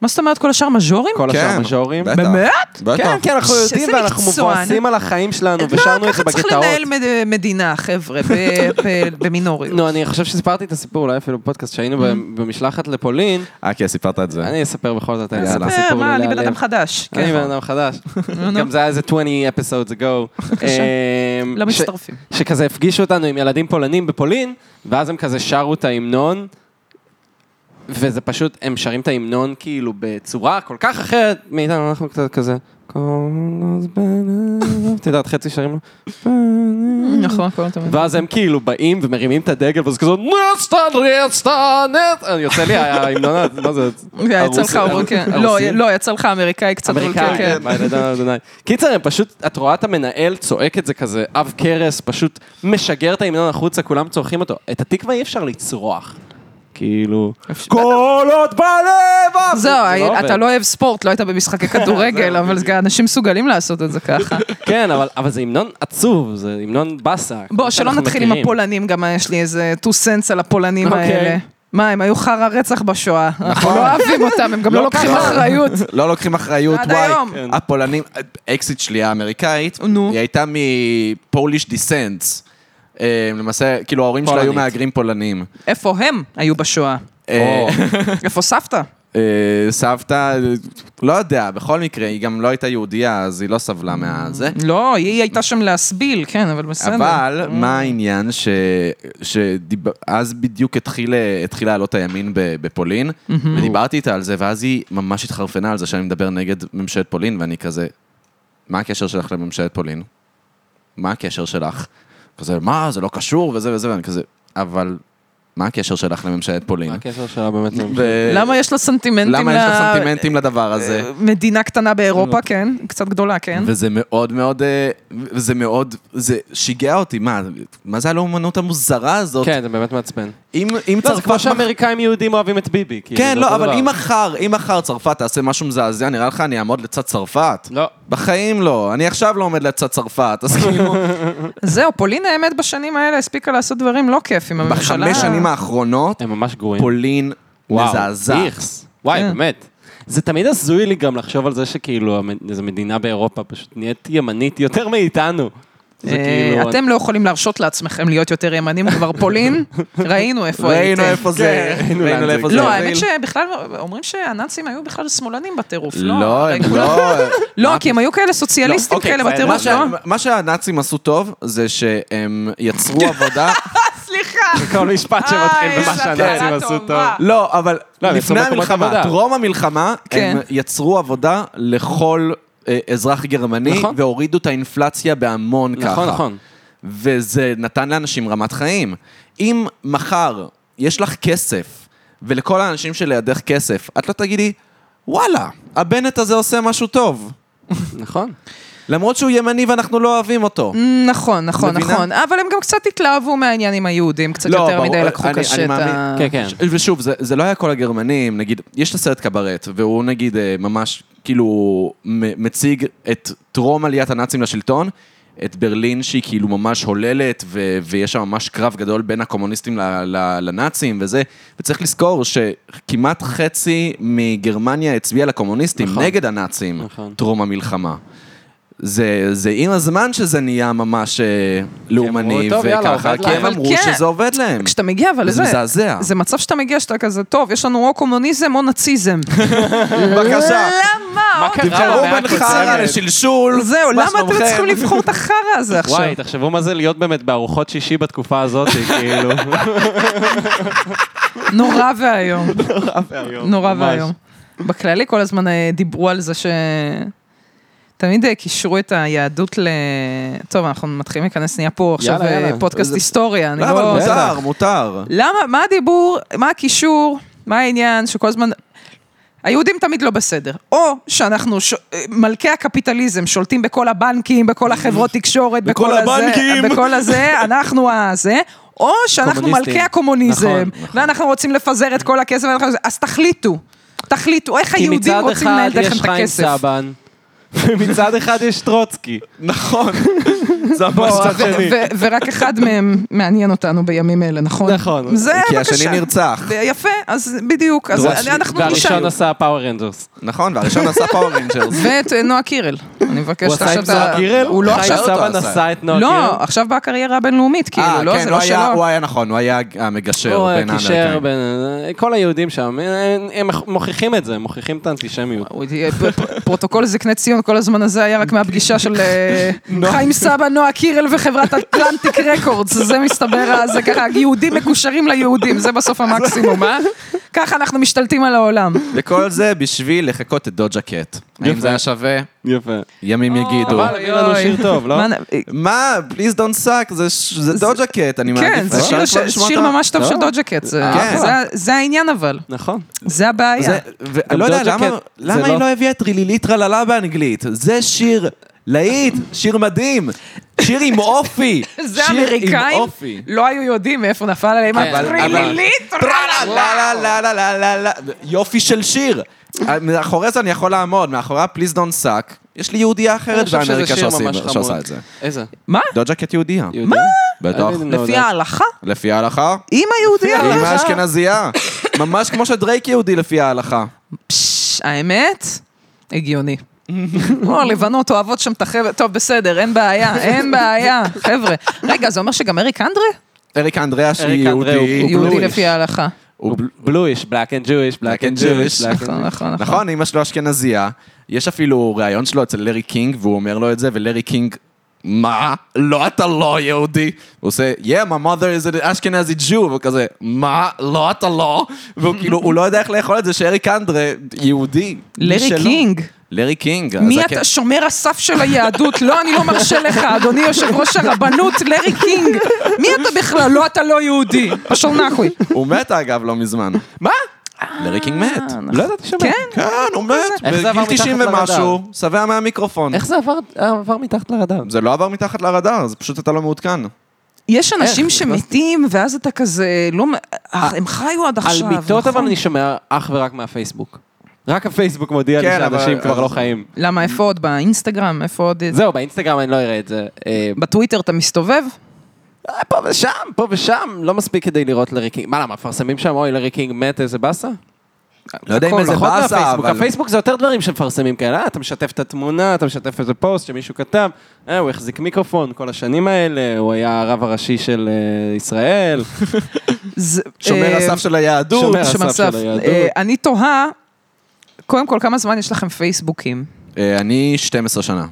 S3: מה זאת אומרת כל השאר מז'ורים?
S4: כל
S2: כן.
S4: השאר מז'ורים.
S2: בטח.
S3: באמת?
S2: בטח.
S4: כן, כן, אנחנו
S3: שזה
S4: יודעים ואנחנו
S3: מקצוען.
S4: מבואסים על החיים שלנו,
S3: לא,
S4: ושרנו את
S3: ככה
S4: זה
S3: צריך
S4: בגטאות.
S3: לנהל מד- מדינה, חבר'ה, ב- ב- במינוריות. אה,
S4: נו, לא, אני חושב שסיפרתי את הסיפור, אולי אפילו בפודקאסט, שהיינו
S3: Mm-hmm.
S4: ב- במשלחת לפולין,
S2: אה, כן, סיפרת את זה.
S4: אני אספר בכל זאת, אני
S2: יאללה.
S4: אספר
S3: אה,
S4: סיפור
S3: מה, אני
S4: להיעלב.
S3: בן אדם חדש. כן.
S4: אני בן אדם חדש. גם זה היה איזה 20 episodes ago. אמ,
S3: לא
S4: ש-
S3: מצטרפים.
S4: שכזה הפגישו אותנו עם ילדים פולנים בפולין, ואז הם כזה שרו את ההמנון, וזה פשוט, הם שרים את ההמנון כאילו בצורה כל כך אחרת מאיתנו, אנחנו קצת כזה... כל הזמן, את יודעת, חצי שרים לו.
S3: נכון, כל הזמן.
S4: ואז הם כאילו באים ומרימים את הדגל, וזה כזה נסטה נסטה נט, אני יוצא לי ההמנון, הזה, מה זה?
S3: יצא לך
S4: הרוסי?
S3: כן. לא,
S4: הרוסי?
S3: לא, יצא לך אמריקאי קצת. אבל כן,
S4: אמריקאי,
S3: כן.
S4: (laughs) מה, ידע, אדוני. קיצר, הם פשוט, את רואה את המנהל צועק את זה כזה, עב כרס, פשוט משגר את ההמנון החוצה, כולם צורכים אותו. את התקווה אי אפשר לצרוח. כאילו... כל עוד (laughs) בלב! אף-"
S3: זהו,
S4: עובד. לא
S3: אתה לא אוהב ספורט, לא היית
S4: (laughs)
S3: במשחקי כדורגל, אבל זה- אנשים מסוגלים לעשות את זה ככה.
S4: כן, אבל- אבל זה המנון עצוב, זה המנון באסה.
S3: בוא,
S4: כמו
S3: שלא
S4: שאנחנו
S3: נתחיל עם
S4: מכירים.
S3: הפולנים, גם יש לי איזה two cents על הפולנים
S4: אוקיי.
S3: האלה. מה, הם היו חרא רצח בשואה. אנחנו לא אוהבים אותם, הם גם לא
S4: לא
S3: לוקחים
S4: ככה.
S3: אחריות.
S2: לא לוקחים אחריות,
S3: עד
S2: וואי.
S3: היום.
S2: כן. הפולנים, אקזיט שלי האמריקאית,
S3: נו.
S2: היא הייתה מפוליש דיסנטס. למעשה, כאילו ההורים שלה היו
S4: פולנית.
S2: מהגרים פולנים.
S3: איפה הם היו בשואה?
S2: אה,
S3: איפה סבתא?
S2: אה, סבתא, לא יודע, בכל מקרה, היא גם לא הייתה יהודייה, אז היא לא סבלה מהזה.
S3: לא, היא הייתה שם להסביל, כן, אבל בסדר. Mm.
S2: אבל מה העניין ש... שדיב... אז בדיוק התחיל, התחיל לעלות הימין ב... בפולין, ודיברתי איתה על זה, ואז היא ממש התחרפנה על זה שאני מדבר נגד ממשלת פולין, ואני כזה, מה הקשר שלך לממשלת פולין? מה הקשר שלך? כזה, מה, זה לא קשור, וזה וזה, ואני כזה, אבל מה הקשר שלך לממשלת פולין?
S4: (laughs) מה הקשר שלה (laughs) באמת? לא-
S2: ו-
S3: למה יש לה סנטימנטים
S2: אה, למה יש לך
S3: ל- אה,
S2: סנטימנטים לדבר הזה?
S3: מדינה קטנה באירופה, כן, קצת גדולה,
S4: Mm-hmm.
S3: כן.
S2: וזה מאוד מאוד, אה, וזה מאוד, זה שיגע אותי, מה, מה זה הלאומנות המוזרה הזאת?
S4: כן, זה באמת מעצבן.
S2: אם, אם
S4: לא, זה
S2: צרפת...
S4: כמו שאמריקאים יהודים אוהבים את ביבי. כאילו,
S2: כן,
S4: זה
S2: לא,
S4: אותו
S2: אבל
S4: דבר.
S2: אם מחר, אם מחר צרפת תעשה משהו מזעזע, נראה לך אני אעמוד לצד צרפת?
S4: לא.
S2: בחיים לא, אני עכשיו לא עומד לצד צרפת, אז
S4: (laughs)
S2: כאילו...
S3: זהו, פולין האמת בשנים האלה הספיקה לעשות דברים לא כיפים, הממשלה...
S2: בחמש שנים האחרונות,
S4: הם ממש גרועים.
S2: פולין מזעזע.
S4: איכס. וואי, באמת. כן. זה תמיד הזוי לי גם לחשוב על זה שכאילו המ- איזו מדינה באירופה פשוט נהיית ימנית יותר מאיתנו. זה
S3: אה,
S4: כאילו...
S3: אתם לא יכולים להרשות לעצמכם להיות יותר ימנים כבר פולין, ראינו איפה הייתם.
S2: ראינו איפה זה,
S4: כן, ראינו
S2: ראינו
S4: לאן
S2: לאיפה
S4: זה
S2: זה.
S3: לא,
S4: הוביל.
S3: האמת שבכלל, אומרים שהנאצים היו בכלל שמאלנים בטירוף, לא?
S2: לא, הם
S3: רגע.
S2: לא...
S4: (laughs)
S3: לא,
S2: מה
S3: כי הם היו כאלה סוציאליסטים
S2: אוקיי,
S3: כאלה
S4: בסדר.
S2: מה
S3: בטירוף,
S2: שה-
S3: לא?
S2: מה שהנאצים עשו טוב, זה שהם יצרו עבודה...
S3: סליחה!
S4: כל משפט
S3: איי,
S4: שמתחיל
S3: אה,
S4: במה
S3: איזה
S4: שהנאצים
S3: הגדרה
S4: עשו טוב.
S3: טובה.
S2: לא, אבל
S4: לא, הם יצאו
S2: לפני
S4: במקומות
S2: המלחמה,
S4: עבודה.
S2: טרום המלחמה,
S3: כן.
S2: הם יצרו עבודה לכל אה, אזרח גרמני,
S4: נכון.
S2: והורידו את האינפלציה בהמון ככה.
S4: נכון, נכון.
S2: וזה נתן לאנשים רמת חיים. אם מחר יש לך כסף, ולכל האנשים שלידך כסף, את לא תגידי, וואלה, הבנט הזה עושה משהו טוב.
S4: נכון.
S2: למרות שהוא ימני ואנחנו לא אוהבים אותו.
S3: נכון, נכון,
S2: מבינה? לא,
S3: נכון. אבל הם גם קצת התלהבו מהעניין עם היהודים, קצת יותר
S2: ברור,
S3: מדי לקחו
S2: אני-
S3: קשה
S2: אני
S3: את ה...
S2: מאמין-
S4: כן, כן.
S2: ש- ושוב, זה, זה לא היה כל הגרמנים, נגיד, יש את הסרט קברט, והוא נגיד אה, ממש כאילו מ- מציג את טרום עליית הנאצים לשלטון, את ברלין שהיא כאילו ממש הוללת, ו- ויש שם ממש קרב גדול בין הקומוניסטים ל- ל- לנאצים וזה, וצריך לזכור שכמעט חצי מגרמניה הצביע לקומוניסטים,
S4: נכון.
S2: נגד הנאצים,
S4: נכון.
S2: טרום המלחמה. זה, זה עם הזמן שזה נהיה ממש אה, לאומני
S4: "טוב, יאללה,
S2: וככה,
S4: עובד
S2: כי הם
S4: להם."
S2: אמרו
S3: אבל כן,
S2: שזה עובד להם.
S3: כשאתה מגיע, אבל
S2: זה
S3: זה...
S2: מזעזע.
S3: זה מצב שאתה מגיע, שאתה כזה, טוב, יש לנו או קומוניזם או נאציזם.
S2: בבקשה.
S3: למה?
S4: קרה?
S2: תבחרו
S4: למה?
S2: בין חרא לשלשול.
S3: זהו,
S2: מה
S3: למה אתם
S2: שלומכם?
S3: צריכים לבחור את החרא הזה עכשיו?
S4: (laughs) וואי, תחשבו מה זה להיות באמת בארוחות שישי בתקופה
S3: (laughs)
S4: הזאת, כאילו.
S3: נורא ואיום. נורא
S4: ממש.
S3: ואיום. בכללי כל הזמן אה, דיברו על זה ש... תמיד אה, קישרו את היהדות ל... טוב, אנחנו מתחילים להיכנס, נהיה פה עכשיו
S4: יאללה,
S3: אה,
S4: יאללה.
S3: פודקאסט
S2: זה-
S3: היסטוריה. אני
S2: לא, אבל
S3: לא-
S2: מותר, מותר.
S3: למה, מה הדיבור, מה הקישור, מה העניין שכל הזמן... היהודים תמיד לא בסדר. או שאנחנו, ש... מלכי הקפיטליזם, שולטים בכל הבנקים, בכל החברות תקשורת,
S2: בכל
S3: בכל
S2: הבנקים.
S3: הזה,
S2: (laughs)
S3: בכל הזה, אנחנו הזה. או שאנחנו
S4: קומוניסטים.
S3: מלכי הקומוניזם,
S4: נכון,
S3: ואנחנו רוצים לפזר את כל הכסף, ואנחנו... אז תחליטו, תחליטו איך היהודים רוצים לנהל דרכם את הכסף.
S4: סבן, ומצד אחד יש טרוצקי. (laughs)
S2: נכון. זה ממש
S4: בוא,
S2: צד
S4: אחי.
S2: שני.
S3: ו- ורק אחד מהם מעניין אותנו בימים אלה, נכון?
S4: נכון.
S3: זה
S2: כי
S3: בבקשה.
S2: השני נרצח.
S3: יפה, אז בדיוק, אז
S2: דרוש-
S3: אנחנו נשאל.
S4: והראשון עשה פאוור רנג'רס.
S2: נכון, והראשון עשה פאוור רנג'רס.
S3: ואת אה, נועה קירל. אני
S4: הוא
S3: מבקשת
S4: עשה
S3: עכשיו
S4: את
S3: את ה...
S4: נועה קירל?
S3: הוא לא
S2: חיים
S3: עכשיו...
S2: סבן
S4: סבן
S2: עשה.
S4: עשה את נועה
S3: לא,
S4: קירל?
S3: עכשיו בקריירה הבינלאומית, (laughs) כאילו,
S2: אה,
S3: לא,
S2: כן,
S3: זה
S2: הוא
S3: לא
S2: היה-
S3: שלו.
S2: הוא היה נכון, הוא היה המגשר
S4: הוא
S2: בין
S4: הקישר
S2: האמריקאים.
S4: בין... אה, כל היהודים שם, הם- הם מוכיחים את זה, הם מוכיחים את האנטישמיות.
S3: הוא יהיה פ- פ- פרוטוקול זקני ציון, כל הזמן הזה היה רק מהפגישה של
S2: (laughs)
S3: אה, חיים סבא, נועה קירל וחברת אטלנטיק רקורדס, זה מסתבר, אה, זה ככה, יהודים מקושרים ליהודים, זה בסוף המקסימום, אה? ככה אנחנו משתלטים על העולם.
S2: וכל זה בשביל לחקות את דוג'ה קט. האם
S4: יפה.
S2: זה היה שווה?
S4: יפה.
S3: אה,
S2: ימים יגידו.
S4: אבל הביא לנו
S3: אוי.
S4: שיר טוב, לא?
S3: מה נ- אה,
S2: מה? פליז דון סאק, זה דוג'ה קט, אני
S3: כן,
S2: מעדיף.
S3: זה
S2: אפשר
S3: שיר
S2: כבר
S3: ש-
S2: לשמוע
S3: שיר
S2: אותה?
S3: ממש טוב
S4: לא.
S3: של דוג'ה קט, זה-
S2: כן.
S3: זה- זה העניין אבל,
S4: נכון.
S3: זה הבעיה.
S2: זה-
S4: גם
S2: ולא יודע,
S4: דוג'ה
S2: למה-
S4: קט, זה
S2: למה
S4: לא-
S2: היא לא הביאה את רילילי טרללה באנגלית? זה שיר להיט, שיר מדהים, שיר עם אופי.
S3: (laughs) זה
S2: שיר עם
S3: אמריקאים
S2: אופי.
S3: לא היו יודעים מאיפה נפל עליהם
S2: אבל-
S3: הטרילילית.
S2: טרללה, לה, לה, לה, לה, לה, לה. יופי של שיר. מאחורי זה אני יכול לעמוד, מאחורי ה-Please Don't Suck, יש לי יהודייה אחרת
S4: אני חושב שזה
S2: באמריקה
S4: שיר
S2: שעושים-
S4: ממש חמוד.
S2: שעושה את זה.
S4: איזה?
S3: מה?
S2: דוג'ה קט יהודייה.
S4: יהודי?
S2: בטח.
S4: I didn't know
S3: לפי
S4: that.
S3: ההלכה?
S2: לפי ההלכה?
S3: אימא יהודייה.
S2: היא
S3: הלכה.
S2: אשכנזייה. ממש כמו שדרייק יהודי לפי ההלכה.
S3: פש, האמת? הגיוני. (laughs) או, לבנות אוהבות שם את החבר'ה, טוב, בסדר, אין בעיה, אין בעיה, חבר'ה. רגע, זה אומר שגם אריק אנדרה?
S2: אריק אנדריה שהיא
S4: אריק אנדריה הוא
S2: יהודי.
S3: יהודי
S4: בלואיש.
S3: לפי ההלכה.
S2: הוא בל-
S4: בלויש, בלאק אנד ג'ויש, בלאק אנד
S2: Jewish.
S4: ג'ויש.
S3: נכון, נכון, נכון.
S2: נכון, אמא שלו אשכנזייה. יש אפילו ראיון שלו אצל לארי קינג, והוא אומר לו את זה, ולארי קינג, מה? לא, אתה לא יהודי. הוא עושה, yeah, my mother is an Ashkenazi Jew, והוא כזה, מה? לא, אתה לא. והוא כאילו, הוא לא יודע איך לאכול את זה שאריק אנדרה יהודי.
S3: לארי
S2: משלו.
S3: קינג?
S2: לארי קינג. אז
S3: מי
S2: הכ-
S4: כן.
S3: אתה? שומר הסף של היהדות? לא, אני לא מרשה לך, אדוני יושב ראש הרבנות, לארי קינג. מי אתה בכלל? לא, אתה לא יהודי. פשוט נחוי.
S2: הוא מת אגב לא
S4: (laughs)
S2: מזמן. מה? לארי קינג מת.
S4: לא ידעתי שמת.
S3: כן?
S2: כן, הוא מת.
S4: איך זה עבר
S2: בגיל
S4: מתחת
S2: 90
S4: לרדאר?
S2: ומשהו, שבע מהמיקרופון.
S4: איך זה עבר- עבר מתחת לרדאר?
S2: זה לא עבר מתחת לרדאר, זה פשוט אתה לא מעודכן.
S3: יש אנשים
S4: איך?
S3: שמתים, ואז אתה כזה, לא, מ- אה, הם חיו עד
S4: על
S3: עכשיו,
S4: מיטות אבל
S3: נכון?
S4: אני שומע אך ורק מהפייסבוק. רק הפייסבוק מודיע לי
S2: כן, אבל-
S4: שאנשים כבר
S2: אבל-
S4: לא חיים.
S3: למה, איפה עוד? באינסטגרם? איפה עוד?
S4: זהו, באינסטגרם אני לא אראה את זה. אה,
S3: בטוויטר אתה מסתובב?
S4: אה, פה ושם, פה ושם, לא מספיק כדי לראות לארי קינג. מה למה, מפרסמים שם, אוי, לארי קינג מת, איזה באסה?
S2: לא יודע אם איזה
S4: פחות
S2: באסה,
S4: מהפייסבוק.
S2: אבל...
S4: נכון, הפייסבוק זה יותר דברים שמפרסמים כאלה, אה, אתה משתף את התמונה, אתה משתף איזה פוסט שמישהו כתב, אה, הוא החזיק מיקרופון כל השנים האלה, הוא היה הרב הראשי של
S2: (laughs)
S4: אה, ישראל.
S3: זה-
S2: שומר
S3: אה,
S2: הסף של היהדות.
S4: שומר הסף
S3: שומר
S4: של
S3: הסף.
S4: היהדות.
S3: אה, אני תוהה, קודם כל, כמה זמן יש לכם פייסבוקים?
S2: אה, אני 12 שנה.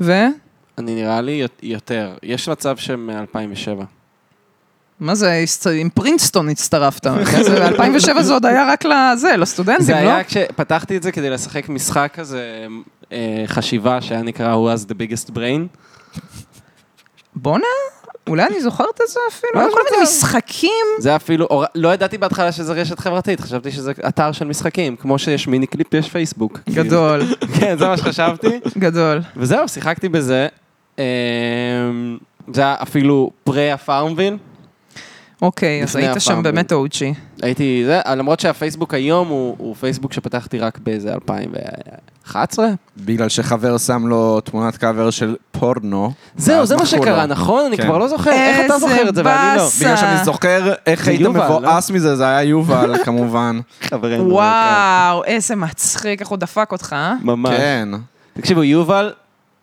S3: ו?
S4: אני נראה לי יות- יותר. יש מצב שמ-2007.
S3: מה זה, עם פרינסטון
S4: (laughs)
S3: הצטרפת? ב-2007 זה עוד היה רק לזה, לסטודנטים,
S4: זה
S3: לא?
S4: היה כשפתחתי את זה כדי לשחק משחק כזה, אה, חשיבה שהיה נקרא Who has the biggest brain.
S3: בואנה? אולי אני זוכרת את זה אפילו?
S4: מה
S3: היו כל
S4: זה?
S3: מיני
S4: (laughs)
S3: משחקים.
S4: זה אפילו, אור- לא ידעתי בהתחלה שזה רשת חברתית, חשבתי שזה אתר של משחקים, כמו שיש מיני קליפ יש פייסבוק.
S3: גדול,
S4: (laughs) כן, זה מה שחשבתי.
S3: גדול.
S4: וזהו, שיחקתי בזה. אמ, זה היה אפילו פרה הפארמוויל.
S3: אוקיי, אז
S4: לפני כן.
S3: היית
S4: הפארם.
S3: שם באמת אוצ'י.
S4: הייתי זה, למרות שהפייסבוק היום הוא, הוא פייסבוק שפתחתי רק באיזה 2011, 11?
S2: בגלל שחבר שם לו תמונת קאבר של פורנו.
S4: זהו,
S2: ואז
S4: זה מה
S2: מחקו לו.
S4: שקרה, נכון? אני
S2: כן.
S4: כבר לא זוכר. איך אתה
S3: איזה
S4: זוכר את זה ואני לא?
S3: באס.
S2: בגלל שאני זוכר איך
S4: זה
S2: היית
S4: יובל, לא?
S2: מבואס מזה, זה היה
S4: (laughs)
S2: יובל, כמובן. לא
S4: חברנו.
S3: וואו,
S4: אוקיי.
S3: איזה מצחיק, איך הוא דפק אותך, אה?
S4: ממש.
S2: כן.
S4: תקשיבו, יובל,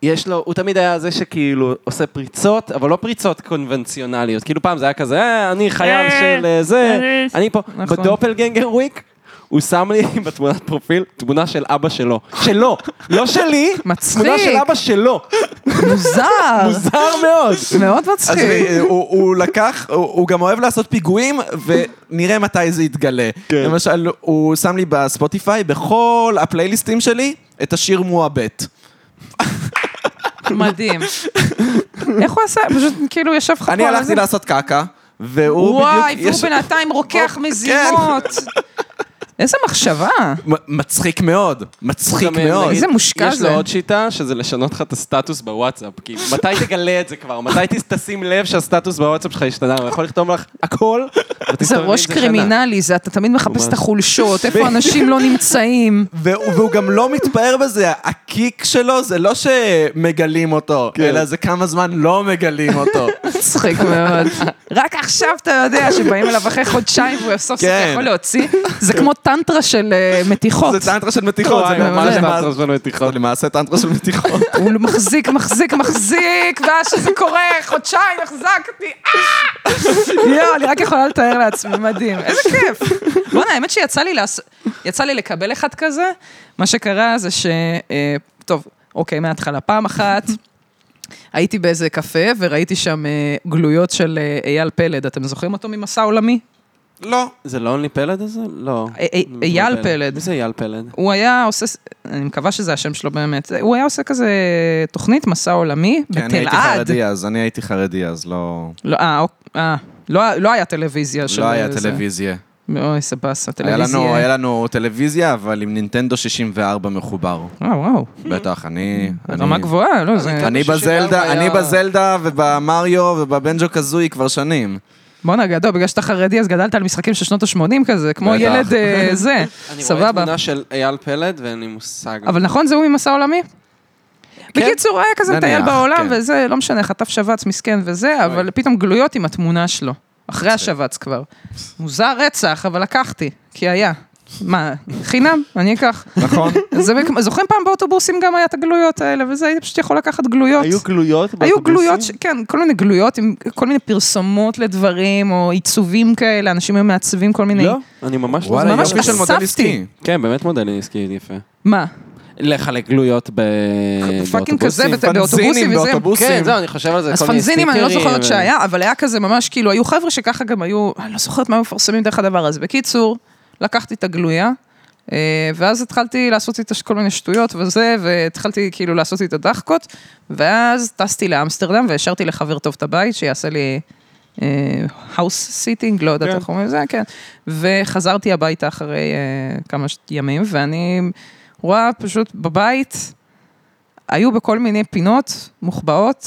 S4: יש לו, הוא תמיד היה זה שכאילו עושה פריצות, אבל לא פריצות קונבנציונליות. כאילו פעם זה היה כזה, אה, אני חייל של אה, זה, אני פה.
S3: נכון.
S4: בדופלגנגר וויק, הוא שם לי (laughs) בתמונת פרופיל תמונה של אבא שלו. שלו, לא שלי,
S3: (laughs) מצחיק.
S4: תמונה של אבא שלו.
S3: מוזר.
S4: (laughs) מוזר
S3: (laughs)
S4: מאוד.
S3: מאוד
S2: אז
S3: מצחיק.
S2: הוא- הוא לקח, הוא הוא גם אוהב לעשות פיגועים, ונראה מתי זה יתגלה.
S4: כן.
S2: למשל, הוא שם לי בספוטיפיי, בכל הפלייליסטים שלי, את השיר מועבט.
S3: מדהים. איך הוא עשה? פשוט כאילו ישב לך פה
S2: אני
S3: על
S2: הלכתי
S3: זה.
S2: לעשות קקה, והוא בדיוק...
S3: וואי, והוא
S2: יש-
S3: בינתיים רוקח
S2: כן.
S3: מזימות. איזה מחשבה.
S2: מ- מצחיק מאוד, מצחיק
S4: גם, אה,
S2: מאוד.
S4: נגיד,
S3: איזה מושקע
S4: יש
S3: זה.
S4: לו עוד שיטה, שזה לשנות לך את הסטטוס בוואטסאפ.
S3: (laughs)
S4: כאילו, מתי תגלה את זה כבר? מתי תס- תשים לב שהסטטוס בוואטסאפ שלך השתנה? הוא יכול לכתוב לך הכל,
S3: (laughs) זה ראש קרימינלי, זה אתה תמיד מחפש את החולשות, איפה אנשים לא נמצאים.
S2: והוא והוא גם לא מתפאר בזה, הקיק שלו זה לא שמגלים אותו, אלא זה כמה זמן לא מגלים אותו.
S3: מצחיק מאוד. רק עכשיו אתה יודע שבאים אליו אחרי חודשיים והוא סוף סוף
S2: כן.
S3: יכול להוציא. זה כמו טנטרה של אה, מתיחות.
S2: (laughs) זה טנטרה של מתיחות, לא, זה
S4: וואי,
S2: ממש
S3: זה לא.
S2: טנטרה
S4: טנטרה של מתיחות.
S2: זה למעשה טנטרה של מתיחות.
S3: הוא מחזיק, מחזיק, מחזיק, ואז שזה קורה, חודשיים החזקתי, אה! יואו, אני רק יכולה לתאר לעצמי, מדהים, איזה כיף. בוא'נה, האמת שיצא לי לעש... יצא לי לקבל אחד כזה, מה שקרה זה ש... אה, טוב, אוקיי, מההתחלה. פעם אחת... הייתי באיזה קפה וראיתי שם אה, גלויות של אה, אייל פלד, אתם זוכרים אותו ממסע עולמי?
S2: (laughs) לא.
S4: זה לא אונלי פלד הזה? לא.
S3: אה, אה, אייל פלד.
S4: מי זה אייל פלד?
S3: הוא היה עושה, אני מקווה שזה השם שלו באמת, הוא היה עושה כזה אה, תוכנית מסע עולמי
S2: כן, אני
S3: בתל
S2: הייתי
S3: עד.
S2: חרדי אז, אני הייתי חרדי אז, לא...
S3: לא, אה, אוק- אה, לא, לא היה טלוויזיה של...
S2: לא היה
S3: זה.
S2: טלוויזיה.
S3: אוי, זה באסה,
S2: היה
S3: טלוויזיה.
S2: לנו, היה לנו טלוויזיה, אבל עם נינטנדו 64 מחובר.
S3: וואו, וואו.
S2: בטח,
S3: (laughs)
S2: אני... אני-
S3: רמה גבוהה, לא, זה...
S2: אני
S4: 64
S2: בזלדה,
S4: היה-
S2: אני בזלדה ובמריו ובבנג'ו קזוי כבר שנים.
S3: בואנה, גדול, בגלל שאתה חרדי, אז גדלת על משחקים של שנות ה-80 כזה, כמו
S2: בטח. (laughs)
S3: ילד אה, זה,
S4: אני רואה
S3: סבבה.
S4: תמונה של אייל פלד ואין לי מושג.
S3: אבל נכון, זה הוא ממסע עולמי? בקיצור, היה כזה
S2: כן. נניח,
S3: מטייל בעולם,
S2: כן.
S3: וזה, לא משנה, חטף שבץ מסכן וזה, אבל פתאום גלויות עם התמונה שלו. אחרי השבץ כבר. מוזר רצח, אבל לקחתי, כי היה. מה, חינם? אני אקח.
S2: נכון.
S3: (laughs) זה, מכ- זוכרים פעם באוטובוסים גם היה את הגלויות האלה, וזה, היית פשוט יכול לקחת גלויות.
S4: גלויות
S3: היו גלויות, ש... כן, כל מיני גלויות עם כל מיני פרסומות לדברים, או עיצובים כאלה, אנשים היו מעצבים כל מיני...
S4: לא, אני ממש לא...
S2: וואלה,
S3: ממש
S2: יופי של מודל
S3: חשפתי.
S2: עסקי.
S4: כן, באמת מודל עסקי יפה.
S3: מה?
S4: לחלק גלויות ב...
S3: פאקינג כזה,
S4: באוטובוסים.
S3: בת- באוטובוסים
S2: פנזינים
S3: וזה.
S2: באוטובוסים.
S4: כן, זהו, אני חושב על זה.
S3: אז
S4: כל מיני
S3: פנזינים, אני לא
S4: סטיקרים
S3: זוכרת
S4: ו-
S3: שהיה, אבל היה כזה ממש, כאילו, היו חבר'ה שככה גם היו, אני לא זוכרת מה היו מפרסמים דרך הדבר הזה. בקיצור, לקחתי את הגלויה, אה, ואז התחלתי לעשות איתה כל מיני שטויות וזה, והתחלתי כאילו לעשות איתה דחקות, ואז טסתי לאמסטרדם והשארתי לחבר טוב את הבית, שיעשה לי האוס סיטינג, לא יודעת
S4: כן.
S3: איך אומרים את זה, כן. וחזרתי הביתה אחרי אה, כמה ש- ימים, ואני רואה פשוט בבית, היו בכל מיני פינות מוחבאות, (laughs)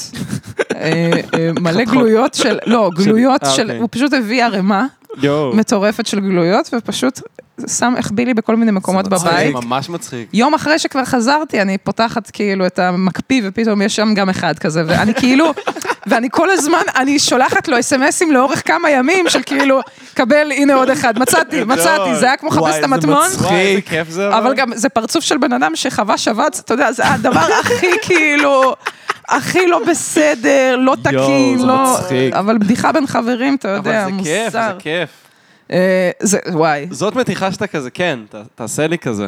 S3: אה, אה, מלא גלויות של, לא, גלויות
S4: אה,
S3: של,
S4: אוקיי.
S3: הוא פשוט הביא ערימה
S4: יואו.
S3: מטורפת של גלויות, ופשוט שם, החביא לי בכל מיני מקומות בבית.
S4: זה ממש מצחיק.
S3: יום אחרי שכבר חזרתי, אני פותחת כאילו את המקפיא, ופתאום יש שם גם אחד כזה, ואני כאילו, ואני כל הזמן, אני שולחת לו אסמסים לאורך כמה ימים, של כאילו, קבל, הנה עוד אחד, מצאתי, מצאתי, זה היה כמו
S2: וואי,
S3: חפש את
S2: זה
S3: המטמון.
S2: מצחיק.
S4: וואי, איזה כיף זה.
S3: אבל גם זה פרצוף של בן אדם שחווה שבץ, אתה יודע, זה הדבר הכי (laughs) כאילו, הכי לא בסדר, לא תקין,
S2: זה
S3: לא...
S2: מצחיק.
S3: אבל בדיחה בין חברים, אתה יודע,
S4: אבל זה כיף, זה
S3: מוסר.
S4: כיף.
S3: אה, זה, וואי,
S4: זאת מתיחה שאתה כזה, כן, ת- תעשה לי כזה.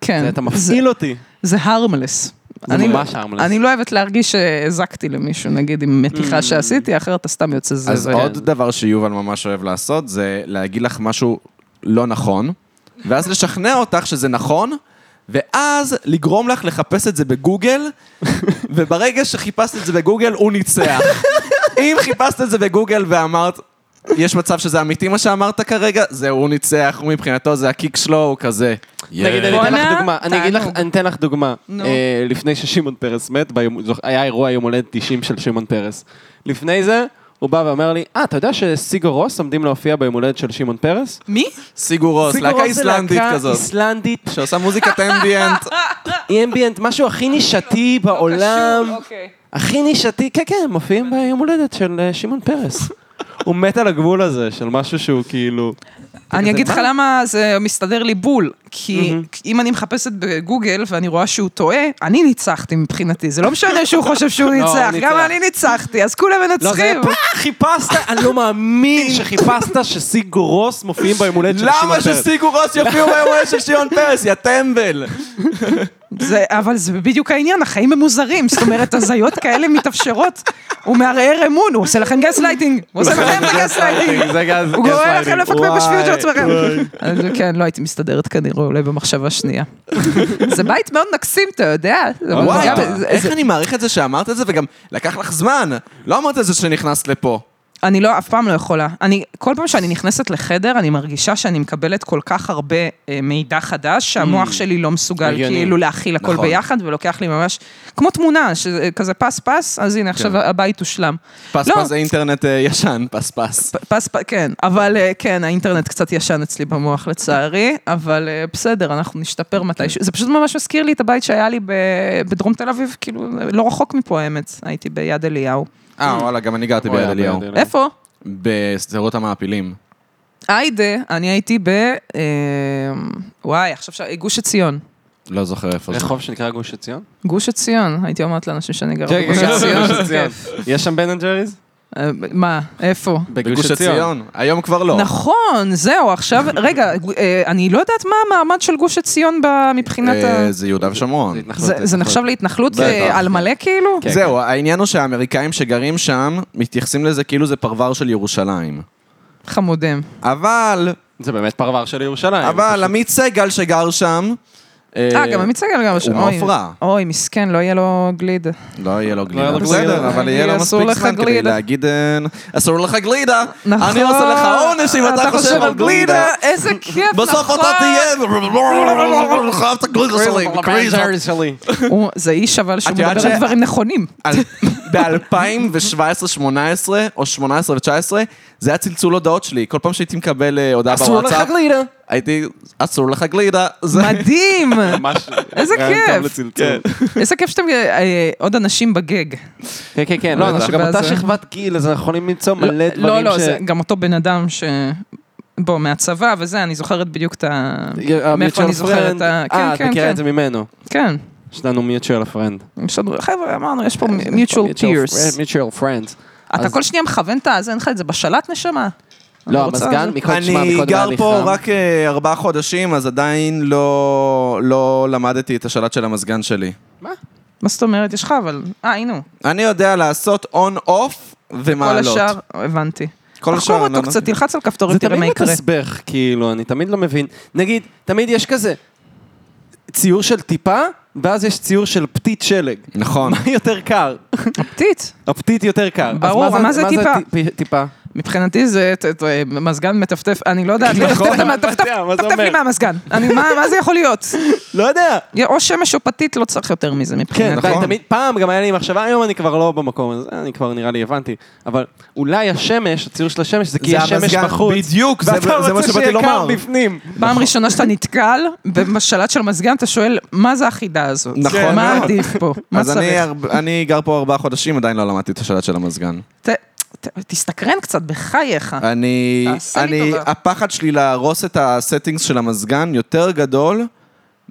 S3: כן.
S4: אתה מפעיל אותי.
S3: זה הרמלס.
S4: זה ממש harmless. Mm.
S3: אני לא אוהבת להרגיש שהזקתי למישהו, נגיד, עם מתיחה שעשיתי, אחרת אתה סתם יוצא זה.
S2: אז
S3: זה-
S2: עוד דבר שיובל ממש אוהב לעשות, זה להגיד לך משהו לא נכון, ואז לשכנע אותך שזה נכון, ואז לגרום לך לחפש את זה (laughs) בגוגל, וברגע שחיפשת את זה בגוגל, הוא ניצח. אם חיפשת את זה בגוגל ואמרת, יש מצב שזה אמיתי מה שאמרת כרגע, זה הוא ניצח, הוא מבחינתו זה הקיק שלו, הוא כזה.
S4: נגיד, אני אתן לך
S3: בואנה,
S4: דוגמה, אני אגיד לך,
S3: תענוג.
S4: אני אתן לך דוגמה.
S3: נו.
S4: אה, לפני ששמעון פרס מת, ביום- זוכ- היה אירוע יום הולדת 90 של שמעון פרס. לפני זה, הוא בא ואומר לי, אה, אתה יודע שסיגורוס עומדים להופיע ביום הולדת של שמעון פרס?
S3: מי?
S2: סיגורוס, לא, להקה
S4: סיגורוס זה
S2: איסלנדית
S4: להקה
S2: כזאת,
S4: איסלנדית,
S2: שעושה מוזיקת אמביאנט. (laughs)
S4: אמביאנט, משהו הכי נישתי
S2: לא
S4: בעולם.
S3: אוקיי.
S4: הכי נישתי, כן, כן, הם מופיעים ביום הולדת של אה, שמעון פרס. הוא מת על הגבול הזה של משהו שהוא כאילו...
S3: אני אגיד
S4: מה?
S3: לך למה זה מסתדר לי בול, כי אם אני מחפשת בגוגל ואני רואה שהוא טועה, אני ניצחתי מבחינתי, זה לא משנה שהוא חושב
S4: (laughs)
S3: שהוא
S4: הוא
S3: ניצח,
S4: ניצח.
S3: גם אני ניצחתי, אז כולם
S4: לא, זה היה
S3: מנצחים.
S4: פח, חיפשת,
S3: (laughs)
S4: אני לא מאמין שחיפשת שסיגורוס מופיעים ביום הולדת של
S2: למה
S4: שמעון פרס.
S2: שסיגורוס יופיעו ביום הולדת של שמעון פרס, יא טמבל?
S3: זה- אבל זה בדיוק העניין, החיים הם מוזרים, זאת אומרת, הזיות כאלה מתאפשרות. הוא מערער אמון, הוא עושה לכם גס לייטינג, הוא עושה
S4: (laughs)
S3: לכם את הגס לייטינג.
S4: זה גז-
S3: הוא גורם לכם
S4: gaslighting.
S3: לפקפק בשפיות של
S4: וואי,
S3: עצמכם. אז כן, לא הייתי מסתדרת כנראה, אולי במחשבה שנייה. זה בית מאוד מקסים, אתה יודע? זה
S2: וואי,
S3: גם-
S2: אתה-
S3: זה-
S2: איך
S3: זה-
S2: אני מעריך את זה שאמרת את זה, וגם לקח לך זמן. לא אמרת את זה שנכנסת לפה.
S3: אני לא, אף פעם לא יכולה. אני, כל פעם שאני נכנסת לחדר, אני מרגישה שאני מקבלת כל כך הרבה אה, מידע חדש, שהמוח שלי לא מסוגל
S4: הגיוני.
S3: כאילו להכיל הכל
S2: נכון.
S3: ביחד, ולוקח לי ממש, כמו תמונה, שזה כזה פס-פס, אז הנה, עכשיו הבית הושלם.
S2: פס
S3: לא.
S2: פס זה אינטרנט אה, ישן, פס פס.
S3: פס, פ- כן, אבל אה, כן, האינטרנט קצת ישן אצלי במוח לצערי, אבל אה, בסדר, אנחנו נשתפר מתישהו. זה פשוט ממש מזכיר לי את הבית שהיה לי ב- בדרום תל אביב, כאילו, לא רחוק מפה האמת, הייתי ביד אליהו.
S2: אה, וואלה, גם אני גרתי
S4: אוי,
S2: ביד
S4: אוי,
S2: אליהו.
S4: אוי, אוי.
S3: איפה?
S2: בשדרות המעפילים.
S3: היידה, אני הייתי ב... אה, וואי, עכשיו ש... גוש עציון.
S2: לא זוכר איפה זה.
S4: רחוב שנקרא גוש עציון?
S3: גוש עציון, הייתי אומרת לאנשים שאני גרה בגוש
S4: גוש
S3: עציון. (laughs)
S4: עציון. יש שם בן אנד ג'ריז?
S3: אה, מה, איפה?
S2: בגוש עציון. היום כבר לא.
S3: נכון, זהו, עכשיו, רגע, אה, אני לא יודעת מה המעמד של גוש עציון ב- מבחינת ה...
S2: אה, לא זה יהודה ושומרון.
S3: זה- זה נחשב להתנחלות
S2: בטח.
S3: אה, על מלא כאילו?
S4: כן,
S2: זהו, העניין הוא שהאמריקאים שגרים שם, מתייחסים לזה כאילו זה פרבר של ירושלים.
S3: חמודים.
S2: אבל,
S4: זה באמת פרבר של ירושלים.
S2: אבל עמית סגל שגר שם...
S3: אה, גם עמית סגל גם...
S2: הוא
S3: אוי,
S2: מעופרה.
S3: אוי, מסכן, לא יהיה לו גלידה.
S2: לא יהיה לו
S4: לא
S2: גלידה.
S4: יהיה לו
S2: בסדר,
S4: גלידה.
S2: אבל יהיה לו
S3: אסור
S2: מספיק
S3: לך
S2: זמן כדי
S3: גלידה.
S2: להגיד... אה, אסור לך גלידה!
S3: נכון.
S2: אני עושה לך עונש אם אתה חושב על גלידה!
S3: איזה כיף, נכון.
S2: בסוף אתה תהיה... חייב את הגלידה שלי, גריזה.
S4: שלי.
S3: הוא- זה איש אבל שהוא
S2: את יודעת
S3: מדבר על
S2: ש-
S3: דברים נכונים.
S2: ב-2017-2018, או 18-19, זה היה צלצול הודעות שלי. כל פעם שהייתי מקבל אה, הודעה
S4: אסור לך
S2: בוואטסאפ,
S4: גלידה.
S2: הייתי, אסור לך גלידה. זה-
S3: (laughs) מדהים!
S4: ממש.
S3: איזה
S4: רעיון
S3: כיף.
S4: טוב לצלצול.
S2: כן.
S3: איזה כיף שאתם אה, אה, עוד אנשים בגג.
S4: כן, כן, כן. לא,
S2: בטח.
S4: אנחנו גם אותה
S3: ואז-
S4: שכבת גיל, אז אנחנו יכולים למצוא מלא דברים ש...
S3: לא, לא, זה גם אותו בן אדם ש... בוא, מהצבא וזה, אני זוכרת בדיוק את ה... מאיפה אני זוכרת את ה...
S4: uh, אה,
S3: כן,
S4: את
S3: כן,
S4: מכירה
S3: כן.
S4: את זה ממנו.
S3: כן.
S4: יש לנו mutual friend.
S3: יש לנו- חבר'ה, אמרנו, יש פה
S4: אה,
S3: mutual tears.
S4: mutual friends.
S3: אתה
S4: אז-
S3: כל שנייה מכוון את ה... זה, אין לך את זה בשלט, נשמה?
S4: לא,
S3: אני רוצה-
S4: המזגן, מקודם שמע,
S2: אני
S4: מקודם היה
S2: גר
S4: לי
S2: פה
S4: חם.
S2: רק אה, ארבעה חודשים, אז עדיין לא לא למדתי את השלט של המזגן שלי.
S3: מה זאת אומרת? יש לך, אבל... אה, הנה הוא.
S2: אני יודע לעשות און-אוף
S3: כל
S2: ומעלות.
S3: השאר, הבנתי.
S2: כל השאר
S3: תחקור
S2: אני לא
S3: אותו קצת,
S2: יודע.
S3: תלחץ על כפתורים,
S4: זה
S3: תראה
S4: תמיד
S3: מה יקרה.
S4: מתסבך, כאילו, אני תמיד לא מבין. נגיד, תמיד יש כזה ציור של טיפה, ואז יש ציור של פתית שלג.
S3: (laughs)
S4: (laughs)
S2: נכון.
S4: מה יותר קר?
S3: פתית.
S4: הפתית יותר קר. אז
S3: ברור, מה זה טיפה?
S4: טי- טיפה?
S3: מבחינתי זה ת- ת- מזגן מטפטף, אני לא יודעת,
S2: (laughs)
S4: נכון,
S3: מטפטף-
S4: אני
S3: מטפטף
S2: כן,
S4: יודע, מה זה
S3: מטפטף לי
S4: אומר?
S3: מהמזגן. אני- מה מה זה יכול להיות?
S4: לא יודע.
S3: או שמש או פתית, לא צריך יותר מזה
S4: כן,
S3: מבחינתי.
S2: נכון.
S4: נכון. תמיד, פעם גם היה לי מחשבה, היום אני כבר לא במקום הזה, אני כבר נראה לי הבנתי. אבל אולי השמש, הציור של השמש, זה כי
S2: זה
S4: יש שמש
S2: המזגן,
S4: בחוץ.
S2: בדיוק, זה-
S4: ואתה
S2: זה מה
S4: רוצה
S2: שבאתי
S4: שיהיה קר
S2: לומר.
S4: בפנים.
S3: פעם ראשונה שאתה נתקל בשלט של מזגן, אתה שואל, מה זה החידה הזאת?
S2: נכון
S3: מה
S2: מאוד.
S3: עדיף פה? מה
S2: אז אני
S3: צריך?
S2: ארבע- אני גר פה ארבעה חודשים, עדיין לא למדתי את השלט של המזגן.
S3: ת- ת- תסתקרן קצת, בחייך.
S2: אה, אני,
S3: תעשה אה, לי
S2: אני,
S3: טובה.
S2: הפחד שלי להרוס את הסטינגס של המזגן יותר גדול
S3: אה,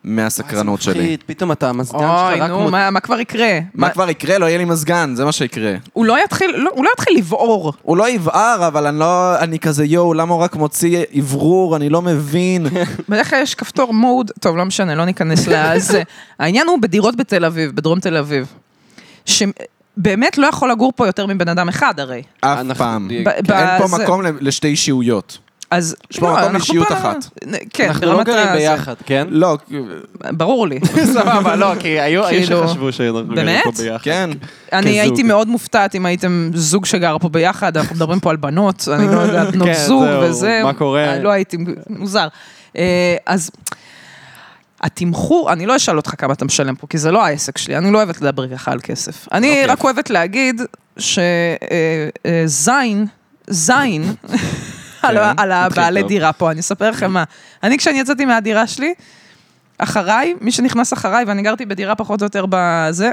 S2: מהסקרנות שלי.
S4: מפחיד, פתאום אתה, המזגן שלך
S3: אוי,
S4: רק
S3: נו,
S4: מות...
S3: מה מה כבר יקרה?
S2: מה כבר יקרה? לא יהיה לי מזגן, זה מה שיקרה.
S3: הוא לא יתחיל, לא, הוא לא יתחיל לבעור.
S2: הוא לא יבער, אבל אני לא... אני כזה, יואו, למה הוא רק מוציא אוורור? אני לא מבין.
S3: (laughs) בדרך כלל יש כפתור מוד, טוב, לא משנה, לא ניכנס לזה. העניין הוא בדירות בתל אביב, בדרום תל אביב. שבאמת לא יכול לגור פה יותר מבן אדם אחד הרי.
S2: אף
S4: אנחנו-
S2: פעם.
S4: אין
S3: ב-
S2: אין פה
S3: בזה-
S2: מקום ל- לשתי אישיויות.
S3: אז...
S2: יש פה
S3: לא,
S2: מקום
S3: אנחנו
S2: לאישיות
S3: פה-
S2: אחת.
S3: כן,
S4: אנחנו לא
S3: ברמת
S4: גרים
S3: ה-
S4: ביחד, כן?
S2: לא,
S3: ברור לי.
S4: סבבה, לא, (laughs) כי היו היו
S3: כאילו-
S4: שחשבו שאנחנו גרים
S3: באמת?
S4: פה ביחד.
S2: כן.
S3: אני
S4: כזוג.
S3: הייתי מאוד מופתעת אם הייתם זוג שגר פה ביחד, אנחנו מדברים פה על בנות, אני לא
S4: (laughs)
S3: יודעת, בנות
S4: כן,
S3: זוג
S4: זהו,
S3: וזה.
S4: מה קורה?
S3: אה, לא הייתי, מוזר. אה, אז התמחור, אני לא
S4: אוקיי.
S3: אשאל אותך כמה אתה משלם פה, כי זה לא העסק שלי, אני לא אוהבת לדבר ככה על כסף. אני רק אוהבת להגיד, שזין, זין,
S4: (laughs)
S3: על ה-
S4: כן,
S3: על
S4: מתחיל
S3: הבעלי
S4: טוב.
S3: דירה פה, אני אספר לכם מה. אני, כשאני יצאתי מהדירה שלי, אחריי, מי שנכנס אחריי, ואני גרתי בדירה פחות או יותר בזה,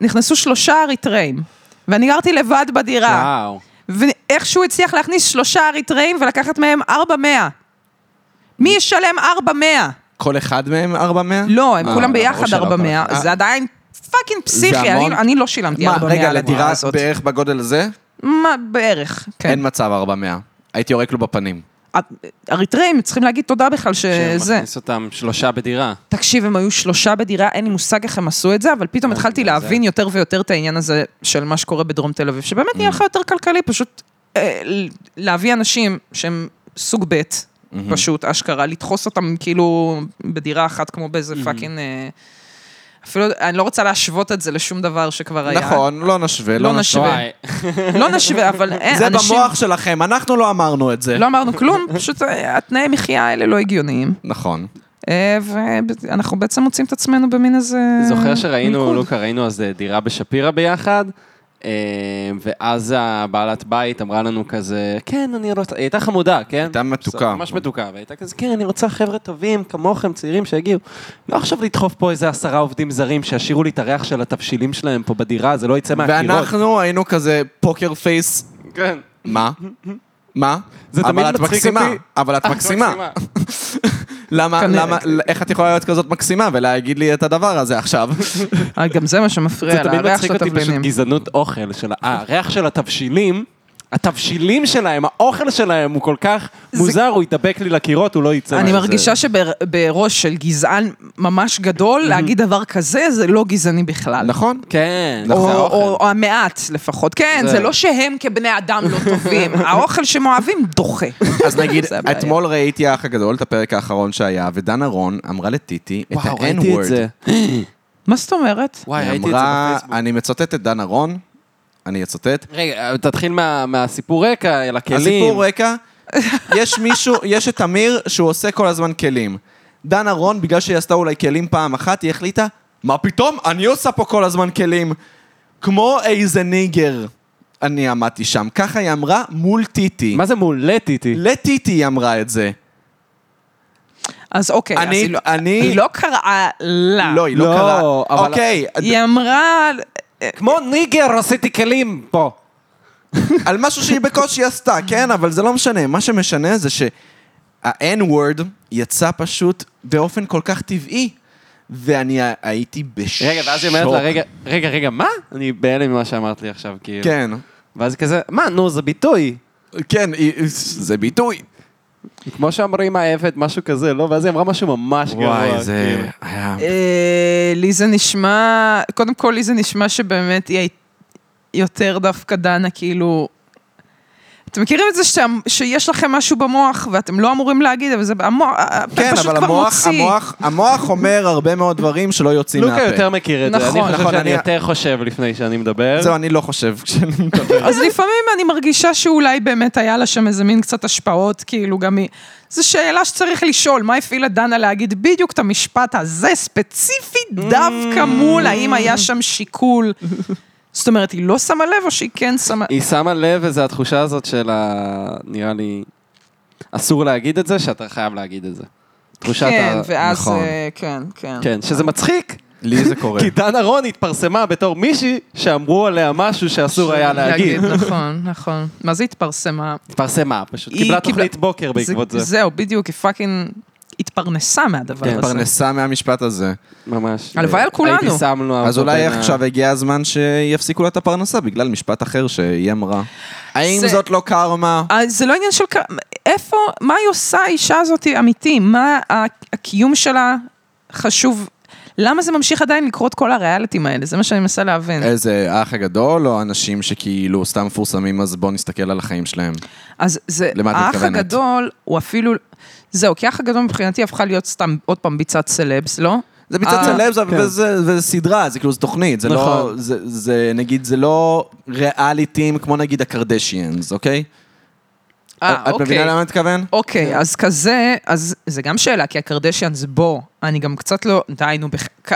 S3: נכנסו שלושה אריתראים, ואני גרתי לבד בדירה.
S4: וואו.
S3: ואיכשהו הצליח להכניס שלושה אריתראים ולקחת מהם ארבע מאה. מי ישלם ארבע מאה?
S2: כל אחד מהם 400?
S3: לא, הם
S2: אה,
S3: כולם
S2: או
S3: ביחד
S2: שלא,
S3: ארבע מאה,
S2: אה,
S3: זה עדיין פאקינג
S2: זה
S3: פסיכי,
S2: המון.
S3: אני- אני לא שילמתי
S2: מה,
S3: ארבע מאה
S2: רגע,
S3: על הדירה
S2: לדירה
S3: הזאת.
S2: בערך בגודל הזה?
S3: מה, בערך, כן.
S2: אין מצב 400. הייתי יורק לו בפנים.
S3: אריתראים צריכים להגיד תודה בכלל
S4: אה,
S3: שזה.
S4: שמכניס אותם שלושה בדירה.
S3: תקשיב, הם היו שלושה בדירה, אין לי מושג איך הם עשו את זה, אבל פתאום התחלתי
S4: בגלל זה.
S3: להבין יותר ויותר את העניין הזה של מה שקורה בדרום תל אביב, שבאמת נהיה לך יותר כלכלי פשוט אה, ל- להביא אנשים שהם סוג ב', פשוט, אשכרה, לדחוס אותם כאילו בדירה אחת כמו באיזה פאקינג... אה, אפילו, אני לא רוצה להשוות את זה לשום דבר שכבר היה.
S2: נכון, לא נשווה,
S3: לא
S2: לא נשווה.
S3: נשווה.
S4: וואי.
S3: (laughs) לא נשווה, אבל אין,
S2: זה
S3: אנשים...
S2: במוח שלכם, אנחנו לא אמרנו את זה.
S3: לא אמרנו כלום, פשוט אה, התנאי מחיה האלה לא הגיוניים.
S2: נכון.
S3: אה, ואנחנו בעצם מוצאים את עצמנו במין איזה...
S4: זוכר שראינו,
S3: מלכוד.
S4: לוקה, ראינו אז אה, דירה בשפירא ביחד, אה, ואז הבעלת בית אמרה לנו כזה, כן, אני רוצה, היא הייתה חמודה, כן?
S2: הייתה מתוקה.
S4: ממש מתוקה, והייתה כזה, כן, אני רוצה חבר'ה טובים, כמוכם, צעירים שהגיעו. לא עכשיו לדחוף פה איזה עשרה עובדים זרים שישאירו לי את הריח של התבשילים שלהם פה בדירה, זה לא יצא מהקירות.
S2: ואנחנו היינו כזה פוקר פייס,
S4: כן.
S2: מה? מה?
S4: זה תמיד
S2: אבל את
S4: מצחיק
S2: מקסימה,
S4: אותי.
S2: אבל את
S3: (laughs)
S2: מקסימה. למה,
S3: כנראה.
S2: למה, איך את יכולה להיות כזאת מקסימה ולהגיד לי את הדבר הזה
S3: (laughs)
S2: עכשיו?
S3: אה, גם זה מה
S4: זה
S3: שמפריע,
S4: תמיד
S3: לריח
S4: מצחיק
S3: של
S4: אותי פשוט
S3: התבלינים.
S4: גזענות אוכל, של ה- אה, הריח של התבשילים. התבשילים שלהם, האוכל שלהם הוא כל כך
S3: זה-
S4: מוזר, הוא ידבק לי לקירות, הוא לא יצא.
S3: אני
S4: מהזה.
S3: מרגישה שבראש של גזען ממש גדול, להגיד דבר כזה, זה לא גזעני בכלל.
S2: נכון?
S4: כן,
S3: או-
S4: זה האוכל.
S3: או או המעט לפחות. כן,
S4: זה-
S3: זה לא שהם כבני אדם לא טובים, האוכל שהם אוהבים דוחה.
S2: אז נגיד,
S3: זה הבעיה.
S2: אתמול ראיתי האח הגדול, את הפרק האחרון שהיה, ודנה רון אמרה לטיטי את
S4: וואו, ראיתי את
S2: ה-N-word.
S4: זה.
S3: מה זאת אומרת?
S4: וואי,
S2: היא
S4: ראיתי את זה
S2: אמרה,
S4: בפייסבוק.
S2: אני מצטט את דנה רון, אני אצטט.
S4: רגע, אה, תתחיל מה- מהסיפור רקע, אל הכלים.
S2: הסיפור רקע, יש מישהו, (laughs) יש את אמיר שהוא עושה כל הזמן כלים. דנה רון, בגלל שהיא עשתה אולי כלים פעם אחת, היא החליטה, מה פתאום, אני עושה פה כל הזמן כלים. כמו איזה ניגר, אני עמדתי שם. ככה היא אמרה מול טיטי.
S4: מה זה מולט איתי?
S2: לטיטי היא אמרה את זה.
S3: אז אוקיי, אז
S2: אני-
S3: היא לא-
S2: אני-
S3: היא לא קראה לה.
S2: לא, היא לא
S4: לא,
S2: קראה.
S4: אבל-
S2: אוקיי,
S3: היא אמרה,
S4: כמו ניגר עשיתי כלים פה.
S2: על משהו שהיא בקושי עשתה, כן? אבל זה לא משנה. מה שמשנה זה שה-N-word יצא פשוט באופן כל כך טבעי, ואני ה- הייתי בשוק.
S4: רגע, ואז היא אומרת לה, רגע, רגע, רגע, מה? אני בהלם ממה שאמרת לי עכשיו, כאילו.
S2: כן.
S4: ואז כזה, מה, נו, זה ביטוי.
S2: כן, היא- זה ביטוי.
S4: כמו שאומרים העבד, משהו כזה, לא? ואז היא אמרה משהו ממש גרוע. כאילו.
S2: היה...
S3: אה, לי זה נשמע, קודם כל לי זה נשמע שבאמת היא היית- יותר דווקא דנה, כאילו... אתם מכירים את זה שאתם, שיש לכם משהו במוח ואתם לא אמורים להגיד, אבל זה המוח, אה,
S2: כן,
S3: פשוט
S2: אבל
S3: כבר
S2: המוח,
S3: מוציא.
S2: המוח, המוח אומר הרבה מאוד דברים שלא יוצאים מהפה.
S4: לוקה יותר מכיר את זה.
S3: נכון,
S4: אני חושב
S2: נכון,
S4: שאני
S2: אני-
S4: יותר חושב לפני שאני מדבר.
S2: זהו, אני לא חושב כשאני מדבר.
S3: אז לפעמים אני מרגישה שאולי באמת היה לה שם איזה מין קצת השפעות, כאילו גם היא... זו שאלה שצריך לשאול, מה הפעילה דנה להגיד בדיוק את המשפט הזה, ספציפית דווקא מול, האם היה שם שיקול? זאת אומרת, היא לא שמה לב או שהיא כן שמה...
S4: היא שמה לב איזה התחושה הזאת של ה... נראה לי... אסור להגיד את זה, שאתה חייב להגיד את זה. תחושת
S3: כן,
S4: ה...
S3: ואז,
S2: נכון.
S3: אה, כן, כן.
S4: כן, שזה מצחיק,
S2: לי
S4: (laughs)
S2: זה קורה.
S4: כי דנה רון התפרסמה בתור מישהי שאמרו עליה משהו שאסור היה להגיד.
S3: (laughs) נכון, נכון. מה זה התפרסמה?
S4: התפרסמה, פשוט
S3: היא
S4: קיבלה
S3: קיבלה-
S4: תוכנית בוקר בעקבות זה.
S3: זהו, בדיוק, היא פאקינג התפרנסה מהדבר הזה.
S4: כן,
S2: התפרנסה מהמשפט הזה.
S4: ממש.
S3: הלוואי על כולנו.
S4: הייתי שם לו...
S2: אז אולי עכשיו הגיע הזמן שיפסיקו לה את הפרנסה בגלל משפט אחר שהיא אמרה. האם
S3: זה-
S2: זאת לא קרמה?
S3: אז זה לא עניין של... כ- איפה, מה היא עושה, האישה הזאת אמיתי? מה ה- הקיום שלה חשוב? למה זה ממשיך עדיין לקרות כל הריאליטים האלה? זה מה שאני מנסה להבין.
S2: איזה האח הגדול, או אנשים שכאילו סתם מפורסמים, אז בואו נסתכל על החיים שלהם.
S3: אז זה,
S2: למה את
S3: האח
S2: מתכוונת?
S3: הגדול הוא אפילו... זהו, כי האח הגדול מבחינתי הפכה להיות סתם עוד פעם ביצת סלבס, לא?
S2: זה מצד
S3: אה,
S2: סלב, זה- וזה וזה סדרה, זה כאילו, זה תוכנית, זה לא,
S4: נכון.
S2: זה- זה נגיד, זה לא ריאליטים כמו נגיד הקרדשיאנס, אוקיי?
S3: אה,
S2: את מבינה למה אני מתכוון?
S3: אוקיי, אז כזה, אז זה גם שאלה, כי הקרדשיאנס בו, אני גם קצת לא, די, נו, בח... ק-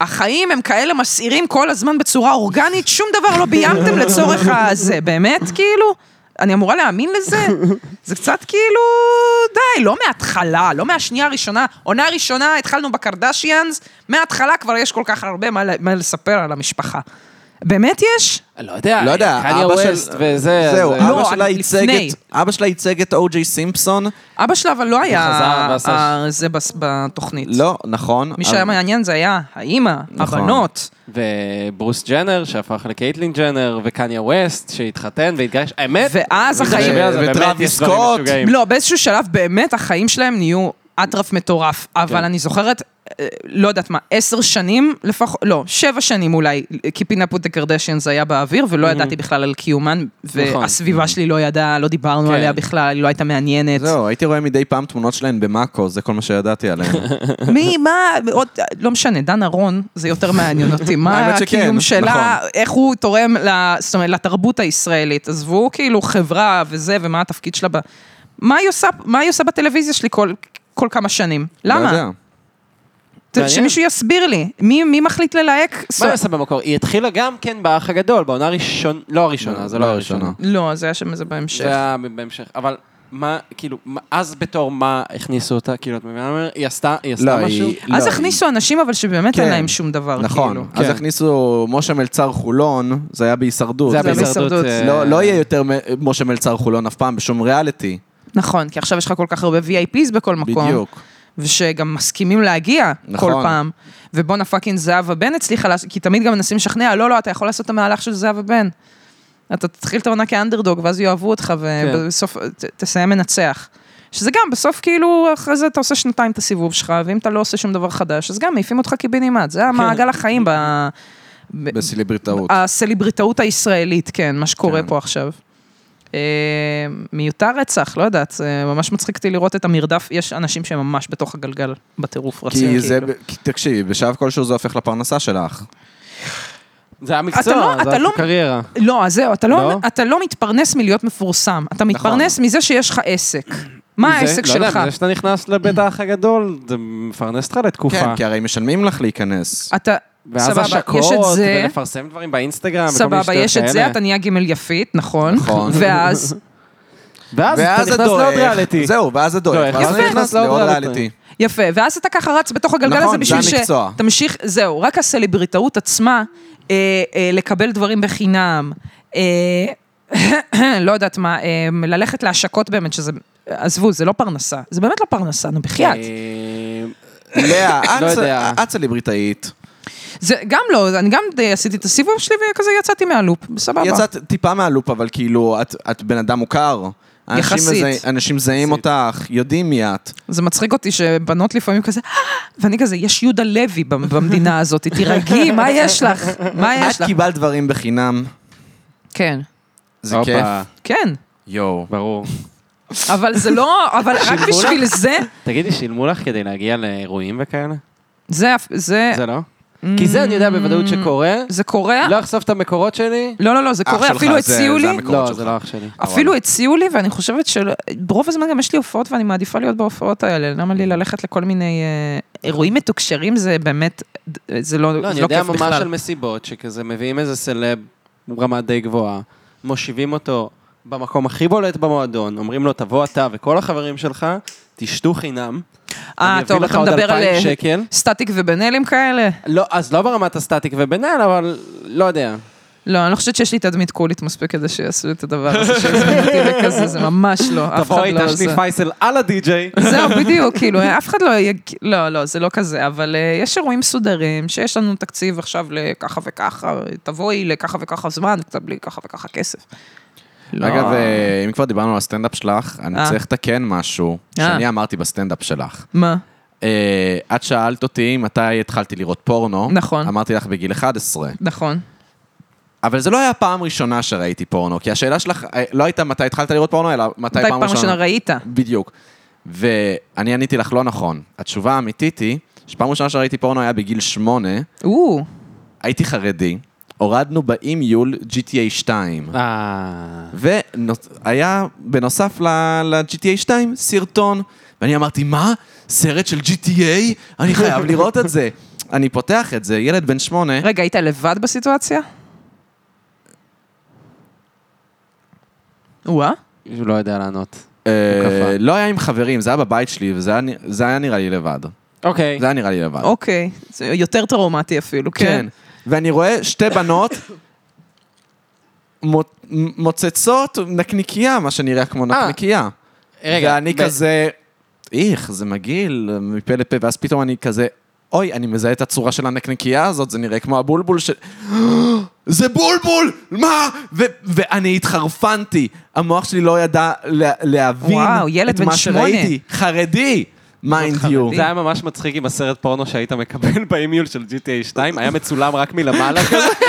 S3: החיים הם כאלה מסעירים כל הזמן בצורה אורגנית, שום דבר לא ביימתם לצורך הזה. באמת, כאילו? אני אמורה להאמין לזה? זה קצת כאילו, די, לא מההתחלה, לא מהשנייה הראשונה. עונה ראשונה התחלנו בקרדשיאנס, מההתחלה כבר יש כל כך הרבה מה, ל- מה לספר על המשפחה. באמת יש?
S4: לא יודע,
S2: לא יודע,
S3: אה,
S4: קניה
S2: אבא של-
S4: ווסט וזה,
S2: זהו,
S4: זה-
S3: לא,
S2: אבא שלה
S3: אני-
S2: ייצג
S3: לפני.
S2: את... אבא שלה ייצג את או.ג'יי סימפסון.
S3: אבא שלה אבל לא
S4: חזר
S3: היה
S4: ועשה
S3: אה, זה בס- בתוכנית.
S2: לא, נכון.
S3: מי שהיה מעניין זה היה האימא,
S2: נכון.
S3: הבנות.
S4: וברוס ג'נר שהפך לקייטלין ג'נר, וקניה ווסט שהתחתן והתגרש, האמת,
S3: ואז
S4: מי
S3: החיים...
S4: שמדבר על זה, באמת
S2: וטראביס
S4: יש דברים
S2: סקוט.
S4: משוגעים.
S3: לא, באיזשהו שלב באמת החיים שלהם נהיו אטרף מטורף, אבל אני זוכרת, אה, לא יודעת מה, עשר שנים לפחות, לא, שבע שנים אולי, Keeping up with the Kardashians היה באוויר, ולא ידעתי בכלל על קיומן,
S4: נכון.
S3: והסביבה שלי לא ידעה, לא דיברנו
S4: כן.
S3: עליה בכלל, היא לא הייתה מעניינת.
S2: זהו, הייתי רואה מדי פעם תמונות שלהן במאקו, זה כל מה שידעתי עליהן.
S3: מי, מה, עוד, לא משנה, דן ארון, זה יותר מעניין אותי. מה
S2: האמת שכן,
S3: הקיום שלה,
S2: נכון.
S3: איך הוא תורם ל- זאת אומרת, לתרבות הישראלית. עזבו כאילו חברה וזה, ומה התפקיד שלה ב... מה היא עושה, מה היא עושה בטלוויזיה שלי כל, כל כמה שנים?
S2: לא
S3: למה?
S2: יודע.
S3: ת-
S4: מעניין.
S3: שמישהו יסביר לי. מי, מי מחליט ללהק?
S4: מה היא
S3: סו-
S4: עושה במקור? היא התחילה גם כן באח הגדול, בעונה הראשונה, לא הראשונה, זה לא הראשונה.
S3: לא, זה היה שם איזה בהמשך.
S4: זה היה בהמשך, אבל מה, כאילו, מה- אז בתור מה הכניסו אותה, כאילו, את מבינה? מה אני אומר? היא עשתה, היא עשתה
S2: לא,
S4: משהו?
S2: היא-
S3: אז
S2: לא,
S3: הכניסו אנשים, אבל שבאמת אין
S2: כן.
S3: להם שום דבר,
S2: היא-
S3: נכון.
S2: נכון,
S3: כאילו.
S2: אז
S4: כן.
S2: הכניסו משה מלצר חולון, זה היה בהישרדות.
S4: זה היה
S3: בהישרדות.
S4: בהישרדות. אה,
S2: לא לא יהיה יותר מ- משה מלצר חולון אף פעם בשום ריאליטי,
S3: נכון, כי עכשיו יש לך כל כך הרבה VIPs בכל
S4: נכון.
S3: מקום.
S2: בדיוק.
S3: ושגם מסכימים להגיע
S2: נכון.
S3: כל פעם. ובואנה פאקינג זהבה בן הצליחה, לעשות- כי תמיד גם מנסים לשכנע, לא, לא, אתה יכול לעשות את המהלך של זהבה בן. אתה תתחיל את העונה כאנדרדוג, ואז יאהבו אותך, ובסוף ת- תסיים מנצח. שזה גם, בסוף כאילו, אחרי זה אתה עושה שנתיים את הסיבוב שלך, ואם אתה לא עושה שום דבר חדש, אז גם מעיפים אותך קיבינימט. זה המעגל החיים ב... ב-
S2: בסלבריטאות.
S4: אה,
S3: הסלבריטאות הישראלית, כן, מה שקורה
S2: כן.
S3: פה עכשיו. אה, מיותר רצח, לא יודעת, זה ממש מצחיק אותי לראות את המרדף, יש אנשים שהם ממש בתוך הגלגל בטירוף רצים.
S2: כי זה,
S3: כאילו.
S2: כי תקשיבי, בשלב כלשהו זה הופך לפרנסה שלך.
S4: זה היה
S3: אתה לא-
S4: מקצוע,
S3: אתה
S4: זה היה
S3: לא-
S4: קריירה.
S3: לא, אז זהו, אתה לא,
S4: לא? נכון.
S3: אתה לא מתפרנס מלהיות מפורסם, אתה מתפרנס מזה שיש לך עסק. מה
S4: מזה-
S3: העסק
S4: לא
S3: שלך?
S4: יודע, מזה שאתה נכנס לבית האח הגדול, זה מפרנס אותך לתקופה.
S2: כן, כי הרי משלמים לך להיכנס.
S3: אתה,
S4: ואז
S3: סבבה, יש
S4: השקות,
S3: את זה,
S4: ולפרסם דברים באינסטגרם, וכל
S3: סבבה,
S4: מיני שטויות
S3: יש את זה,
S4: כאלה.
S3: אתה נהיה גמל יפית, נכון?
S2: נכון.
S3: ואז
S4: ואז אתה נכנס לעוד ריאליטי.
S2: זהו, ואז זה דועך.
S4: דועך,
S2: ואז
S4: יפה.
S2: אתה נכנס לעוד ריאליטי.
S3: יפה, ואז אתה ככה רץ בתוך הגלגל
S2: נכון,
S3: הזה
S2: זה
S3: בשביל
S2: המקצוע.
S3: שתמשיך, זהו, רק הסלבריטאות עצמה, אה, אה, לקבל דברים בחינם, אה, (coughs) לא יודעת מה, אה, ללכת להשקות באמת, שזה, עזבו, זה לא פרנסה, זה באמת לא פרנסה, נו בחייאת.
S4: אה,
S2: לאה,
S4: לא
S2: את-
S4: יודע.
S2: את סלבריטאית.
S3: זה גם לא, אני גם די עשיתי את הסיבוב שלי וכזה יצאתי מהלופ, בסבבה.
S2: יצאת טיפה מהלופ, אבל כאילו, את- את בן אדם מוכר. אנשים
S3: יחסית. אה,
S2: מזה- אנשים זהים
S4: יחסית.
S2: אותך, יודעים מי את.
S3: זה מצחיק אותי שבנות לפעמים כזה, (gasps) "אה", ואני כזה, יש יהודה לוי במ- במדינה הזאת,
S2: (laughs)
S3: תירגעי, מה יש לך? מה יש
S2: את
S3: לך?
S2: קיבלת דברים בחינם.
S3: כן,
S2: זה
S4: הופה,
S2: כיף.
S3: כן.
S2: יואו.
S4: ברור.
S3: אבל זה לא, אבל רק
S4: שילמו
S3: בשביל זה,
S4: תגידי, שילמו לך כדי להגיע לאירועים וכאלה?
S3: זה, אף- זה,
S4: זה לא?
S3: Mm.
S4: כי זה אני יודע בוודאות שקורה.
S3: זה קורה,
S4: לא אה, אחשוף את המקורות שלי?
S3: לא, לא, לא, זה
S2: אח
S3: קורה,
S2: שלך
S3: אפילו
S2: זה-
S3: הציעו
S2: זה
S3: לי,
S2: המקורות
S4: לא,
S2: שלך.
S4: זה לא אח שלי.
S3: אפילו הציעו לי, ואני חושבת שברוב הזמן גם יש לי הופעות ואני מעדיפה להיות בהופעות האלה, למה לי ללכת לכל מיני אה, אירועים מתוקשרים, זה באמת, אה, זה לא
S4: לא,
S3: זה
S4: אני
S3: לא
S4: יודע
S3: כיף
S4: ממש על
S3: בכלל.
S4: מסיבות שכזה מביאים איזה סלב רמה די גבוהה, מושיבים אותו במקום הכי בולט במועדון, אומרים לו תבוא אתה וכל החברים שלך, תשתו חינם.
S3: אה,
S4: אני אביא
S3: טוב,
S4: לך
S3: אתה
S4: עוד
S3: מדבר על
S4: 2,000
S3: אה,
S4: שקל.
S3: סטטיק ובן-אלים כאלה?
S4: לא, אז לא ברמת הסטטיק ובנאל, אבל לא יודע.
S3: לא, אני לא חושבת שיש לי תדמית קולית מספיק כדי שיעשו את הדבר הזה, שיזמינו אותי וכזה, זה ממש לא, אף אחד
S4: תבוא
S3: לא...
S4: איתה שלי
S3: זה.
S4: פייסל על הדי-ג'יי.
S3: זהו, בדיוק, כאילו, אף אחד לא יגיע, לא, לא, זה לא כזה, אבל אה, יש אירועים מסודרים, שיש לנו תקציב עכשיו לככה וככה, תבואי לככה וככה זמן, קצת בלי ככה וככה כסף. לא.
S2: אגב, אה, אם כבר דיברנו על הסטנדאפ שלך, אני
S3: אה.
S2: צריך לתקן משהו
S3: אה.
S2: שאני אמרתי בסטנדאפ שלך.
S3: מה?
S2: אה, את שאלת אותי מתי התחלתי לראות פורנו.
S3: נכון.
S2: אמרתי לך בגיל 11.
S3: נכון.
S2: אבל זה לא היה פעם ראשונה שראיתי פורנו, כי השאלה שלך אה, לא הייתה מתי התחלת לראות פורנו, אלא מתי
S3: מתי פעם ראשונה אה? ראית?
S2: בדיוק. ואני עניתי לך לא נכון. התשובה האמיתית היא, שפעם ראשונה שראיתי פורנו היה בגיל שמונה,
S3: או,
S2: הייתי חרדי, הורדנו באיים יול GTA 2.
S4: אה...
S2: והיה בנוסף ל- ל-GTA 2 סרטון, ואני אמרתי, מה? סרט של GTA? אני חייב לראות את זה. (laughs) אני פותח את זה, ילד בן שמונה,
S3: רגע, היית לבד בסיטואציה? וואה.
S4: הוא לא יודע לענות.
S2: אה,
S4: קפא.
S2: לא היה עם חברים, זה היה בבית שלי, וזה היה נ- זה היה נראה לי לבד.
S4: אוקיי.
S2: זה היה נראה לי לבד.
S3: אוקיי. זה יותר טראומטי אפילו,
S2: כן.
S3: כן.
S2: ואני רואה שתי בנות מוצ- מוצצות נקניקייה, מה שנראה כמו
S3: אה,
S2: נקניקייה.
S4: רגע,
S2: ואני
S4: ב-
S2: כזה, איך, זה מגעיל, מפה לפה, ואז פתאום אני כזה, אוי, אני מזהה את הצורה של הנקניקייה הזאת, זה נראה כמו הבולבול של... זה בולבול! מה? ו- ואני התחרפנתי. המוח שלי לא ידע לה- להבין
S3: וואו, ילד
S2: את
S3: בן
S2: מה
S3: שמונה.
S2: שראיתי. חרדי! מיינד יו.
S4: זה היה ממש מצחיק עם הסרט פורנו שהיית מקבל באימיול של GTA 2, היה מצולם רק (laughs) מלמעלה כזה.
S3: (laughs)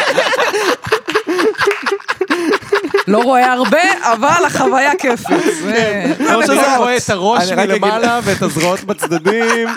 S3: לא רואה הרבה, אבל החוויה כיפית. זה-
S4: כמו
S2: שזה
S4: שאתה
S2: היה-
S4: רואה את הראש
S2: אני רק אגיד-
S4: מלמעלה ואת הזרועות (laughs) בצדדים.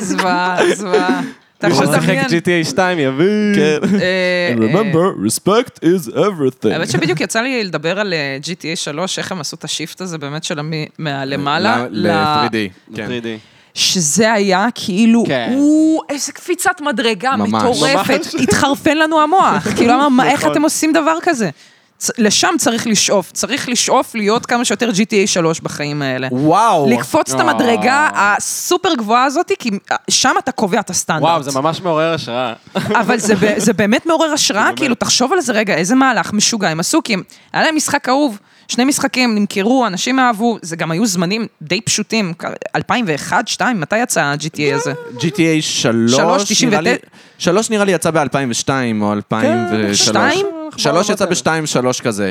S3: זוועה, זוועה. אתה
S4: מי
S3: יכול
S4: ששחק
S3: לדמיין.
S4: GTA 2 יבין. (laughs)
S3: אה, אה,
S2: respect is everything.
S3: האמת שבדיוק יצא לי לדבר על אה, GTA 3, איך הם עשו את השיפט הזה באמת של המ- מהלמעלה. ל-
S2: ל-3D. כן.
S4: 3D.
S3: שזה היה כאילו,
S4: כן.
S3: הוא, איזה קפיצת מדרגה
S2: ממש.
S3: מטורפת,
S4: ממש.
S3: התחרפן לנו
S2: (laughs)
S3: המוח, כאילו אמר, מה, איך
S4: נכון.
S3: אתם עושים דבר כזה? צ- לשם צריך לשאוף, צריך לשאוף להיות כמה שיותר GTA 3 בחיים האלה.
S2: וואו.
S3: לקפוץ את
S4: אה.
S3: המדרגה הסופר גבוהה הזאת, כי אה, שם אתה קובע את הסטנדרט.
S4: וואו, זה ממש מעורר השראה.
S3: אבל זה, ב- זה באמת מעורר השראה, כאילו, תחשוב על זה רגע, איזה מהלך משוגע הם עשו, כי הם, היה להם משחק אהוב, שני משחקים נמכרו, אנשים אהבו, זה גם היו זמנים די פשוטים, כ- 2001, 2002, מתי יצא ה-GTA הזה?
S2: GTA 3,
S3: שלוש, תשעים
S2: נראה לי-
S3: ותשע- כן,
S2: שלוש נראה לי יצא ב-2002 או 2003.
S3: שתיים?
S2: שלוש יצא ב-2, שלוש כזה.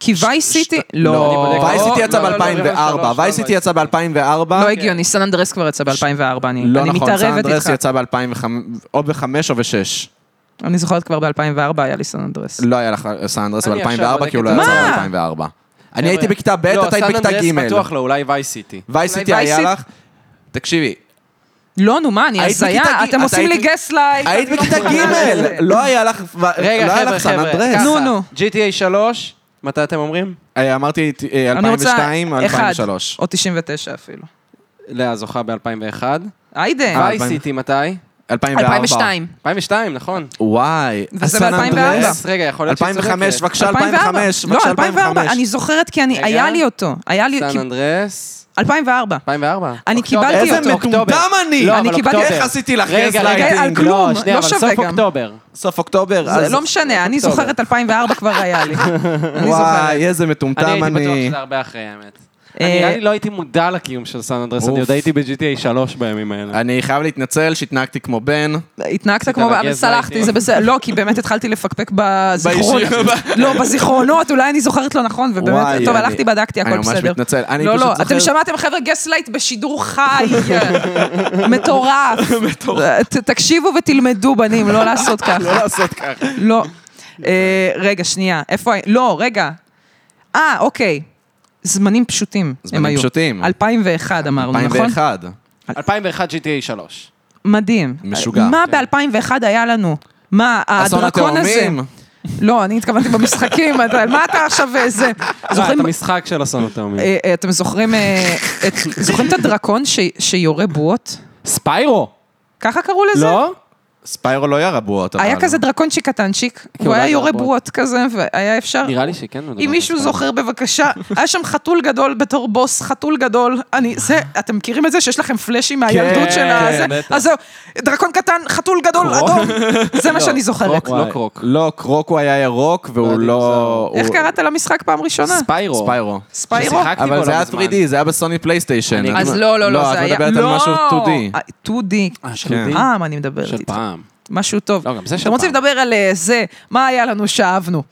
S3: כי וייס סיטי,
S2: לא,
S3: לא,
S2: וייס סיטי יצא
S4: לא, לא, לא, לא,
S2: ב-2004,
S4: לא, לא,
S2: וייס סיטי
S4: לא,
S2: יצא ב-2004.
S3: לא הגיוני, סן אנדרס כבר יצא ב-2004, אני
S2: אוקיי. לא
S3: אני
S2: נכון, סן
S3: מתערבת
S2: אנדרס
S3: איתך.
S2: יצא ב-2005, או ב-5 או ב-6.
S3: אני זוכרת כבר ב-2004 היה לי סן אנדרס.
S2: לא היה לך סן אנדרס
S4: אני עכשיו
S2: ב-2004, כי הוא לא
S3: בודק את
S2: יצא
S3: זה.
S2: ב-2004. אני הייתי בכיתה ב', אתה היית בכיתה
S4: לא, סן אנדרס
S2: ג'.
S4: בטוח לא, אולי וייס סיטי.
S2: וייס
S3: אולי
S2: סיטי היה
S3: וייס
S2: לך? תקשיבי,
S3: לא, נו מה, אני
S2: היית
S3: הזיה,
S2: בכיתה ג',
S3: אתם
S2: את
S3: עושים לי
S2: היית-
S3: גס לייט. (laughs)
S2: היית בכיתה ג', לא היה לך לא היה לך סן אנדרס.
S3: נו, נו.
S4: GTA 3, מתי אתם אומרים?
S2: אה, אמרתי אה, 2002, 2003.
S3: או 99 אפילו.
S4: לאה זוכה ב-2001.
S3: היידה,
S4: וייס סיטי מתי?
S2: 2004.
S3: 2002.
S4: 2002, נכון.
S2: וואי,
S3: וזה
S2: הסן
S3: ב-2004.
S2: אנדרס.
S4: רגע, יכול להיות שהיא צודקת.
S2: 2005, בבקשה
S3: 2004.
S2: 2005,
S3: לא,
S2: בבקשה
S3: 2004,
S2: 2005.
S3: אני זוכרת כי אני,
S4: רגע.
S3: היה לי אותו. היה לי, כי-
S4: סן אנדרס.
S3: 2004.
S4: 2004.
S3: אני
S4: אוקטובר.
S3: קיבלתי
S2: איזה
S3: אותו.
S2: מטומטם אני!
S4: לא,
S3: אני
S4: אבל
S3: קיבלתי-
S4: אוקטובר.
S2: איך עשיתי לך
S4: רגע,
S2: gaslighting?
S4: רגע,
S3: על כלום,
S4: שנייה,
S3: לא
S4: אבל
S3: שווה
S4: סוף
S3: גם.
S4: אוקטובר.
S2: סוף אוקטובר,
S3: זה
S2: אז...
S3: לא משנה, אני
S4: אוקטובר.
S3: זוכרת 2004 כבר היה
S2: (laughs)
S3: לי. אני זוכרת.
S2: וואי, איזה מטומטם
S4: אני הייתי בטוח
S2: אני.
S4: שזה הרבה אחרי, האמת.
S3: אה,
S4: אני נראה לי לא הייתי מודע לקיום של סן אנדרס, אני
S2: אוף.
S4: עוד הייתי ב-GTA 3 בימים האלה.
S2: אני חייב להתנצל שהתנהגתי כמו בן.
S3: התנהגת כמו,
S4: לגז
S3: אבל סלחתי,
S4: לייטינג.
S3: זה בסדר. לא, כי באמת התחלתי לפקפק בזיכרון. לא, בזיכרונות, אולי אני זוכרת לא נכון,
S2: וואי,
S3: ובאמת, טוב,
S2: אני-
S3: הלכתי, בדקתי,
S2: אני
S3: הכל
S2: ממש
S3: בסדר.
S2: מתנצל, אני
S3: לא,
S2: פשוט
S3: לא,
S2: זוכר-
S3: אתם שמעתם, חבר'ה, גסלייט בשידור חי. (laughs) מטורף.
S2: (laughs)
S3: ת- תקשיבו ותלמדו, בנים, לא לעשות ככה. לא לעשות ככה. לא. אה, רגע, שנייה, איפה... הי- לא, רגע. אה, אוקיי. זמנים פשוטים
S2: זמנים
S3: הם היו.
S2: פשוטים.
S3: 2001 אמרנו, נכון?
S2: 2001.
S4: 2001 GTA 3.
S3: מדהים.
S2: משוגע.
S3: מה ב-2001 היה לנו? מה,
S2: אסון
S3: הדרקון הזה?
S2: התאומים.
S3: לא, אני התכוונתי במשחקים, (laughs) אתה- מה אתה עכשיו אה, זה? זוכרים...
S4: זוכרים? את המשחק של אסון התאומים.
S3: אה, אה, אתם זוכרים אה, את- זוכרים את הדרקון ש- שיורה בועות?
S4: ספיירו!
S3: ככה קראו לזה?
S4: לא?
S2: ספיירו לא ירה בועות, אבל...
S3: היה כזה דרקונצ'יק קטנצ'יק, הוא
S4: אולי
S3: היה
S4: זה
S3: יורה
S4: הבועות.
S3: בועות כזה, והיה אפשר...
S4: לא נראה לי שכן. לא מדובר
S3: אם
S4: על
S3: מישהו
S4: ספיירו.
S3: זוכר, בבקשה, היה שם חתול גדול בתור בוס, חתול גדול. אני, זה, אתם מכירים את זה שיש לכם פלאשים מהילדות של
S4: כן,
S3: הזה?
S4: בטח.
S3: אז זהו, דרקון קטן, חתול גדול,
S4: קרוק?
S3: אדום. זה מה שאני זוכרת.
S4: קרוק, לא קרוק.
S2: לא, קרוק הוא היה ירוק,
S4: לא
S2: והוא
S4: יודע,
S2: לא...
S3: איך
S2: הוא-
S3: קראת למשחק פעם ראשונה?
S4: ספיירו.
S2: ספיירו.
S3: אה. ספיירו?
S4: ששיחקתי בו
S2: אבל זה
S4: לא
S2: היה
S4: מזמן.
S2: 3D, זה היה בסוני פלייסטיישן.
S4: אני-
S2: את-
S3: אז לא, לא, לא,
S2: את
S3: זה היה...
S2: מדברת על
S3: לא!
S2: משהו 2D.
S3: אה, 2D.
S4: אה, של
S2: כן.
S4: פעם.
S3: אה, מה אני מדברת
S4: של
S3: איתך?
S4: פעם.
S3: משהו טוב.
S4: לא, גם זה של
S3: אתם רוצים
S4: פעם.
S3: לדבר על אה, זה, מה היה לנו שאהבנו.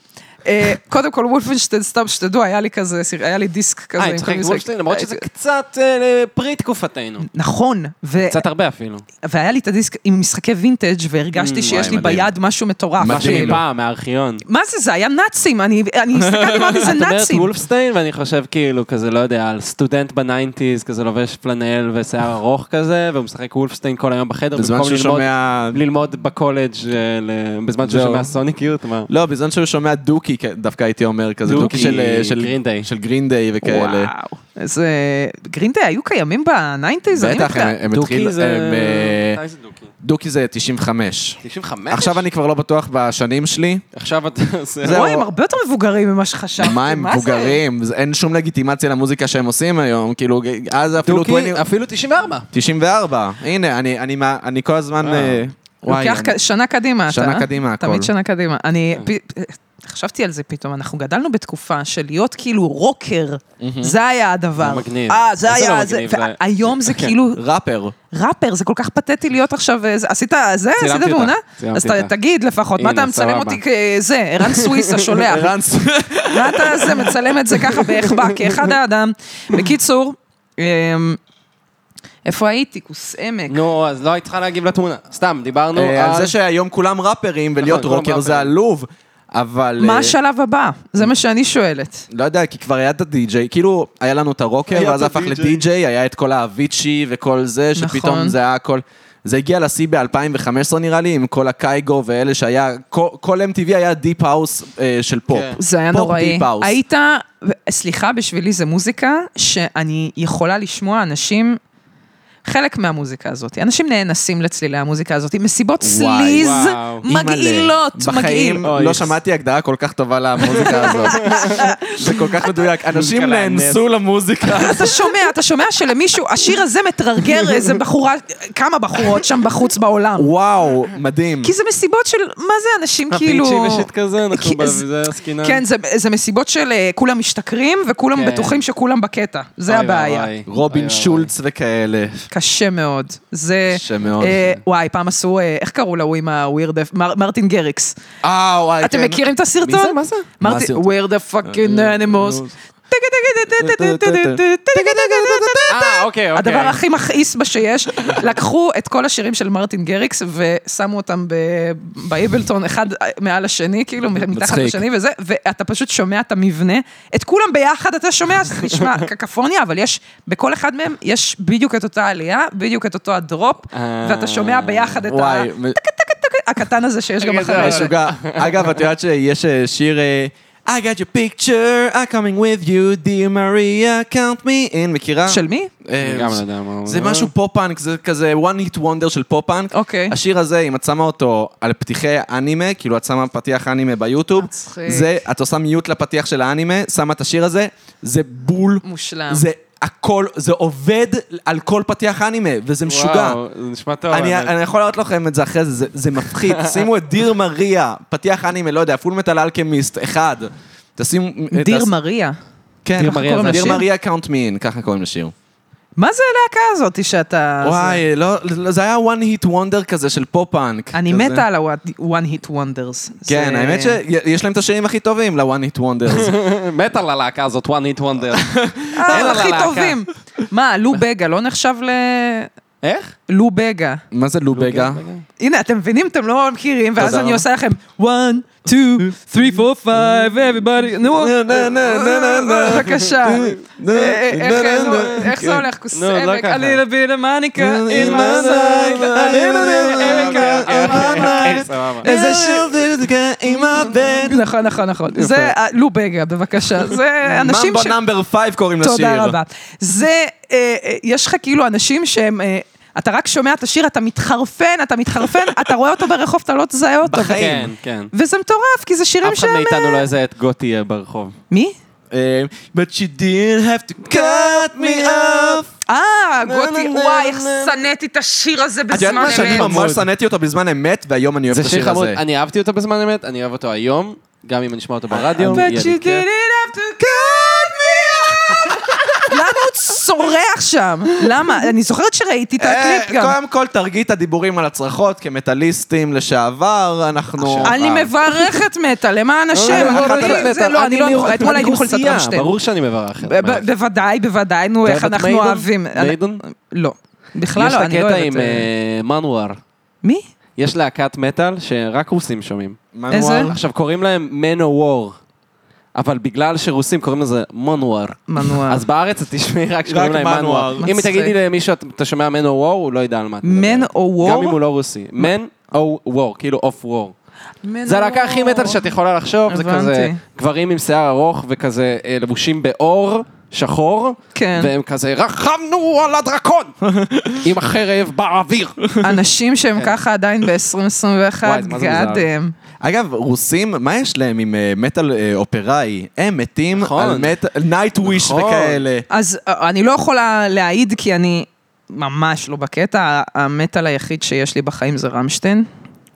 S4: (laughs)
S3: אה, קודם כל, וולפנשטיין, סתם שתדעו, היה לי כזה, סיר- היה לי דיסק כזה.
S4: אה,
S3: עם כל
S4: יצחק
S3: מיני-
S4: וולפשטיין, למרות שזה
S3: אה,
S4: קצת אה, פרי תקופתנו.
S3: נכון, ו-
S4: קצת הרבה אפילו.
S3: והיה לי את הדיסק עם משחקי וינטג'
S4: Mm,
S3: והרגשתי שיש לי
S2: מדהים.
S3: ביד משהו מטורף.
S2: מדהים.
S3: כאילו.
S4: משהו מפעם, מהארכיון.
S3: מה זה, זה היה נאצים, אני אני הסתכלתי, אמרתי, זה
S4: (laughs) את אומרת
S3: נאצים.
S4: וולפסטיין, ואני חושב כאילו, כזה, לא יודע, על סטודנט בניינטיז, כזה לובש פלנל ושיער ארוך כזה, והוא משחק וולפסטיין כל היום בחדר,
S2: בזמן
S4: במקום
S2: שהוא
S4: ללמוד-
S2: שומע...
S4: ללמוד בקולג', אה, ל- בזמן שהוא
S2: זהו.
S4: שומע סוניקיות, מה?
S2: לא, בזמן שהוא שומע דוקי דוקי, כ- דווקא הייתי אומר, כזה
S4: דוקי,
S2: דוקי של, אה, של
S4: גרין דיי.
S2: של גרין דיי וכאלה.
S3: וואו. איזה... גרינדה היו קיימים בניינטיז?
S2: בטח, הם- הם התחילו,
S4: דוקי זה...
S2: הם, אה,
S4: מתי זה דוקי?
S2: דוקי זה 95.
S4: 95?
S2: עכשיו אני כבר לא בטוח בשנים שלי,
S4: עכשיו אתה עושה...
S2: זהו.
S3: וואי, הם הרבה יותר מבוגרים ממה שחשבתי.
S2: מה
S3: (laughs)
S2: הם
S3: זה?
S2: מבוגרים, זה- אין שום לגיטימציה למוזיקה שהם עושים היום, כאילו, אז אפילו
S4: דוקי,
S2: 20
S4: אפילו 94.
S2: 94, הנה, אני- אני מה- אני כל הזמן... אה, וואי,
S3: לוקח
S2: אני-
S3: כ- שנה קדימה, אתה. אה?
S2: שנה קדימה, הכל. כן.
S3: תמיד שנה קדימה. אני... פ- חשבתי על זה פתאום, אנחנו גדלנו בתקופה של להיות כאילו רוקר, זה היה הדבר.
S4: לא מגניב.
S3: אה, זה
S4: זה לא
S3: היה, זה,
S4: מגניב, זה-
S3: והיום זה כאילו
S2: ראפר.
S3: ראפר, זה כל כך פתטי להיות עכשיו, אה, זה- עשית זה, עשית
S4: אותה,
S3: תמונה?
S4: צילמתי
S3: אז ת-
S4: אותה.
S3: תגיד לפחות, מה
S4: הנה,
S3: אתה מצלם
S4: סבבה.
S3: אותי כזה, ערן
S4: (laughs)
S3: סוויסה שולח,
S2: רנס.
S3: מה אתה זה, מצלם את זה ככה באחבא, כאחד האדם. בקיצור, אמ, איפה הייתי? כוס עמק.
S4: נו, אז לא היית צריכה להגיב לתמונה. סתם, דיברנו
S2: אה, על זה
S4: על...
S2: שהיום כולם ראפרים ולהיות
S4: נכון, כולם
S2: רוקר זה
S4: ראפרים.
S2: עלוב, אבל...
S3: מה
S2: אה,
S3: השלב הבא? זה מה שאני שואלת.
S2: לא יודע, כי כבר היה את הדי-ג'יי, כאילו, היה לנו את הרוקר,
S4: היה
S2: ואז
S4: את
S2: הפך
S4: הדי-ג'יי.
S2: לדי-ג'יי, היה את כל האביצ'י וכל זה,
S3: נכון.
S2: שפתאום זה היה הכל... זה הגיע לשיא ב-2015 נראה לי, עם כל הקייגו ואלה שהיה, כל- כל MTV היה דיפ האוס אה, של פופ.
S4: כן.
S3: זה היה
S2: פופ
S3: נוראי.
S2: דיפ האוס.
S3: היית, סליחה, בשבילי זה מוזיקה שאני יכולה לשמוע אנשים... חלק מהמוזיקה הזאת, אנשים נאנסים לצלילי המוזיקה הזאת, עם מסיבות
S2: וואי,
S3: סליז
S4: וואו.
S2: אימא'לה.
S3: מגעילות, מגעיל.
S2: בחיים
S4: אוי,
S2: לא
S4: איס.
S2: שמעתי הגדרה כל כך טובה
S4: (laughs)
S2: למוזיקה הזאת. זה כל כך מדויק. אנשים
S4: מוזיקה לאנס.
S2: נאנסו למוזיקה.
S3: אתה שומע, אתה שומע שלמישהו, השיר הזה מטרגר איזה בחורה, כמה בחורות שם בחוץ בעולם.
S2: וואו, מדהים.
S3: כי זה מסיבות של, מה זה אנשים כאילו...
S4: הפיצ'י ושיט כזה, אנחנו
S3: כי- זה-
S4: בזה עסקינן.
S3: כן, זה- זה מסיבות של אה, כולם משתכרים וכולם
S4: כן.
S3: בטוחים שכולם בקטע. זה
S4: אוי
S3: הבעיה.
S4: ואבוי. אוי
S2: רובין
S4: ואבוי.
S2: שולץ וכאלה.
S3: קשה מאוד. זה...
S2: קשה מאוד.
S3: אה, וואי, פעם עשו, אה, איך קראו להוא עם הווירד... מרטין גריקס.
S2: אה, וואי,
S3: אתם
S2: כן.
S3: מכירים את הסרטון?
S2: מי זה? מה זה? מה הסרטון?
S3: ווירד הפאקינג אנימוס.
S4: אה, אוקיי, אוקיי.
S3: הדבר הכי מכעיס בה שיש, (laughs) לקחו את כל השירים של מרטין גריקס ושמו אותם ב- באיבלטון, אחד מעל השני, כאילו, מתחת
S2: מצחיק.
S3: לשני וזה, ואתה פשוט שומע את המבנה, את כולם ביחד אתה שומע, זה נשמע קקפוניה, אבל יש, בכל אחד מהם יש בדיוק את אותה עלייה, בדיוק את אותו הדרופ,
S4: אה.
S3: ואתה שומע ביחד את ה...
S2: וואי, מ-
S3: הקטן הזה שיש גם
S2: (laughs)
S4: רגע, זה
S3: אחרי זה.
S2: משוגע. אגב, את יודעת שיש אה, שיר... אה, I got your picture, I'm coming with you, dear Maria, count me in, מכירה?
S3: של מי?
S2: אה,
S4: אני גם לא יודע מה הוא
S2: זה
S4: אומר.
S2: משהו פופ-פאנק, זה כזה one hit wonder של פופ-פאנק.
S3: אוקיי.
S2: השיר הזה, אם את שמה אותו על פתיחי אנימה, כאילו את שמה פתיח אנימה ביוטיוב,
S3: מצחיק.
S2: זה, את עושה מיוט לפתיח של האנימה, שמה את השיר הזה, זה בול.
S3: מושלם.
S2: זה הכל, זה עובד על כל פתיח אנימה, וזה משוגע.
S4: וואו, זה נשמע טוב.
S2: אני,
S4: האמת.
S2: אני יכול להראות לכם את זה אחרי זה, זה, זה מפחיד. שימו את דיר מריה, פתיח אנימה, לא יודע, פול מטל אלכמיסט, אחד. תשימו...
S3: דיר
S2: תס-
S3: מריה.
S2: כן,
S4: דיר
S2: ככה
S4: מריה
S2: קוראים
S4: זה
S2: לשיר?
S4: השיר?
S2: דיר מריה קאונט מי אין, ככה קוראים לשיר.
S3: מה זה הלהקה הזאת שאתה...
S2: וואי, לא, לא, זה היה one hit wonder כזה של פופ-פאנק.
S3: אני
S2: כזה.
S3: מתה על ה-one hit wonders.
S2: כן,
S3: זה-
S2: האמת שיש להם את השירים הכי טובים ל-one hit
S3: (laughs)
S2: wonders.
S4: מת על הלהקה הזאת, one hit wonder. אין
S3: אה,
S4: לה
S3: הכי
S4: להקה.
S3: טובים. מה, לו בגה לא נחשב ל...
S4: איך?
S3: לו בגה.
S2: מה זה לובגה?
S3: הנה, אתם מבינים? אתם לא מכירים, ואז
S2: תודה
S3: אני
S2: רבה.
S3: עושה לכם 1, 2, 3, 4, 5, everybody, נו, בבקשה. אה, אה, איך- אה, נו, איך זה הולך? כוס
S4: נו, לא
S3: עמק,
S4: ככה.
S3: a little bit of Monica in
S2: In
S3: my
S2: my
S3: life,
S2: life,
S3: a little bit of Erica in my life. אה,
S4: אוקיי, סבבה.
S3: איזה שיר.
S2: עם הבן.
S3: נכון, נכון, נכון. זה אה, לו בגה,
S2: (laughs)
S3: בבקשה. זה אנשים
S2: ממבו
S3: ש...
S2: נאמבר 5 קוראים לשיר.
S3: תודה רבה. זה, אה, אה, יש לך כאילו אנשים שהם... אה, אתה רק שומע את השיר, אתה מתחרפן, אתה
S2: (laughs)
S3: מתחרפן, אתה רואה אותו ברחוב, אתה לא תזהה אותו.
S4: כן, כן.
S3: וזה מטורף, כי זה שירים
S4: אף אחד
S3: שהם...
S4: מאיתנו לא יזהה את גוטי אה, ברחוב.
S3: מי?
S2: אה, But she didn't have to cut me off.
S3: אה,
S2: נה,
S3: גוטי,
S2: נה,
S3: וואי,
S2: נה,
S3: איך
S2: נה.
S3: שנאתי את השיר הזה
S2: את יודעת
S3: בזמן
S2: מה שאני
S3: אמת.
S2: ממש שנאתי אותו בזמן אמת, והיום אני אוהב את
S4: זה שיר
S2: השיר
S4: חמוד.
S2: הזה.
S4: אני אהבתי אותו בזמן אמת, אני אוהב אותו היום, גם אם אני אשמע אותו ברדיו.
S3: But
S4: יהיה
S3: you
S4: לי כיף.
S3: didn't have to cut me off. (laughs) למה הוא צורח שם? למה? אני זוכרת שראיתי את
S2: אה,
S3: הקליפ גם.
S2: קודם כל תרגי את הדיבורים על הצרחות כמטאליסטים לשעבר, אנחנו...
S4: אה.
S3: אני מברכת מטא,
S4: לא,
S3: למען השם. אני- זה לא, אני לא יכולה, אתמול הייתי אוכלת את רמשטיין.
S4: ברור שאני מברך.
S3: ב- ב- בוודאי, בוודאי, נו, איך אנחנו אוהבים. אני-
S4: מיידון?
S3: לא. בכלל
S4: יש
S3: לא,
S4: לה
S3: אני לא
S4: קטע עם
S3: אוהבת... אה,
S4: אה, מנואר.
S3: מי?
S4: יש להקת מטאל שרק רוסים שומעים.
S2: מנואר.
S3: איזה?
S4: עכשיו, קוראים להם מנוואר. אבל בגלל שרוסים קוראים לזה מנואר.
S3: מנואר.
S4: אז בארץ את תשמעי רק שקוראים
S2: רק
S4: להם
S2: מנואר.
S4: מנואר. אם
S3: מצחיק.
S4: תגידי למישהו, "אתה- אתה שומע מן או וור, הוא לא ידע על מה אתה מדבר.
S3: Man O' War?
S4: גם אם הוא לא רוסי. מן או וור, כאילו אוף וור. זה הלהקה הכי מטאל שאת יכולה לחשוב, זה
S3: הבנתי.
S4: כזה גברים עם שיער ארוך וכזה אה, לבושים באור שחור,
S3: כן.
S4: והם כזה, רכבנו על
S3: (laughs)
S4: הדרקון! עם החרב באוויר.
S3: אנשים שהם
S4: כן.
S3: ככה עדיין ב-2021,
S4: וואי, זה מה זה מוזר.
S3: גאדם.
S2: אגב, רוסים, מה יש להם עם אה, מטאל אה, אופראי? הם מתים
S4: נכון.
S2: על מטאל, נייט וויש
S4: נכון.
S2: וכאלה.
S3: אז אה, אני לא יכולה להעיד כי אני ממש לא בקטע, ה- המטאל היחיד שיש לי בחיים זה רמשטיין.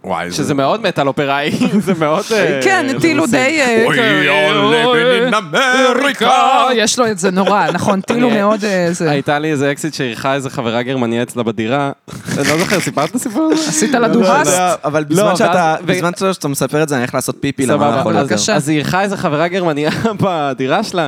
S2: וואי,
S4: שזה מאוד מטאל אופראי, (laughs) זה מאוד... אה,
S3: כן, הטילו
S4: רוסי.
S3: די... אה, כזה,
S4: אה,
S3: אוי,
S2: אמריקה!
S3: אוי, יש לו את זה נורא, (laughs) נכון, טילו
S4: אני-
S3: מאוד אה, זה...
S4: הייתה לי איזה אקזיט שאירחה איזה חברה גרמניה אצלה בדירה. אני לא זוכר, סיפרת את הסיפור הזה?
S3: עשית לה דורסט?
S2: אבל
S4: לא,
S2: בזמן שאתה,
S4: ואז- ו-
S2: בזמן שאתה מספר את זה, אני הולך לעשות פיפי למה אנחנו
S4: סבבה,
S2: לא...
S4: אז-
S3: בבקשה.
S4: אז היא אירחה איזה חברה גרמניה (laughs) בדירה שלה,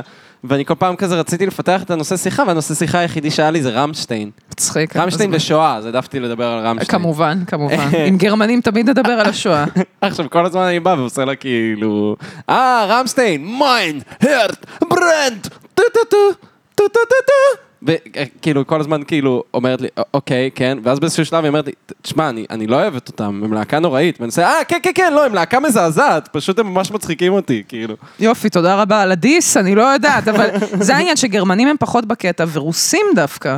S4: ואני כל פעם כזה רציתי לפתח את הנושא שיחה, והנושא שיחה היחידי שהיה לי זה רמשטיין.
S3: מצחיק.
S4: רמשטיין
S3: כן, אז-
S4: ושואה, אז העדפתי לדבר על רמשטיין.
S3: כמובן, (laughs) כמובן. עם גרמנים תמיד נדבר על השואה.
S4: אה, עכשיו כל הזמן אני בא ועושה לה כאילו, אה, רמשטיין, מיין, הרט, ברנד, טו טו טו, טו טו טו טו. וכאילו כל הזמן כאילו אומרת לי, "א- אוקיי, כן, ואז באיזשהו שלב היא אומרת לי, תשמע, אני, אני לא אוהבת אותם, הם להקה נוראית, ואני עושה, אה, כן, כן, כן, לא, הם להקה מזעזעת, פשוט הם ממש מצחיקים אותי, כאילו.
S3: יופי, תודה רבה על הדיס, אני לא יודעת, אבל זה העניין שגרמנים הם פחות בקטע, ורוסים דווקא.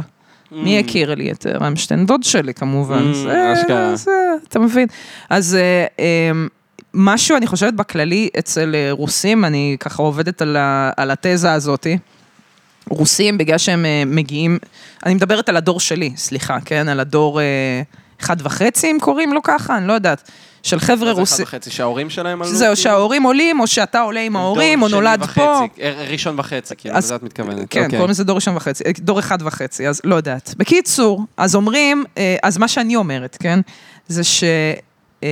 S3: מי הכיר לי את רמשטיין? דוד שלי כמובן.
S4: Mm,
S3: זה-
S4: אשכרה.
S3: זה- אתה מבין? אז אה, אמ, משהו, אני חושבת, בכללי אצל אה, רוסים, אני ככה עובדת על ה- על התזה הזאתי. רוסים, בגלל שהם אה, מגיעים, אני מדברת על הדור שלי, סליחה, כן? על הדור אה, אחד וחצי, אם קוראים לו ככה, אני לא יודעת. של חבר'ה
S4: זה
S3: רוסים.
S4: אחד וחצי שההורים שלהם עלו? כאילו?
S3: זהו, שההורים עולים, או שאתה עולה עם ההורים, או נולד פה.
S4: ראשון וחצי, כאילו,
S3: אז-
S4: לזה את מתכוונת.
S3: כן,
S4: אוקיי.
S3: קוראים לזה דור ראשון וחצי, אה, דור אחד וחצי, אז לא יודעת. בקיצור, אז אומרים, אה, אז מה שאני אומרת, כן, זה ש... אה,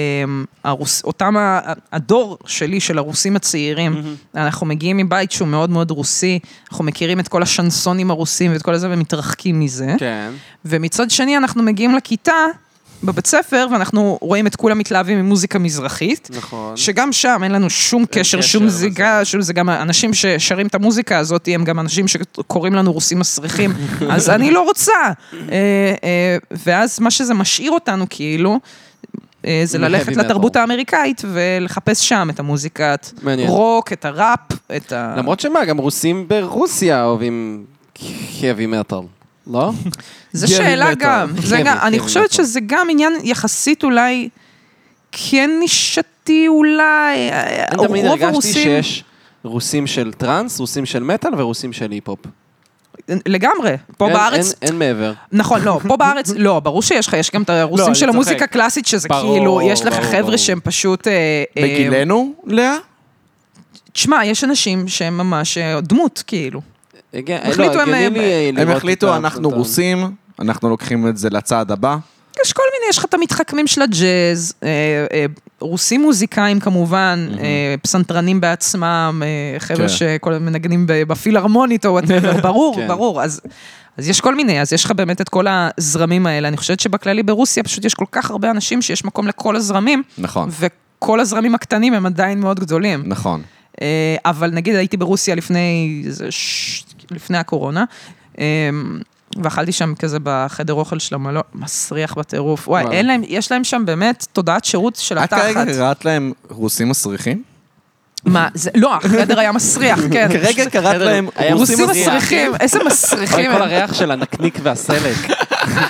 S3: הרוס, אותם, ה- הדור שלי, של הרוסים הצעירים, אנחנו מגיעים מבית שהוא מאוד מאוד רוסי, אנחנו מכירים את כל השנסונים הרוסים ואת כל זה ומתרחקים מזה.
S4: כן.
S3: ומצד שני אנחנו מגיעים לכיתה בבית ספר, ואנחנו רואים את כולם מתלהבים ממוזיקה מזרחית.
S4: נכון.
S3: שגם שם אין לנו שום קשר, שום
S4: קשר,
S3: זיגה, שום זה גם האנשים ששרים את המוזיקה הזאת, הם גם אנשים שקוראים לנו רוסים מסריחים,
S4: (laughs)
S3: אז אני לא רוצה. אה, אה, ואז מה שזה משאיר אותנו כאילו, אה, זה
S4: Heavy
S3: ללכת
S4: metal.
S3: לתרבות האמריקאית ולחפש שם את המוזיקת
S4: מעניין.
S3: רוק, את הראפ, את ה...
S4: למרות שמה, גם רוסים ברוסיה אוהבים heavy metal,
S3: (laughs)
S4: לא?
S3: זה
S4: heavy
S3: שאלה
S4: metal.
S3: גם, זה
S4: heavy,
S3: גם, אני
S4: heavy
S3: חושבת
S4: metal.
S3: שזה גם עניין יחסית אולי כן נישתי אולי, אה,
S4: אני תמיד
S3: רוב
S4: הרגשתי
S3: הרוסים,
S4: שיש רוסים של טראנס, רוסים של מטאל ורוסים של היפ-הופ.
S3: לגמרי, פה
S4: אין-
S3: בארץ
S4: אין- אין מעבר.
S3: נכון, לא, פה בארץ, לא, ברור שיש לך, יש גם את הרוסים
S4: לא, אני
S3: של
S4: צוחק.
S3: המוזיקה הקלאסית, שזה
S4: ברור,
S3: כאילו, יש לך
S4: ברור,
S3: חבר'ה
S4: ברור.
S3: שהם פשוט... אה, אה,
S2: בגילנו, לאה?
S3: תשמע, יש אנשים שהם ממש אה, דמות, כאילו.
S4: הגיע- לא,
S3: החליטו הם-
S4: הגיוני לי לראות
S2: הם
S4: את
S2: החליטו,
S4: ה-
S2: אנחנו
S4: את ה-
S2: רוסים, אנחנו לוקחים את זה לצעד הבא.
S3: יש כל מיני, יש לך את המתחכמים של הג'אז, אה, אה, רוסים מוזיקאים כמובן, אה, פסנתרנים בעצמם, אה, חבר'ה
S2: כן.
S3: שכל הזמן מנגנים ב- בפילהרמונית או
S4: (laughs)
S3: וואטאבר, ברור,
S4: כן.
S3: ברור. אז אז יש כל מיני, אז יש לך באמת את כל הזרמים האלה. אני חושבת שבכללי ברוסיה פשוט יש כל כך הרבה אנשים שיש מקום לכל הזרמים.
S2: נכון,
S3: וכל הזרמים הקטנים הם עדיין מאוד גדולים.
S2: נכון.
S3: אה, אבל נגיד הייתי ברוסיה לפני, איזה ש... לפני הקורונה, אה, ואכלתי שם כזה בחדר אוכל של המלון, מסריח בטירוף. וואי,
S4: וואלה.
S3: אין להם, יש להם שם באמת תודעת שירות של
S5: לא,
S2: את אה, כרגע
S3: התחת.
S2: קראת להם רוסים מסריחים?
S3: מה, זה, לא, החדר היה מסריח, כן.
S4: (laughs)
S2: כרגע קראת להם
S4: היה
S2: רוסים
S3: רוסים
S4: רוסים
S3: מסריחים, איזה
S4: אוי,
S3: מסריחים
S4: כל
S3: הם.
S4: הריח של הנקניק
S3: (laughs)
S4: והסלק.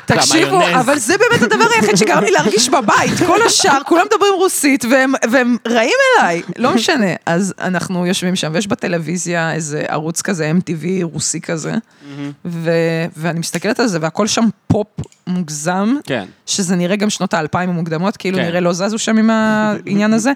S3: תקשיבו,
S4: והמיונז.
S3: אבל זה באמת הדבר היחיד שגרם לי להרגיש בבית. כל השאר, כולם מדברים רוסית, והם, והם רעים אליי. לא משנה. אז אנחנו יושבים שם, ויש בטלוויזיה איזה ערוץ כזה, MTV רוסי כזה, ו, ואני מסתכלת על זה, והכל שם פופ מוגזם,
S4: כן.
S3: שזה נראה גם שנות האלפיים המוקדמות, כאילו
S4: כן.
S3: נראה לא זזו שם עם העניין הזה,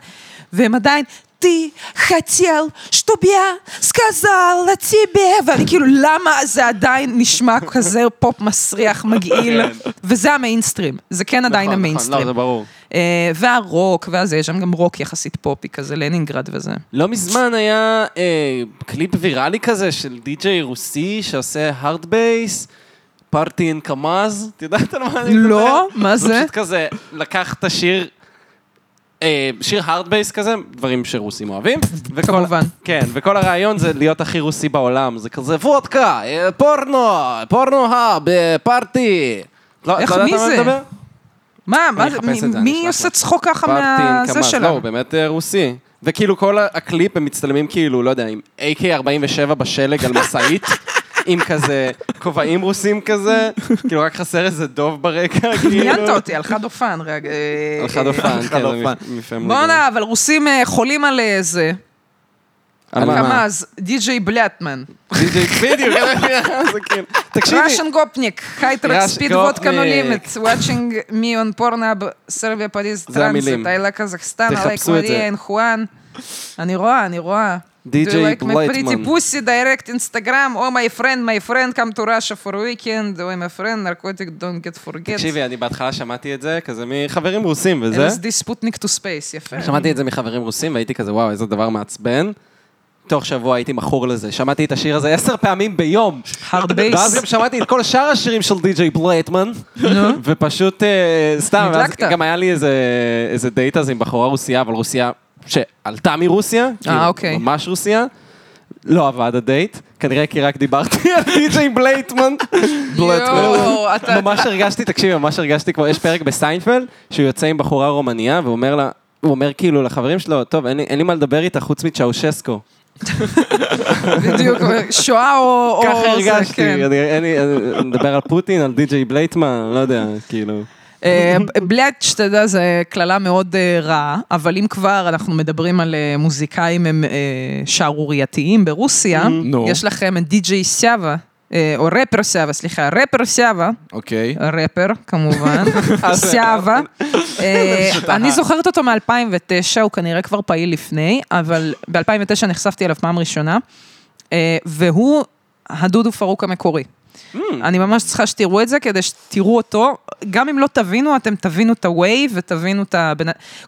S3: והם עדיין... ты хотел, чтобы я сказала тебе, ואני כאילו, למה זה עדיין נשמע כזה פופ מסריח, מגעיל, וזה המיינסטרים, זה כן עדיין
S4: כן. נכון, נכון, לא,
S3: המיינסטרים.
S4: זה ברור.
S3: אה, והרוק, ואז יש שם גם רוק יחסית פופי, כזה לנינגרד וזה.
S4: לא מזמן היה אה, קליפ ויראלי כזה של די-ג'יי רוסי שעושה הארד בייס, פארטי אין קמאז, את יודעת על מה אני מדבר?
S3: לא, מה זה?
S4: זה פשוט כזה, לקח את השיר, אה, שיר הארד בייס כזה, דברים שרוסים אוהבים. וכל-
S3: כמובן.
S4: כן, וכל הרעיון זה להיות הכי רוסי בעולם, זה כזה וודקה, אה, פורנו, פורנו האב, אה, פארטי. לא, את
S3: איך,
S4: לא יודעת
S3: מי
S4: על מה אני
S3: זה?
S4: מדבר?
S3: מה, מה, זה-
S4: אחפש את זה, אני
S3: מי
S4: אשלח
S3: עושה
S4: לך.
S3: צחוק ככה
S4: פרטין,
S3: מהזה
S4: כמה, לא,
S3: שלה?
S4: הוא באמת אה, רוסי. וכאילו כל ה- הקליפ הם מצטלמים כאילו, לא יודע, עם AK-47 בשלג על
S3: (laughs)
S4: משאית, עם כזה כובעים רוסים כזה, כאילו רק חסר איזה דוב ברקע, (laughs) כאילו.
S3: עניינת אותי, על חד אופן. רגע, אה,
S4: על חד אופן, כן,
S5: אופן.
S4: מפעמים.
S3: בואנה, אבל רוסים אה, חולים על אה, זה. על קמ"ז, די.ג'יי בלטמן.
S4: (laughs) בדיוק, (laughs) זה כאילו. תקשיבי,
S3: Russian Gopnik, high track
S4: Russian
S3: speed vodka no
S4: Gopnik.
S3: limit, watching me on Pornhub, Serbia, Paris,
S4: זה המילים.
S3: Transit, I like Kazakhstan, I like
S4: תחפשו את
S3: Maria
S4: זה.
S3: and Juan. אני רואה, אני רואה.
S4: DJ
S3: Do you like my pretty
S4: Blightman.
S3: pussy, direct Instagram, oh my friend, my friend, come to Russia for a weekend, oh my friend, narcotic, don't get forget.
S4: תקשיבי, אני בהתחלה שמעתי את זה כזה מחברים רוסים וזה.
S3: LSD ספוטניק to space, יפה.
S4: שמעתי את זה מחברים רוסים והייתי כזה, וואו, איזה דבר מעצבן. תוך שבוע הייתי מכור לזה, שמעתי את השיר הזה עשר פעמים ביום.
S3: hard
S4: ואז גם
S3: bass.
S4: שמעתי את כל שאר השירים של די.ג'יי בלייטמן, ופשוט אה, סתם, ואז
S3: נדלקת.
S4: גם היה לי איזה, איזה דייט אז עם בחורה רוסייה, אבל רוסייה שעלתה מרוסיה, כאילו,
S3: אוקיי.
S4: ממש רוסיה. לא עבד הדייט, כנראה כי רק דיברתי (laughs) על די.ג'יי בלייטמן.
S3: יואו, אתה...
S4: ממש הרגשתי, תקשיבי, ממש הרגשתי כמו, יש פרק בסיינפלד, שהוא יוצא עם בחורה רומניה, והוא אומר לה, הוא אומר כאילו לחברים שלו, טוב, אין לי- אין לי מה לדבר איתה חוץ מצ'אושסקו.
S3: בדיוק, שואה או... או
S4: ככה
S3: זה, כן.
S4: הרגשתי, אני- אין לי- אני מדבר על פוטין, על די.ג'יי בלייטמן, לא יודע, כאילו.
S3: אה, בלאץ', שאתה יודע, זו קללה מאוד אה, רעה, אבל אם כבר אנחנו מדברים על אה, מוזיקאים הם אה, שערורייתיים ברוסיה,
S5: נו.
S3: יש לכם את די.ג'יי סאבה. אה, או רפר סאבה, סליחה, רפר סאבה,
S5: אוקיי.
S3: רפר כמובן, סאבה. אה, אני זוכרת אותו מ-2009, הוא כנראה כבר פעיל לפני, אבל ב-2009 נחשפתי אליו פעם ראשונה, אה, והוא הדודו פרוק המקורי. אני ממש צריכה שתראו את זה כדי שתראו אותו, גם אם לא תבינו, אתם תבינו את ה-way ותבינו את ה...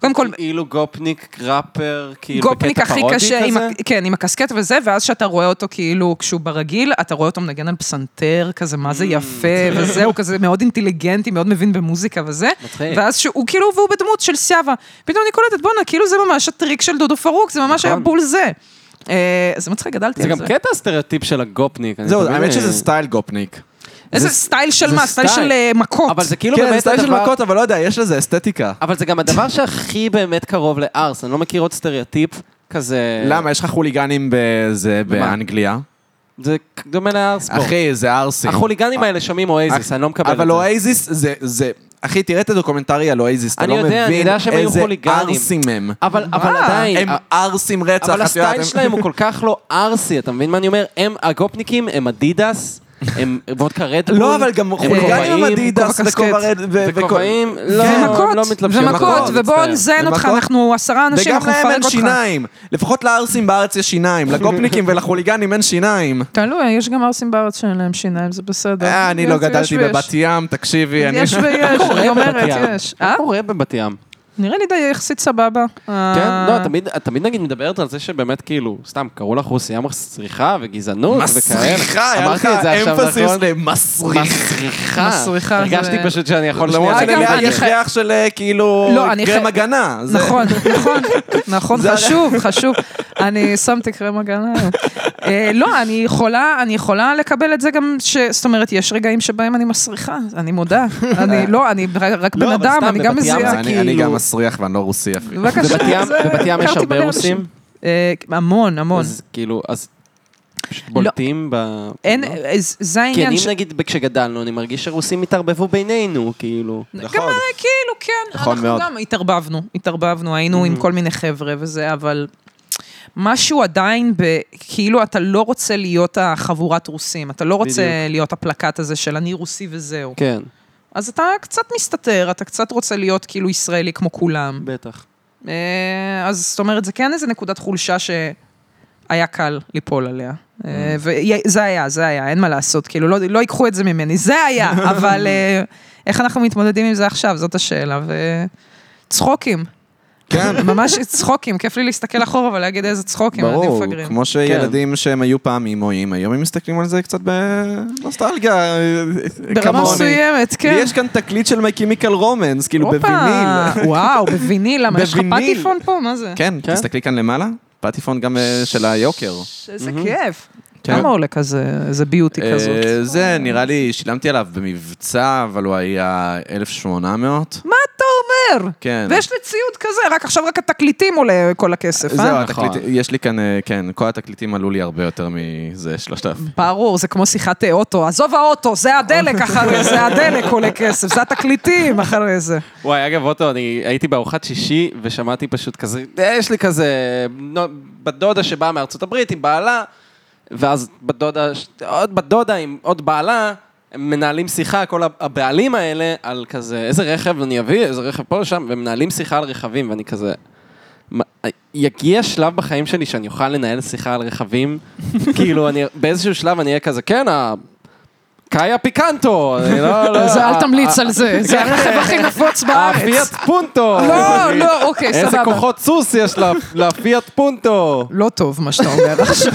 S3: קודם כל,
S4: כאילו גופניק ראפר, כאילו
S3: גופניק
S4: בקטע
S3: הכי
S4: פרודי
S3: קשה, עם, ה-
S4: כזה.
S3: כן, עם הקסקט וזה, ואז שאתה רואה אותו כאילו כשהוא ברגיל, אתה רואה אותו מנגן על פסנתר, כזה מה
S4: Mm.
S3: זה יפה, וזה, הוא כזה מאוד אינטליגנטי, מאוד מבין במוזיקה וזה,
S4: מצחיק.
S3: ואז שהוא כאילו, והוא בדמות של סבא. פתאום אני קולטת, בואנה, כאילו זה ממש הטריק של דודו פרוק, זה ממש היה בול זה. אה, זה מצחיק, גדלתי
S4: נכון. זה
S3: על
S4: גם כן,
S3: זה.
S4: קטע הסטריאוטיפ של הגופניק. אני
S5: זהו,
S4: תמיד-
S5: האמת שזה סטייל גופניק.
S3: איזה סטייל של
S4: זה
S3: מה? סטייל
S4: סטייל.
S3: של אה, מכות.
S4: אבל זה כאילו
S5: כן, זה
S4: באמת
S5: סטייל של
S4: הדבר...
S5: מכות, אבל לא יודע, יש לזה אסתטיקה.
S4: אבל זה גם הדבר שהכי באמת קרוב לארס, אני לא מכיר עוד סטריאוטיפ כזה...
S5: למה? יש לך חוליגנים בזה, באנגליה?
S4: זה דומה לארס פה.
S5: אחי, זה ערסים.
S4: החוליגנים האלה שומעים אוייזיס, אני לא מקבל את זה.
S5: אבל אוייזיס זה, זה, אחי, תראה את הדוקומנטרי על אוייזיס, אתה
S4: אני
S5: לא
S4: יודע, אני
S5: מבין
S4: יודע שהם היו
S5: איזה
S4: חוליגנים.
S5: ערסים הם.
S4: אבל אבל
S3: מה?
S4: עדיין,
S5: הם ערסים רצח. את
S4: אבל
S5: יודעת,
S4: הסטייל
S5: הם-
S4: שלהם הוא כל כך לא ערסי, אתה מבין מה אני אומר? הם הגופניקים, הם אדידס, הם וודקה רדבול.
S5: לא, אבל גם חוליגנים עם
S4: כובעים,
S5: אדידס
S3: כובע
S5: וכובע
S3: קסקט.
S5: רד... ו- וכל-
S4: וכובעים, לא,
S3: זה
S4: הם לא
S3: מכות,
S4: מתלבשים.
S3: זה מכות,
S5: מכות,
S3: ובואו
S4: מצטער.
S3: נזיין אותך,
S5: ומכות.
S3: אנחנו עשרה אנשים,
S5: וגם
S3: אנחנו
S5: להם
S3: נפרק
S5: אין
S3: אותך.
S5: שיניים. לפחות לערסים בארץ יש
S3: (laughs)
S5: שיניים. לגופניקים ולחוליגנים אין שיניים.
S3: תלוי, יש גם ערסים בארץ שאין להם שיניים, זה בסדר.
S5: אה, אני
S3: יש
S5: לא
S3: ויש
S5: גדלתי
S3: ויש.
S5: בבת ים, תקשיבי, אני...
S3: יש ויש,
S4: קורה
S3: אני אומרת,
S4: בבת ים?
S3: יש. אה?
S4: מה קורה בבת ים?
S3: נראה לי די יחסית סבבה.
S4: כן,
S3: אה,
S4: לא, תמיד, את תמיד נגיד מדברת על זה שבאמת כאילו, סתם, קראו לך רוסיה מסריחה וגזענות וכאלה.
S5: מסריחה, היה לך
S4: אמרתי את זה עכשיו,
S5: אמפסיס
S4: נכון?
S5: למסריחה.
S4: מסריחה.
S3: מסריחה,
S4: הרגשתי
S3: זה-
S4: פשוט שאני יכול
S5: נכון, למרות
S4: שנייה
S3: אגב,
S5: שללאה
S4: להגיד
S3: אני
S4: את
S5: יש
S3: חי-
S4: זה.
S5: ריח של אה, כאילו
S3: לא, אני
S5: קרם
S3: חי-
S5: הגנה. זה-
S3: נכון, נכון, נכון,
S5: זה-
S3: חשוב, חשוב. אני שמתי קרם הגנה היום. אה, לא, אני יכולה, אני יכולה לקבל את זה גם, ש- זאת אומרת, יש רגעים שבהם אני מסריחה, אני מודה. אני לא, אני רק בן
S4: אבל
S3: אדם,
S4: סתם,
S3: אני גם
S4: בבת ים
S3: מזיעה.
S4: זה
S5: אני אני
S4: כאילו-
S5: גם מסריח ואני לא רוסי אפילו.
S3: בבקשה,
S4: בבת ים-
S3: זה-
S4: בבת ים יש
S3: הכרתי
S4: הרבה
S3: מלא
S4: רוסים?
S3: אנשים. אה, המון, המון.
S4: אז כאילו, אז פשוט בולטים ב...
S3: אין,
S4: לא?
S3: אה, זה- זה
S4: כי
S3: העניין
S4: אני
S3: ש-
S4: נגיד, כשגדלנו, אני מרגיש שרוסים התערבבו בינינו, כאילו.
S3: גם אה, כאילו, כן,
S5: נכון
S3: אנחנו
S5: מאוד. Mm-hmm.
S3: גם התערבבנו, התערבבנו, היינו עם כל מיני חבר'ה וזה, אבל משהו עדיין ב... כאילו, אתה לא רוצה להיות החבורת רוסים, אתה לא רוצה
S4: בדיוק.
S3: להיות הפלקט הזה של אני רוסי וזהו.
S4: כן,
S3: אז אתה קצת מסתתר, אתה קצת רוצה להיות כאילו ישראלי כמו כולם.
S4: בטח.
S3: אה, אז זאת אומרת, זה כן איזה נקודת חולשה שהיה קל ליפול עליה. אה,
S5: Mm.
S3: וזה היה, זה היה, אין מה לעשות, כאילו, לא, לא ייקחו את זה ממני, זה
S5: (laughs)
S3: היה, אבל אה, איך אנחנו מתמודדים עם זה עכשיו, זאת השאלה, וצחוקים. כן. (laughs) ממש צחוקים, כיף לי להסתכל אחורה ולהגיד איזה צחוקים, ילדים
S5: ברור,
S3: כן, מפגרים.
S5: כמו שילדים שהם היו פעם אימויים, היום הם מסתכלים על זה קצת בנוסטלגיה, אה,
S3: ברמה מסוימת, כן.
S5: יש כאן תקליט של מי קימיקל רומנס, כאילו
S3: הופה,
S5: בוויניל.
S3: (laughs) וואו, בוויניל, למה יש לך
S5: בוויניל.
S3: פטיפון פה, מה זה?
S5: כן,
S4: כן.
S5: תסתכלי כאן למעלה, פטיפון גם אה, של היוקר.
S3: איזה כיף.
S5: כן.
S3: כמה עולה כזה, איזה ביוטי
S5: אה,
S3: כזאת?
S5: זה נראה לי, שילמתי עליו במבצע, אבל הוא היה 1,800.
S3: מה עובר.
S2: כן.
S3: ויש לי ציוד כזה, רק עכשיו רק התקליטים עולה כל הכסף,
S2: זהו,
S3: אה?
S4: נכון.
S2: התקליט- יש לי כאן, אה, כן, כל התקליטים עלו לי הרבה יותר מזה, שלושת אלפים.
S3: ברור, זה כמו שיחת אה, אוטו. עזוב האוטו, זה הדלק אחרי זה, הדלק עולה כסף, זה התקליטים אחרי זה.
S4: וואי, אגב, אוטו, אני הייתי בארוחת שישי ושמעתי פשוט כזה, "אה, יש לי כזה נו- בת דודה שבאה מארצות הברית עם בעלה, ואז בת דודה, ש- עוד בת דודה עם עוד בעלה, הם מנהלים שיחה, כל הב- הבעלים האלה, על כזה, איזה רכב אני אביא, איזה רכב פה, שם, והם מנהלים שיחה על רכבים, ואני כזה... "מה, יגיע שלב בחיים שלי שאני אוכל לנהל שיחה על רכבים, (laughs) כאילו, אני, באיזשהו שלב אני אהיה כזה, כן, ה... קאיה פיקנטו, אני לא, לא,
S3: (laughs) אז אה, אל
S4: ה-
S3: תמליץ
S4: ה-
S3: על זה, זה הרכב הכי נפוץ בארץ.
S4: הפיאט פונטו.
S3: לא, לא, אוקיי,
S4: איזה
S3: סבבה.
S4: כוחות סוס יש לה- לפיאט פונטו.
S3: לא טוב מה שאתה אומר (laughs) עכשיו.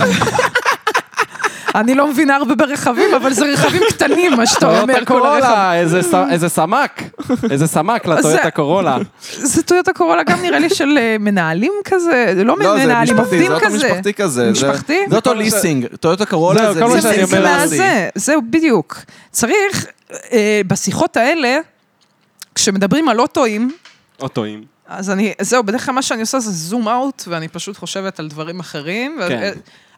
S3: אני לא מבינה הרבה ברכבים, אבל זה רכבים קטנים מה
S2: לא,
S3: שאתה אומר,
S4: טויוטה
S3: כל הרכב.
S4: קורולה, איזה ס- איזה סמ"ק. איזה סמ"ק
S3: זה-
S4: לטויוטה קורולה.
S3: זה טויוטה קורולה גם נראה לי של אה, מנהלים כזה, זה לא
S2: לא, זה
S3: מנהלים,
S2: משפחתי,
S3: עובדים
S2: זה אוטו
S3: כזה.
S2: משפחתי כזה. זה-
S3: משפחתי?
S2: זה
S4: כל
S2: אוטו
S4: מה ש-
S2: ליסינג, טויוטה
S4: זהו,
S2: קורולה זה
S4: כל מה
S2: ליסינג.
S4: שאני אומר
S2: ליסינג.
S4: על
S3: זה, זהו, בדיוק. צריך, אה, בשיחות האלה, כשמדברים על אוטואים,
S4: אוטואים.
S3: אז אני, זהו, בדרך כלל מה שאני עושה זה זום אאוט, ואני פשוט חושבת על דברים אחרים. ו-
S4: כן.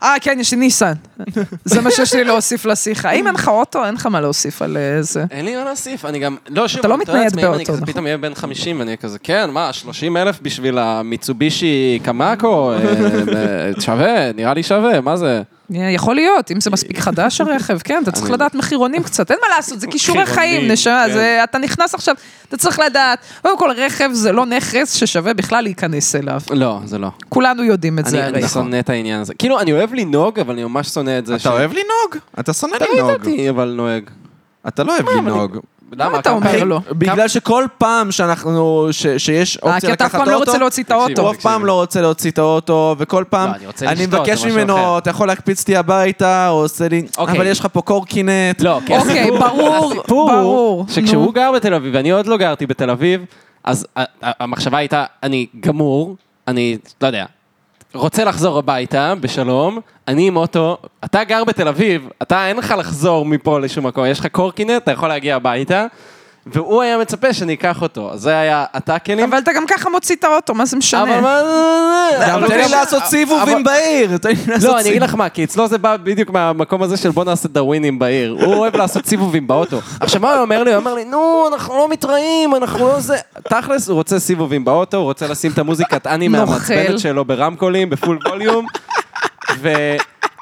S3: אה, כן, יש לי ניסן. (laughs) זה מה שיש לי להוסיף לשיחה. אם אין לך אוטו, אין לך מה להוסיף על אה, זה.
S4: אין לי מה להוסיף, אני גם... לא, שוב,
S3: אתה לא
S4: אני מתאר
S3: מתנייד
S4: לעצמי, אם אני
S3: באוטו,
S4: כזה
S3: נכון.
S4: פתאום אהיה בן 50, ואני אהיה כזה, כן, מה, 30 אלף בשביל המיצובישי קמאקו? אה, אה, שווה, נראה לי שווה, מה זה?
S3: אה, יכול להיות, אם זה מספיק חדש הרכב, כן, אתה צריך לדעת מחירונים קצת, אין מה לעשות, זה כישורי
S4: מחירונים,
S3: חיים, נשמה,
S4: כן.
S3: זה- אתה נכנס עכשיו, אתה צריך לדעת. קודם כל, רכב זה לא נכס ששווה בכלל להיכנס אליו.
S4: לא, זה לא.
S3: כולנו יודעים את זה לא. אה,
S4: אני
S3: הרי.
S4: אני שונא את העניין הזה. כאילו, אני אוהב לנהוג, אבל אני ממש שונא את זה. ש-
S2: אתה אוהב לנהוג? אתה שונא
S4: תמיד
S2: לנהוג.
S4: אותי, אבל נוהג.
S2: אתה לא אוהב לנהוג.
S4: למה?
S3: אתה אומר?
S4: אחי,
S3: לא.
S2: בגלל שכל פעם שאנחנו, ש- שיש
S3: אה,
S2: אופציה
S3: כי אתה אף
S2: לקחת
S3: פעם לא
S2: אוטו,
S3: רוצה להוציא את
S4: תקשיב,
S3: האוטו.
S2: הוא אף פעם לא רוצה להוציא את האוטו, וכל פעם
S4: לא, אני רוצה
S2: אני
S4: לשתות,
S2: מבקש
S4: זה משהו
S2: ממנו,
S4: אחר."
S2: אתה יכול להקפיץ אותי הביתה, או עושה לי,
S4: אוקיי.
S2: אבל יש לך פה קורקינט.
S4: לא, כי
S3: אוקיי,
S4: הסיפור-
S3: ברור,
S4: הסיפור
S3: ברור,
S4: הוא שכשהוא גר בתל אביב, ואני עוד לא גרתי בתל אביב, אז ה- ה- המחשבה הייתה, אני גמור, אני, לא יודע, רוצה לחזור הביתה בשלום, אני עם אוטו, אתה גר בתל אביב, אתה אין לך לחזור מפה לשום מקום, יש לך קורקינט, אתה יכול להגיע הביתה, והוא היה מצפה שאני אקח אותו, אז זה היה הטאקלים.
S3: אבל אתה גם ככה מוציא את האוטו, מה זה משנה?
S4: אבל מה זה...
S2: גם
S4: אבל
S2: תן לי
S4: גם-
S2: לעשות סיבובים בעיר. תן לי לעשות
S4: לא, אני אגיד
S2: סיבוב.
S4: לך מה, כי אצלו זה בא בדיוק מהמקום הזה של בוא נעשה דאווינים בעיר. הוא אוהב לעשות סיבובים באוטו. עכשיו, מה הוא אומר לי? הוא אומר לי, נו, אנחנו לא מתראים, אנחנו לא זה... תכלס, הוא רוצה סיבובים באוטו, הוא רוצה לשים את המוזיקת אנימה
S3: נוכל.
S4: המעצבנת שלו ברמקולים, בפול ווליום.
S3: אתה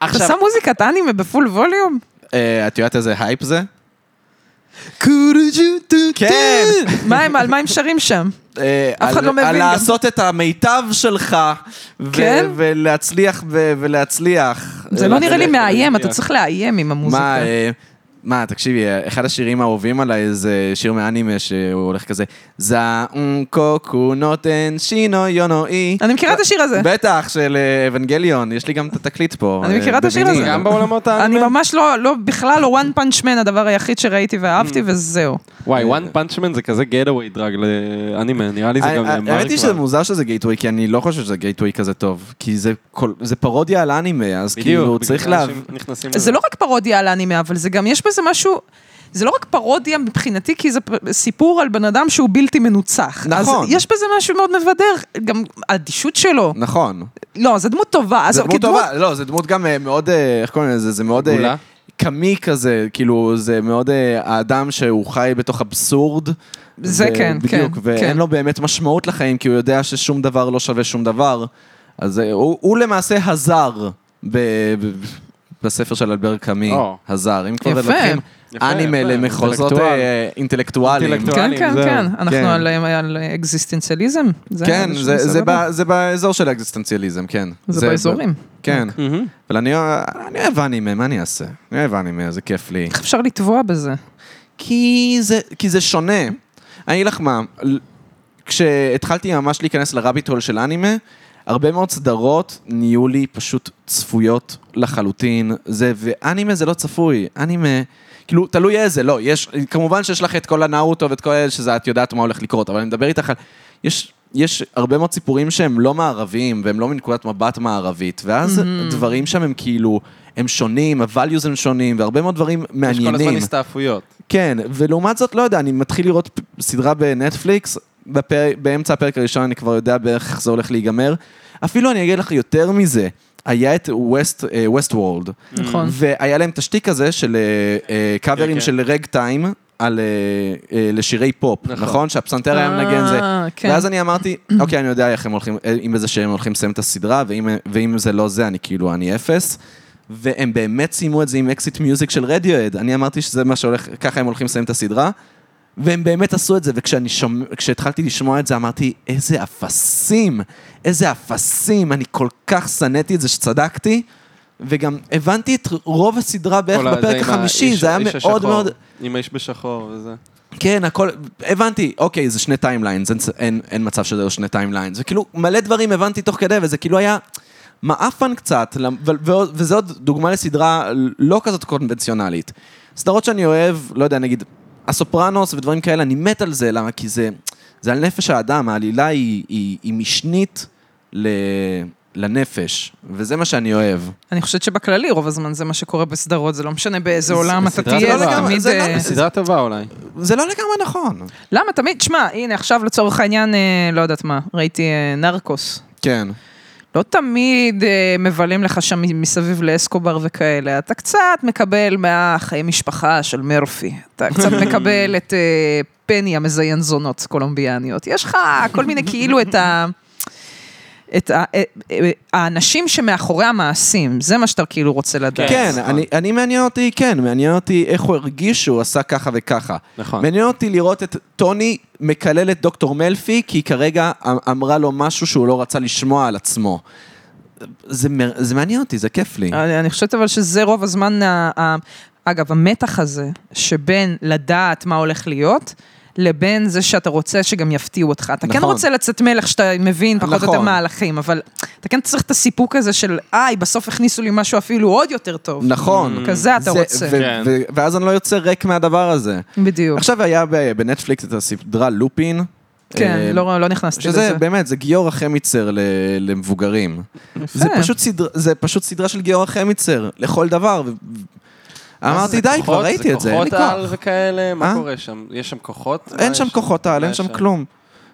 S4: ועכשיו,
S3: שם מוזיקת אנימה בפול ווליום?
S2: אה, את יודעת איזה הייפ זה?
S3: כן. מה הם, על מה הם שרים שם?
S2: אה,
S3: אף אחד
S2: על-
S3: לא מבין
S2: על
S3: גם.
S2: לעשות את המיטב שלך, ו-
S3: כן?
S2: ולהצליח ו- ולהצליח.
S3: זה לא
S2: אה,
S3: נראה לי
S4: זה-
S3: מאיים, אתה
S4: זה-
S3: צריך לאיים עם
S2: מה,
S3: המוזיקה.
S2: אה, מה, תקשיבי, אה, אחד השירים האהובים עליי זה שיר מאנימה שהוא הולך כזה, זאום קוקו נותן שינו יונו אי.
S3: אני מכירה את השיר הזה.
S2: בטח, של אה, אבנגליון, יש לי גם את התקליט פה.
S3: אני
S2: אה,
S3: מכירה את השיר
S2: בוויניל.
S3: הזה.
S4: גם בעולמות
S3: אני
S4: האנימה.
S3: ממש לא, לא, בכלל לא one punch man הדבר היחיד שראיתי ואהבתי, וזהו.
S4: וואי, one punch man זה כזה גטאווי דרג לאנימה, נראה לי זה
S2: אה,
S4: גם...
S2: אה,
S4: מרק
S2: האמת היא
S4: כבר.
S2: שזה מוזר שזה גייטווי, כי אני לא חושב שזה גייטווי כזה טוב. כי זה כל- זה פרודיה על אנימה, אז כאילו
S4: בדיוק,
S2: צריך
S4: בגלל
S2: להב...
S4: אנשים נכנסים לזה.
S3: זה לא רק פרודיה על האנימה, אבל זה גם, יש בזה משהו... זה לא רק פרודיה מבחינתי, כי זה פ- סיפור על בן אדם שהוא בלתי מנוצח.
S2: נכון.
S3: אז יש בזה משהו מאוד מבדר, גם האדישות שלו.
S2: נכון.
S3: לא, זו דמות טובה.
S2: זה
S3: עזוב,
S2: דמות
S3: כדמות-
S2: טובה, לא, זה דמות גם אה, מאוד, אה, איך קוראים לזה? זה מאוד... אה,
S4: עגולה?
S2: קמי כזה, כאילו, זה מאוד אה, האדם שהוא חי בתוך אבסורד.
S3: זה
S2: ו-
S3: כן,
S2: בדיוק,
S3: כן,
S2: ואין
S3: כן.
S2: לו באמת משמעות לחיים, כי הוא יודע ששום דבר לא שווה שום דבר. אז אה, הוא הוא למעשה הזר ב- ב- בספר של אלבר קאמי,
S4: או.
S2: הזר. אם כבר
S3: יפה.
S2: לוקחים
S4: יפה,
S2: אנימה
S4: יפה.
S2: למחוזות
S4: אינטלקטואל.
S2: אה, אינטלקטואליים.
S4: אינטלקטואל.
S3: כן,
S4: אינטלקטואלים,
S3: כן,
S4: זהו.
S3: כן. אנחנו
S2: כן.
S3: על- על אקזיסטנציאליזם. זה לא
S2: כן,
S3: משהו
S2: זה- זה
S3: בסדר.
S2: ב- זה באזור של האקזיסטנציאליזם, כן.
S3: זה באזורים.
S2: כן. אבל אני אני אוהב אנימה, מה אני אעשה? אני אוהב אנימה, זה כיף לי.
S3: איך אפשר לטבוע בזה?
S2: כי זה, כי זה שונה. אני אגיד לך מה, ל- כשהתחלתי ממש להיכנס לרביט הול של אנימה, הרבה מאוד סדרות נהיו לי פשוט צפויות לחלוטין. זה, ואנימה זה לא צפוי, אנימה... כאילו, תלוי איזה, לא, יש, כמובן שיש לך את כל הנאוטו ואת כל אלה שזה, את יודעת מה הולך לקרות, אבל אני מדבר איתך על... יש, יש הרבה מאוד סיפורים שהם לא מערביים, והם לא מנקודת מבט מערבית, ואז דברים שם הם כאילו, הם שונים, ה-values הם שונים, והרבה מאוד דברים
S4: יש
S2: מעניינים.
S4: כל הזמן הסתעפויות.
S2: כן, ולעומת זאת, לא יודע, אני מתחיל לראות פ- סדרה בנטפליקס, בפרק, באמצע הפרק הראשון אני כבר יודע בערך איך זה הולך להיגמר. אפילו אני אגיד לך יותר מזה, היה את ווסט, ווסט וורלד.
S3: נכון.
S2: והיה להם את השטיק הזה של אה, אה,
S4: כן, כן.
S2: קאברים של רג טיים על, אה, אה, לשירי פופ,
S4: נכון.
S2: נכון? שהפסנתר היה מנגן זה.
S3: אה, כן.
S2: ואז אני
S3: (clears throat)
S2: אמרתי, אוקיי, אני יודע איך הם הולכים, אה, אם זה שהם הולכים לסיים את הסדרה, ואם, ואם זה לא זה, אני כאילו, אני אפס. והם באמת סיימו את זה עם אקזיט מיוזיק של רדיואד. אני אמרתי שזה מה שהולך, ככה הם הולכים לסיים את הסדרה. והם באמת עשו את זה, וכשהתחלתי לשמוע את זה אמרתי, איזה אפסים, איזה אפסים, אני כל כך שנאתי את זה שצדקתי, וגם הבנתי את רוב הסדרה בערך
S4: כל הזה
S2: בפרק
S4: עם
S2: החמישי,
S4: האיש-
S2: זה היה
S4: האיש
S2: מאוד
S4: השחור,
S2: מאוד...
S4: עם האיש בשחור וזה.
S2: כן, הכל, הבנתי, אוקיי, זה שני טיימליינס, אין, אין, אין מצב שזה לא שני טיימליינס. וכאילו, מלא דברים הבנתי תוך כדי, וזה כאילו היה מעפן קצת, למ- ו, ו, וזו עוד דוגמה לסדרה לא כזאת קונבנציונלית. סדרות שאני אוהב, לא יודע, נגיד, הסופרנוס ודברים כאלה, אני מת על זה, למה? כי זה, זה על נפש האדם, העלילה היא, היא, היא משנית ל, לנפש, וזה מה שאני אוהב.
S3: אני חושבת שבכללי רוב הזמן זה מה שקורה בסדרות, זה לא משנה באיזה עולם אתה
S4: בסדרה
S3: תהיה,
S4: זה
S3: זה
S4: לא לגמרי-
S3: תמיד...
S2: זה לא
S3: אה,
S2: בסדר.
S4: סדרה טובה אולי.
S2: זה לא לגמרי נכון.
S3: למה תמיד, שמע, הנה עכשיו לצורך העניין, אה, לא יודעת מה, ראיתי אה, נרקוס.
S2: כן.
S3: לא תמיד אה, מבלים לך שם מסביב לאסקובר וכאלה, אתה קצת מקבל מהחיי משפחה של מרפי, אתה קצת מקבל את אה, פני המזיין זונות קולומביאניות, יש לך כל מיני כאילו את ה... את ה- אה, אה, האנשים שמאחורי המעשים, זה מה שאתה כאילו רוצה לדעת.
S2: כן,
S4: נכון.
S2: אני, אני מעניין אותי, כן, מעניין אותי איך הוא הרגיש שהוא עשה ככה וככה.
S4: נכון.
S2: מעניין אותי לראות את טוני מקלל את דוקטור מלפי, כי היא כרגע אמ- אמרה לו משהו שהוא לא רצה לשמוע על עצמו. זה, מר- זה מעניין אותי, זה כיף
S4: אה,
S2: לי.
S3: אני, אני חושבת אבל שזה רוב הזמן, ה, ה, אגב, המתח הזה שבין לדעת מה הולך להיות, לבין זה שאתה רוצה שגם יפתיעו אותך. אתה נכון. כן
S2: נכון.
S3: רוצה לצאת מלך שאתה מבין פחות או
S2: נכון.
S3: יותר מהלכים, אבל אתה כן צריך את הסיפוק הזה של, איי, בסוף הכניסו לי משהו אפילו עוד יותר טוב.
S2: נכון.
S3: כזה אתה
S2: זה-
S3: רוצה.
S2: ו-
S4: Mm. כן.
S2: ו- ואז אני לא יוצא ריק מהדבר הזה.
S3: בדיוק.
S2: עכשיו היה ב- בנטפליקס את הסדרה לופין.
S3: כן,
S2: אה,
S3: לא, לא נכנסתי לזה.
S2: שזה באמת, זה גיורא חמיצר ל- למבוגרים. זה
S3: כן.
S2: פשוט, סדר, זה פשוט סדרה של גיורא חמיצר, לכל דבר. ו-
S4: אה,
S2: אמרתי, די, כבר ראיתי את זה, אין לי
S4: כוחות על
S2: כוח.
S4: וכאלה, מה
S2: אה?
S4: קורה שם? יש שם כוחות?
S2: אין
S4: מה
S2: שם
S4: יש?
S2: כוחות על,
S4: מה
S2: אין
S4: יש
S2: שם כלום.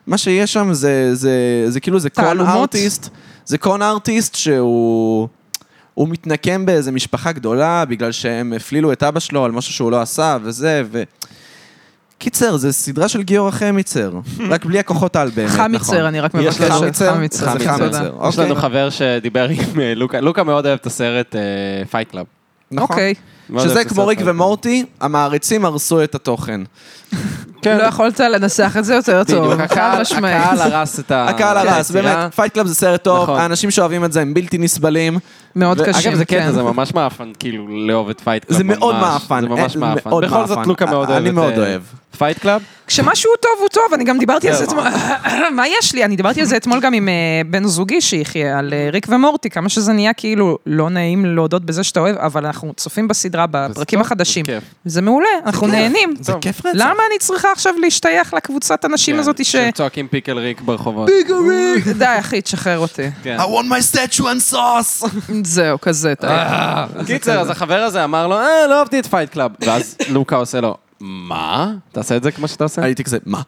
S2: מה שיש שם זה, זה, זה כאילו, זה קון
S3: תעלומות?
S2: ארטיסט, זה קון ארטיסט שהוא... הוא מתנקם באיזה משפחה גדולה, בגלל שהם הפלילו את אבא שלו על משהו שהוא לא עשה, וזה, ו... קיצר, זה סדרה של גיורא חמיצר, רק בלי הכוחות על באמת, נכון.
S3: חמיצר, אני רק
S2: יש
S3: מבקשת.
S2: לך חמיצר?
S3: חמיצר,
S2: זה
S3: תודה.
S2: חמיצר,
S4: יש
S2: אוקיי.
S4: לנו חבר שדיבר עם אה, לוקה, לוקה מאוד אוהב את הסרט אה, פייט קלאב.
S2: נכון.
S3: אוקיי.
S2: שזה כמו ריק ומורטי, המעריצים הרסו את התוכן.
S3: לא יכולת לנסח את זה יותר טוב.
S4: בדיוק,
S3: חד
S4: כן, הקהל
S3: משמעית.
S4: הקהל הרס את ה...
S2: כן. (laughs)
S4: כן,
S2: הקהל
S4: את
S2: הרס,
S4: היצירה.
S2: באמת, פייט קלאב זה סרט טוב,
S4: נכון.
S2: האנשים שאוהבים את זה הם בלתי נסבלים.
S3: מאוד
S2: ואגב,
S3: קשה. כן.
S4: אגב, זה קטע, זה ממש מאפן, כאילו, לאהוב את פייט קלאב.
S2: זה מאוד מאפן,
S4: זה
S2: אה,
S4: ממש
S2: זה
S4: מאפן.
S2: מאוד
S4: בכל זאת,
S2: מאפן.
S4: לוקה מאוד
S2: אני
S4: אוהב את... אה,
S2: מאוד אוהב.
S4: פייט קלאב?
S3: כשמשהו טוב הוא טוב, אני גם דיברתי על זה אתמול, (coughs) מה יש לי? אני דיברתי על זה אתמול גם עם אה, בן זוגי שיחיה, על אה, ריק ומורטי, כמה שזה נהיה כאילו לא נעים להודות בזה שאתה אוהב, אבל אנחנו צופים בסדרה, בפרקים
S4: טוב,
S3: החדשים.
S4: זה כיף.
S3: זה מעולה, אנחנו נהנים.
S2: זה כיף רצח.
S3: למה אני צריכה עכשיו להשתייך לקבוצת הנשים
S4: כן,
S3: הזאת ש...
S4: שהם צועקים פיקל ריק ברחובות.
S3: די, אחי, תשחרר אותי.
S4: כן.
S2: I want my statue and sauce!
S3: זהו, כזה. אתה-
S4: קיצר, אז החבר הזה אמר לו, אה, לא אהבתי את פייט קלאב. ואז לוקה עושה לו, מה? תעשה את זה כמו שאתה עושה?
S2: (laughs) הייתי כזה, מה?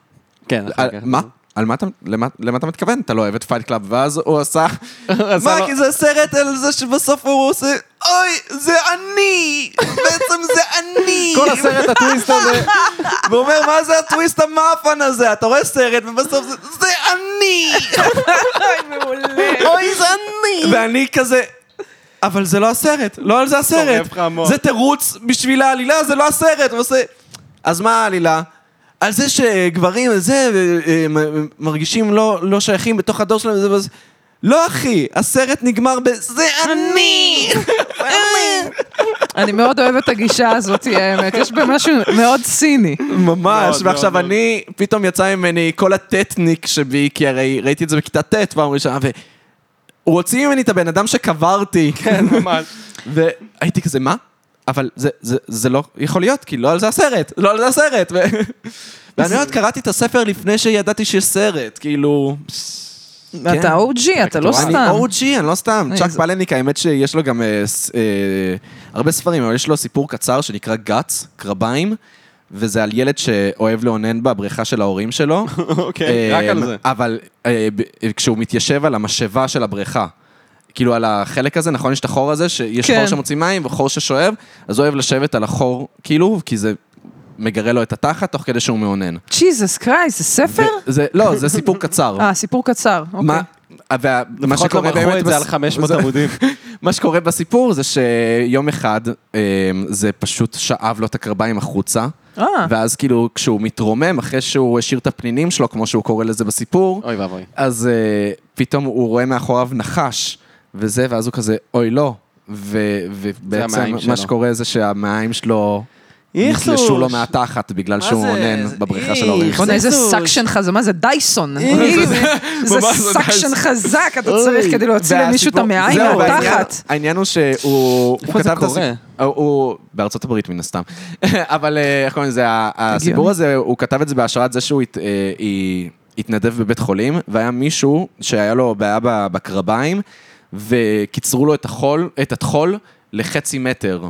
S4: כן,
S2: על-
S4: אחר כך.
S2: אה, מה? על מה אתה, למה, למה אתה מתכוון? אתה לא אוהב את פייט קלאב, ואז הוא עשה,
S4: (laughs) עשה
S2: מה,
S4: לו-
S2: כי זה סרט על זה שבסוף הוא עושה, אוי, זה אני! בעצם זה (laughs) אני!
S4: כל הסרט הטוויסט הזה,
S2: והוא אומר, מה זה הטוויסט המאפן הזה? אתה רואה סרט, ובסוף זה, זה אני! אוי, זה אני! ואני כזה... אבל זה לא הסרט, לא על זה הסרט.
S4: שורף חמור.
S2: זה תירוץ בשביל העלילה, זה לא הסרט. הוא עושה... אז מה העלילה? על זה שגברים, זה, אה, אה, מ- מרגישים לא, לא שייכים בתוך הדור שלהם, זה וזה. לא אחי, הסרט נגמר ב... זה אני!
S3: אני מאוד אוהבת את הגישה הזאת, האמת. יש בה משהו מאוד ציני.
S2: ממש,
S4: מאוד,
S2: ועכשיו
S4: מאוד,
S2: אני, פתאום יצא ממני כל הטטניק שבי, כי הרי ראיתי את זה בכיתה ט' פעם ראשונה, ורוצים ממני את הבן אדם שקברתי.
S4: כן, ממש.
S2: והייתי כזה, מה? אבל זה, זה, זה לא יכול להיות, כי לא על זה הסרט, לא על זה הסרט. ו...
S3: (laughs)
S2: ואני עוד קראתי את הספר לפני שידעתי שיש סרט, כאילו...
S3: אתה OG, אתה לא
S2: אני
S3: סתם.
S2: OG, אני לא סתם.
S3: אני-
S2: צ'אק
S3: זה-
S2: פלניק, האמת שיש לו גם אה, ס- אה, הרבה ספרים, אבל יש לו סיפור קצר שנקרא גאץ, קרביים, וזה על ילד שאוהב לאונן בבריכה של ההורים
S3: (laughs)
S2: שלו.
S4: (laughs)
S3: כן,
S4: אוקיי, רק על זה.
S2: אמ, אבל אה, ב- כשהוא מתיישב על המשאבה של הבריכה, כאילו על החלק הזה, נכון? יש את החור הזה, שיש
S3: כן.
S2: חור שמוציא מים וחור ששואב, אז הוא אוהב לשבת על החור, כאילו, כי זה מגרה לו את התחת תוך כדי שהוא מאונן.
S3: ג'יזוס קרייסט, זה ספר?
S2: זה, לא, זה סיפור קצר.
S3: אה, סיפור קצר, אוקיי.
S2: מה, וה- מה
S4: לפחות לא
S2: שקורה
S4: מכרו
S2: באמת,
S4: את זה
S2: בס-
S4: על 500
S2: זה- (laughs)
S4: עמודים.
S2: מה שקורה בסיפור זה שיום אחד אה, זה פשוט שאב לו את הקרביים החוצה.
S3: אה.
S2: ואז כאילו כשהוא מתרומם, אחרי שהוא השאיר את הפנינים שלו, כמו שהוא קורא לזה בסיפור,
S4: אוי ואבוי.
S2: אז אה, פתאום הוא רואה מאחוריו נחש, וזה, ואז הוא כזה, אוי לא. ו-
S4: המעיים
S2: ובעצם
S4: שלו.
S2: מה שקורה זה שהמעיים שלו
S4: איכסוש.
S2: נתלשו לו מהתחת בגלל
S4: מה
S2: שהוא
S4: זה?
S2: אונן
S4: זה
S2: בבריכה של ההורים.
S4: איך.
S3: בוא'נה, איזה
S4: זוז.
S3: סאקשן חזק, מה זה דייסון?
S4: אה,
S3: זה- זה
S2: ממש זה
S3: סאקשן
S2: דייסון.
S3: חזק, אתה צריך כדי להוציא למישהו את
S2: והסיפור-
S3: המעיים
S2: זהו, והעניין-
S3: מהתחת.
S2: העניין הוא שהוא הוא
S4: איפה זה
S2: כתב את
S4: קורה?
S2: הסיפור. הוא בארצות הברית מן הסתם. (laughs) אבל אה, איך קוראים לזה? ה- הסיפור הזה, הוא כתב את זה בהשראת זה שהוא הת- אה, היא- התנדב בבית חולים, והיה מישהו שהיה לו בעיה ב- בקרביים, וקיצרו לו את החול, את הטחול לחצי מטר.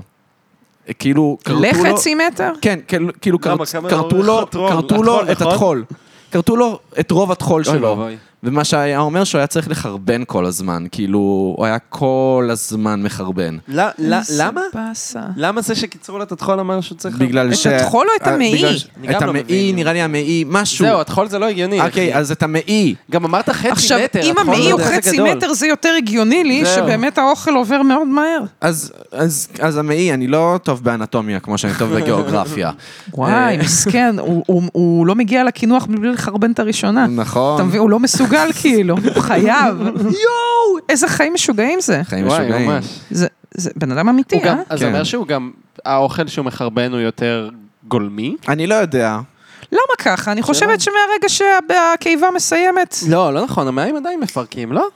S2: אה, כאילו, כרתו לו...
S3: לחצי מטר?
S2: כן, כן, כאילו
S4: למה?
S2: כרת-
S4: כמה
S2: כרתו
S4: אורך
S2: לו,
S4: הטרול?
S2: כרתו לו
S4: הטחול,
S2: את
S4: נכון?
S2: הטחול. כרתו לו את רוב הטחול
S4: אוי
S2: שלו.
S4: ואבוי.
S2: ומה שהיה אומר שהוא היה צריך לחרבן כל הזמן, כאילו, הוא היה כל הזמן מחרבן.
S4: למה?
S3: באסה.
S4: למה זה שקיצרו לו את הטחול אמר שהוא צריך...
S2: בגלל
S3: את
S2: ש...
S3: הטחול או את
S2: אה,
S3: המעי?
S2: בגלל ש-
S4: אני גם
S2: את
S4: לא
S2: המעי,
S4: מבין.
S2: נראה לי המעי, משהו.
S4: זהו, הטחול זה לא הגיוני.
S2: אוקיי,
S4: אחי.
S2: אז את המעי.
S4: גם אמרת חצי מטר.
S3: עכשיו, אם
S4: הטחול
S3: המעי
S4: זה
S3: הוא
S4: כזה
S3: חצי
S4: גדול.
S3: מטר, זה יותר הגיוני לי,
S4: זהו.
S3: שבאמת האוכל עובר מאוד מהר.
S2: אז- אז אז המעי, אני לא טוב באנטומיה כמו שאני טוב
S4: (laughs)
S2: בגיאוגרפיה.
S3: וואי, מסכן, הוא- הוא- הוא לא מגיע לקינוח מבלי לחרבן את הראשונה.
S2: נכון.
S3: אתה מבין, הוא לא מסוגל כאילו, הוא חייב. יואו, איזה חיים משוגעים זה.
S2: חיים
S4: וואי,
S2: משוגעים.
S4: ממש.
S3: זה זה בן אדם אמיתי,
S4: הוא
S3: אה?
S4: גם, אז זה
S2: כן.
S4: אומר שהוא גם, האוכל שהוא מחרבן הוא יותר גולמי?
S2: אני לא יודע.
S3: למה ככה? אני
S2: לא-
S3: חושבת שמהרגע שהקיבה מסיימת...
S2: כן.
S4: לא, לא נכון, המעיים עדיין מפרקים, לא?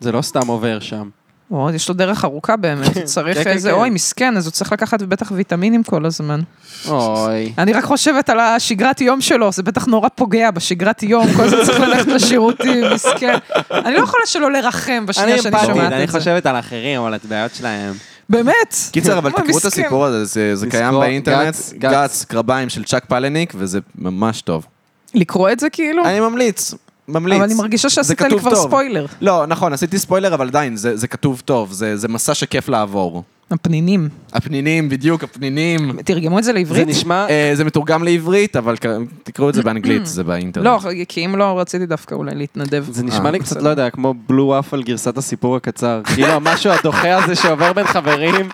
S4: זה לא סתם עובר שם.
S3: וואי, יש לו דרך ארוכה באמת, הוא צריך
S4: כן, כן,
S3: איזה,
S4: כן.
S3: אוי, מסכן, אז הוא צריך לקחת בטח ויטמינים כל הזמן.
S4: אוי.
S3: אני רק חושבת על השגרת יום שלו, זה בטח נורא פוגע בשגרת יום, כל הזמן צריך
S2: (laughs)
S3: ללכת לשירותים, מסכן. אני לא יכולה שלא לרחם בשנייה שאני שומעת את זה.
S4: חושבת על אחרים, על הבעיות שלהם.
S3: באמת.
S2: קיצר,
S4: (laughs)
S2: אבל
S3: וואי,
S2: תקראו את
S3: מסכן.
S2: הסיפור הזה, זה- זה
S4: לזכור,
S2: קיים באינטרנט.
S4: גץ, גץ.
S2: גץ, קרביים של צ'אק פלניק, וזה ממש טוב.
S3: לקרוא את זה כאילו?
S2: אני ממליץ, ממליץ.
S3: אבל אני מרגישה שעשית לי
S2: כתוב
S3: כבר
S2: טוב.
S3: ספוילר.
S2: לא, נכון, עשיתי ספוילר, אבל עדיין, זה, זה כתוב טוב, זה, זה מסע שכיף לעבור.
S3: הפנינים.
S2: הפנינים, בדיוק, הפנינים.
S3: תרגמו את זה
S4: זה
S3: לעברית?
S4: נשמע...
S2: אה, זה מתורגם לעברית, אבל כ- תקראו את זה באנגלית, זה באינטרנט.
S3: לא, כי אם לא, רציתי דווקא אולי להתנדב.
S4: זה נשמע
S2: אה,
S4: לי קצת, לא יודע, כמו בלו וואפל גרסת הסיפור (laughs) הקצר. כאילו, המשהו הדוחה הזה שעובר בין חברים,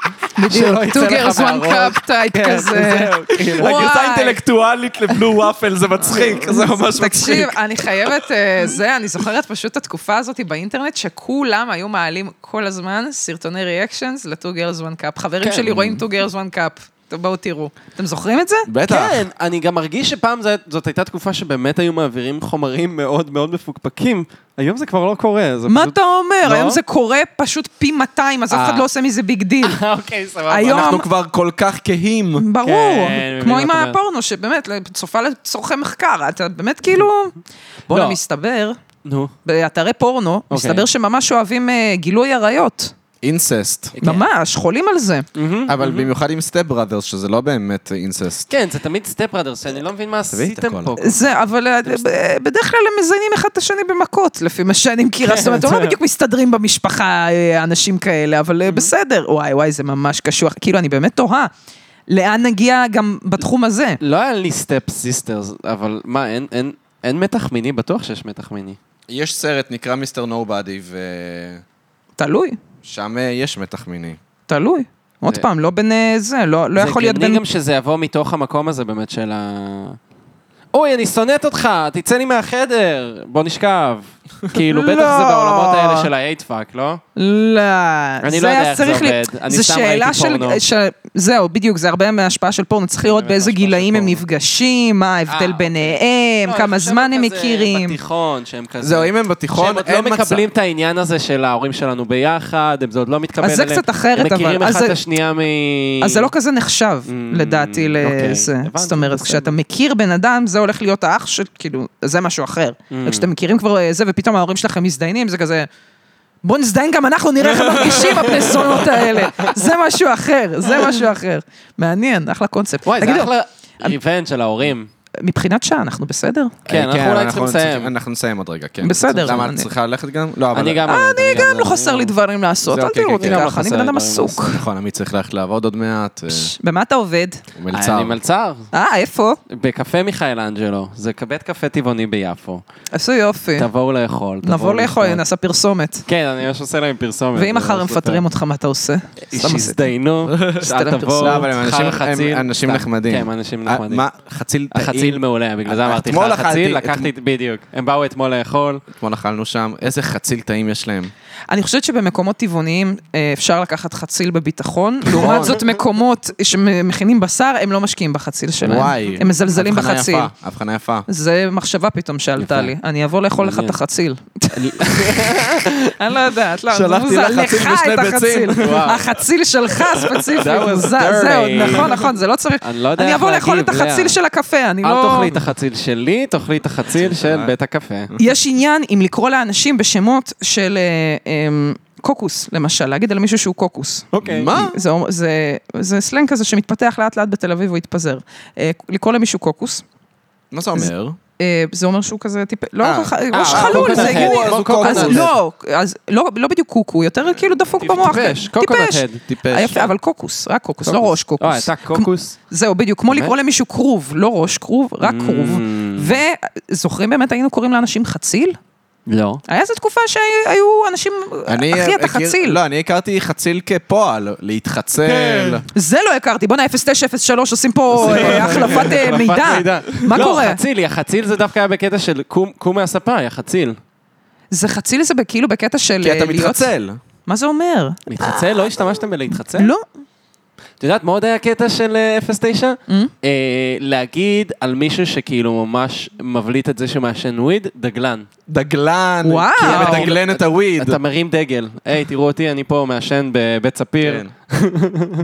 S4: שלא יצא
S3: two
S4: לך
S3: girls one
S4: מהראש.
S3: cup טייפ
S4: כן,
S3: כזה.
S4: זהו, כאילו.
S3: וואי.
S2: הגרסה האינטלקטואלית לבלו וואפל זה מצחיק, זה ממש מצחיק.
S3: תקשיב, אני חייבת, אה, זה, אני זוכרת פשוט את התקופה הזאת באינטרנט, שכולם היו מעלים כל הזמן סרטוני ריאקשנס ל-2 girls one cup. חברים
S4: כן.
S3: שלי רואים 2 girls one cup. טוב, בואו תראו. אתם זוכרים את זה?
S2: בטח.
S4: כן, אני גם מרגיש שפעם זה- זאת הייתה תקופה שבאמת היו מעבירים חומרים מאוד מאוד מפוקפקים. היום זה כבר לא קורה. זה
S3: מה
S4: פשוט-
S3: אתה אומר?
S4: לא?
S3: היום זה קורה פשוט פי 200, אז אף
S4: אה.
S3: אחד לא עושה מזה ביג דיל.
S4: (laughs) אוקיי, סבבה.
S3: היום-
S2: אנחנו כבר כל כך כהים.
S3: ברור,
S4: מבין
S3: כמו
S4: מה
S3: עם
S4: את אומרת.
S3: הפורנו, שבאמת, צופה לצורכי מחקר, אתה באמת כאילו...
S4: לא.
S3: בוא'נה, מסתבר,
S4: נו.
S3: באתרי פורנו,
S4: אוקיי.
S3: מסתבר שממש אוהבים אה, גילוי עריות.
S2: אינססט.
S4: כן.
S3: ממש, חולים על זה.
S4: Mm.
S2: אבל במיוחד עם סטאפ בראדרס, שזה לא באמת אינססט.
S4: כן, זה תמיד סטפ ראדרס, אני לא מבין מה
S2: תביאי את
S4: עשיתם
S2: הכל.
S4: פה.
S3: זה, אבל אה, ב- בדרך כלל הם מזיינים אחד את השני במכות, לפי מה שאני
S4: כן,
S3: מכירה. זאת אומרת, הם לא בדיוק מסתדרים במשפחה, אה, אנשים כאלה, אבל
S4: Mm-hmm.
S3: אה, בסדר. וואי, וואי, זה ממש קשוח. כאילו, אני באמת תוהה, לאן נגיע גם בתחום הזה?
S4: לא היה לי סטפ סיסטרס, אבל מה, אין- אין- אין מתח מיני? בטוח שיש מתח מיני.
S2: יש סרט, נקרא מיסטר נובדי,
S3: תלוי,
S2: ושם אה, יש מתח מיני.
S3: תלוי. עוד
S4: זה-
S3: פעם, לא בין אה, זה, לא לא יכול להיות
S4: זה הגיוני
S3: בין...
S4: גם שזה יבוא מתוך המקום הזה באמת של ה... אוי, אני שונאת אותך, תצא לי מהחדר, בוא
S3: (laughs)
S4: נשכב. כאילו, בטח זה
S3: לא.
S4: בעולמות האלה של ה-8 פאק, לא?
S3: לא,
S4: אני
S3: זה
S4: לא יודע
S3: היה
S4: איך זה
S3: צריך לי-
S4: עובד, אני
S3: זה
S4: סתם
S3: שאלה
S4: ראיתי
S3: של-
S4: פורנו.
S3: של- זהו, בדיוק, זה הרבה מההשפעה של פורנו. צריך לראות
S4: באמת
S3: באיזה
S4: מההשפעה של
S3: גילאים הם
S4: פורנו.
S3: נפגשים, מה ההבדל
S4: אוקיי.
S3: ביניהם, כמה זמן הם מכירים.
S4: בתיכון, שהם כזה...
S2: זהו, אם הם
S4: שהם
S2: בתיכון,
S4: עוד לא
S2: אין מצב.
S4: מקבלים את העניין הזה של ההורים שלנו ביחד, הם- זה עוד לא מתקבל
S3: אז זה
S4: אליהם.
S3: קצת אחרת,
S4: הם מכירים
S3: אבל- אז
S4: אחד את
S3: זה-
S4: השנייה מ...
S3: אז זה לא כזה נחשב, לדעתי,
S4: Mm, אוקיי,
S3: לזה.
S4: הבנתי,
S3: זאת אומרת,
S4: בסדר.
S3: כשאתה מכיר בן אדם, זה הולך להיות האח של, כאילו, זה משהו אחר.
S4: Mm.
S3: אבל כשאתם מכירים כבר אה, זה, ופתאום ההורים שלכם מזדיינים, זה כזה... בוא נזדיין גם אנחנו, נראה איך הם
S4: (laughs)
S3: מרגישים הפרסונות האלה. זה משהו אחר, זה משהו אחר. מעניין, אחלה קונספט.
S4: וואי, זה
S3: תגידו,
S4: אחלה... ריבן של ההורים.
S3: אה, מבחינת שעה אנחנו
S2: לא,
S3: בסדר?
S4: כן, אנחנו אולי צריכים לסיים.
S2: אנחנו נסיים עוד רגע, כן.
S3: בסדר,
S2: למה את
S3: אני-
S2: צריכה ללכת גם? לא, אבל...
S4: אני גם...
S3: אני גם לא חסר לי דברים לעשות,
S2: זה
S3: אל
S2: אוקיי,
S3: תראו
S2: כן,
S3: אותי
S2: כן,
S4: לא
S3: ככה, אני בן
S4: חסר
S3: אדם
S4: לי דברים
S3: עסוק.
S2: נכון, עמית צריך ללכת לעבוד עוד מעט, אה,
S3: במה אתה עובד?
S2: הוא מלצר.
S4: אני מלצר.
S3: אה, איפה?
S4: בקפה מיכאל אנג'לו. זה בית קפה טבעוני ביפו.
S3: עשו יופי.
S4: תבואו לאכול.
S3: כן. נבוא
S4: תבואו
S3: לאכול,
S4: לשתות.
S3: נעשה פרסומת.
S4: כן, אני ממש עושה להם פרסומת. אה,
S3: ואם
S4: זה
S3: מחר הם
S2: אוקיי,
S4: ממש
S3: מפטרים
S4: אותה.
S3: אותך, מה אתה עושה? סתם עשית. (laughs)
S4: שהזדיינו,
S3: סתם
S4: אל תבואו,
S2: לא, אבל הם אנשים-
S4: חר
S2: הם
S4: חציל.
S2: אנשים
S4: סתם.
S2: נחמדים.
S4: כן, הם אנשים
S2: אה,
S4: נחמדים.
S2: מה? חציל טעים.
S4: החציל מעולה, בגלל זה אמרתי לך,
S2: אתמול אכלתי-
S4: החציל, לקחתי, בדיוק. הם באו אתמול לאכול,
S2: אתמול אכלנו שם, איזה חציל טעים יש להם.
S3: אני חושבת שבמקומות טבעוניים אה, אפשר לקחת חציל בביטחון,
S2: נכון.
S3: לעומת זאת מקומות שמכינים בשר, הם לא משקיעים בחציל שלהם.
S2: וואי.
S3: הם מזלזלים
S2: הבחנה
S3: בחציל.
S2: יפה, הבחנה יפה.
S3: זה מחשבה פתאום שעלתה
S4: יפה.
S3: לי. אני אבוא לאכול לך את
S4: מעניין.
S3: החציל. (laughs) אני לא יודעת, לא, זה
S5: שלחתי
S3: מוזר.
S5: לך חציל ושני
S3: את החציל.
S5: ביצים.
S4: וואו.
S3: החציל שלך ספציפית,
S4: That was
S3: מוזר. זהו,
S4: dirty.
S3: נכון, נכון, זה לא צריך.
S4: אני לא יודע
S3: אני
S4: איך
S3: אבוא לאכול את
S4: להגיב, לאה.
S3: החציל של הקפה, אני
S4: אל
S3: לא...
S4: תאכלי את החציל שלי, תאכלי את החציל של בית הקפה.
S3: יש עניין עם לקרוא לאנשים בשמות של אה, אה, קוקוס, למשל, להגיד על מישהו שהוא קוקוס.
S4: אוקיי.
S2: מה?
S3: זה, זה, זה סלנג כזה שמתפתח לאט לאט בתל אביב, הוא התפזר. אה, לקרוא למישהו קוקוס,
S2: מה זה אומר?
S3: אה, זה אומר שהוא כזה טיפ... לא,
S2: אה,
S3: ככה, ראש
S4: אה,
S3: חלול,
S4: קוקונט
S3: זה
S4: הד.
S3: הגיוני.
S4: הוא, אז הוא
S3: אז
S4: קוקונט
S3: לא, אז לא, לא בדיוק קוקו, הוא יותר כאילו דפוק במוח. אה,
S4: טיפש, קוקונט הד,
S2: טיפש.
S3: יפה, אבל קוקוס, רק קוקוס, לא ראש קוקוס.
S4: אה, אתה קוקוס?
S3: זהו, בדיוק, כמו
S4: באמת?
S3: לקרוא למישהו כרוב, לא ראש כרוב, רק כרוב. וזוכרים באמת, היינו קוראים לאנשים חציל?
S4: לא.
S3: היה איזו תקופה שהיו אנשים, אחי, אתה
S2: הכיר-
S3: חציל.
S2: לא, אני הכרתי חציל כפועל, להתחצל.
S3: זה לא הכרתי, בואנה 0903 עושים פה אה, החלפת אה, מידע. מה
S4: לא,
S3: קורה?
S4: חציל, יא חציל זה דווקא היה בקטע של קום- קום מהספה, יא חציל.
S3: זה חציל זה כאילו בקטע של...
S2: כי אתה
S3: אה, להיות-
S2: מתחצל.
S3: מה זה אומר?
S4: להתחצל? לא השתמשתם בלהתחצל?
S3: לא.
S4: את יודעת מה עוד היה קטע של אה, 09?
S3: Mm.
S4: אה, להגיד על מישהו שכאילו ממש מבליט את זה שמעשן וויד, דגלן.
S2: דגלן,
S3: וואו.
S2: כי הם מדגלן את הוויד.
S4: אתה מרים דגל. היי, תראו אותי, אני פה מעשן בבית ספיר.
S2: כן.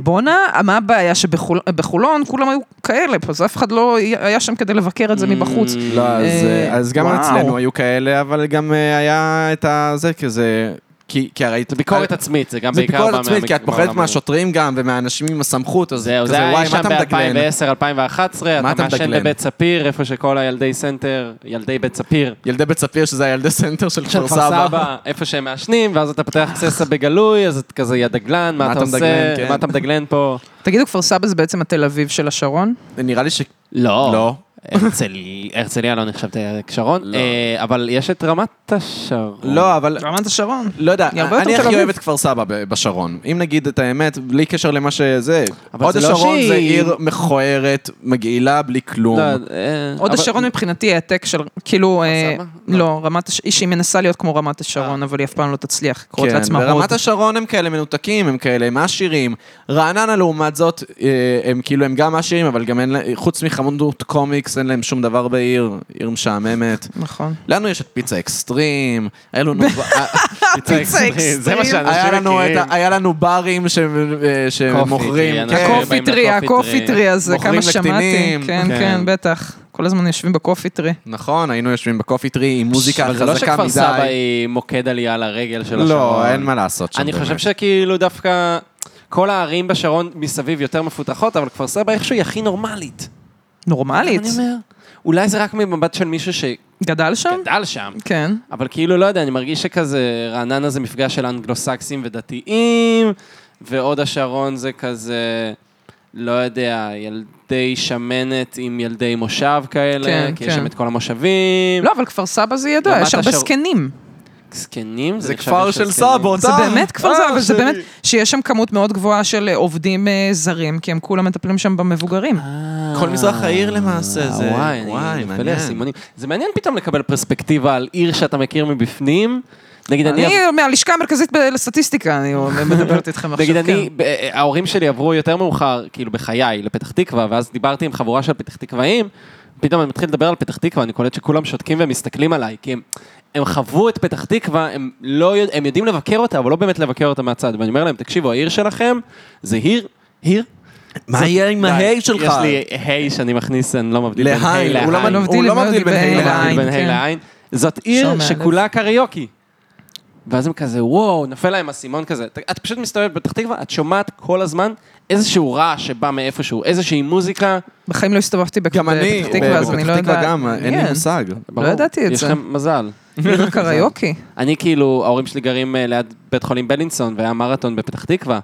S3: בואנה, מה הבעיה שבחולון כולם היו כאלה, אז אף אחד לא היה שם כדי לבקר את זה מבחוץ.
S2: לא, אז,
S3: אה,
S2: אז גם
S3: וואו.
S2: אצלנו היו כאלה, אבל גם אה, היה את הזה, כי זה... כי, כי הרי... אה,
S4: זה ביקורת עצמית, זה גם
S2: זה
S4: בעיקר...
S2: ביקורת
S4: בא
S2: עצמית,
S4: מה-
S2: כי את פוחדת
S4: מהעולם הזה.
S2: מהשוטרים גם, ומהאנשים עם הסמכות, אז
S4: זהו, זה
S2: כזה,
S4: היה
S2: וואי, מה
S4: שם
S2: אתה מדגלן?
S4: ב-2010-2011, אתה
S2: אתה
S4: מעשן
S2: מדגלן?
S4: בבית ספיר, איפה שכל הילדי סנטר, ילדי בית ספיר.
S2: ילדי בית ספיר, שזה הילדי סנטר של
S4: של
S2: כפר
S4: כפר
S2: סבא.
S4: סבא, איפה שהם מעשנים, ואז אתה פותח קססה בגלוי, אז אתה כזה, יא דגלן, מה אתה
S2: מדגלן,
S4: עושה,
S2: כן.
S4: מה אתה מדגלן פה?
S3: תגידו, כפר סבא זה בעצם התל אביב של השרון?
S2: נראה לי ש...
S4: לא.
S2: לא.
S4: הרצל- הרצליה לא נחשבת עמק שרון, אה, אבל יש את רמת השרון.
S2: לא, אבל...
S3: רמת השרון.
S2: לא יודע,
S3: היא הרבה יותר
S2: אני
S3: תל
S2: הכי
S3: אביב.
S2: אוהב את כפר סבא ב- בשרון. אם נגיד את האמת, בלי קשר למה שזה.
S4: אבל
S2: הוד
S4: זה לא
S2: השרון
S4: שהיא-
S2: זה עיר מכוערת, מגעילה, בלי כלום.
S4: לא, אה,
S3: הוד
S4: אבל-
S3: השרון מבחינתי העתק של, כאילו, אה,
S4: סבא?
S3: לא, רמת, הש- היא שהיא מנסה להיות כמו רמת השרון, אבל היא אף פעם לא תצליח לקרות
S2: כן,
S3: לעצמה הוד.
S2: ברמת השרון הם כאלה מנותקים, הם כאלה, הם עשירים. רעננה לעומת זאת, אה, הם כאילו, הם גם עשירים, אבל גם אין להם, חוץ מחמודות קומיקס, אין להם שום דבר בעיר, עיר משעממת.
S3: נכון.
S2: לנו יש את פיצה אקסטרים, היה
S4: (laughs)
S2: לנו...
S3: פיצה
S2: (laughs)
S3: אקסטרים.
S4: זה מה שאנשים
S2: היה לנו את
S4: מכירים.
S2: ה- היה לנו ברים ש- אה,
S4: קופי,
S2: שמוכרים, כן,
S4: אנחנו באים
S3: הקופיטרי,
S4: לקופיטרי.
S3: הקופיטרי הזה,
S2: מוכרים
S3: כמה שמעתי.
S2: לקטינים.
S3: כן,
S2: כן.
S3: כן, בטח. כל הזמן יושבים בקופיטרי.
S2: נכון, היינו יושבים בקופי טרי עם מוזיקה
S4: אבל
S2: חזקה
S4: זה
S2: מדי.
S4: לא שכפר סבא היא מוקד עלייה לרגל של השרון.
S2: לא, אין מה לעשות שם.
S4: אני
S2: באמת.
S4: חושב שכאילו דווקא כל הערים בשרון מסביב יותר מפותחות, אבל כפר סבא איכשהו היא הכי נורמלית.
S3: נורמלית.
S4: אני אומר, אולי זה רק ממבט של מישהו
S2: לא.
S4: שגדל
S3: גדל שם?
S4: שם.
S3: כן.
S4: אבל כאילו, לא יודע, אני מרגיש שכזה, רעננה זה מפגש של אנגלוסקסים ודתיים, והוד השרון זה כזה, לא יודע, ילדי שמנת עם ילדי מושב כאלה,
S3: כן,
S4: כן, כי כן. יש
S3: כן.
S4: שם את כל המושבים.
S3: לא, אבל כפר סבא זה ידוע,
S4: רמת
S3: יש הרבה
S4: השרון.
S3: זקנים.
S4: זקנים?
S2: זה
S4: נחשב
S2: כפר
S4: לי
S2: של
S4: זקנים. אה,
S2: סבא,
S3: זה באמת כפר סבא, אבל זה
S2: אה, שלי.
S3: באמת, שיש שם כמות מאוד גבוהה של אה, עובדים אה, זרים, כי הם כולם מטפלים שם במבוגרים.
S2: אה. כל מזרח העיר למעשה, זה...
S4: וואי, וואי, מעניין. זה מעניין פתאום לקבל פרספקטיבה על עיר שאתה מכיר מבפנים. נגיד אני...
S3: אני מהלשכה המרכזית ב- לסטטיסטיקה, אני (laughs) מדברת איתכם עכשיו.
S4: נגיד
S3: כן.
S4: אני, ב- אה, ההורים שלי עברו יותר מאוחר, כאילו בחיי, לפתח תקווה, ואז דיברתי עם חבורה של פתח תקוואים, פתאום אני מתחיל לדבר על פתח תקווה, אני קולט שכולם שותקים ומסתכלים עליי, כי הם, הם חוו את פתח תקווה, הם, לא, יודע- הם יודעים לבקר אותה, אבל לא באמת לבקר אותה מהצד, ואני אומר להם, תקשיבו, העיר שלכם זה עיר, עיר.
S2: מה יהיה עם
S4: די,
S2: ההיי שלך?
S4: יש לי היי שאני מכניס, אני לא מבדיל בין
S2: להיי,
S4: היי להיי.
S2: הוא לא מבדיל-
S3: מבדיל
S2: הוא לא
S3: בין
S2: מבדיל בין
S3: היי
S2: היי
S4: לא מבדיל
S2: להיי.
S3: לעין.
S4: בין
S3: כן.
S4: היי לעין. זאת
S3: שומע,
S4: עיר
S3: אלף.
S4: שכולה קריוקי. ואז הם כזה, וואו, נופל להם אסימון כזה. ת- את פשוט מסתובבת בפתח תקווה, את שומעת כל הזמן איזשהו רעש שבא מאיפשהו, איזושהי מוזיקה.
S3: בחיים לא הסתובבתי בפתח
S2: גם אני, אה,
S3: תקווה, אז אני לא
S2: בפתח תקווה
S3: יודעת. כן.
S2: גם, אין לי
S3: מעניין.
S2: מושג.
S4: ברור,
S3: ידעתי את
S4: יש
S3: זה.
S4: לכם מזל.
S3: (laughs) עיר
S2: (laughs)
S3: הקריוקי.
S4: אני כאילו, ההורים שלי גרים אה, ליד בית חולים בלינסון, והיה מרתון בפתח תקווה,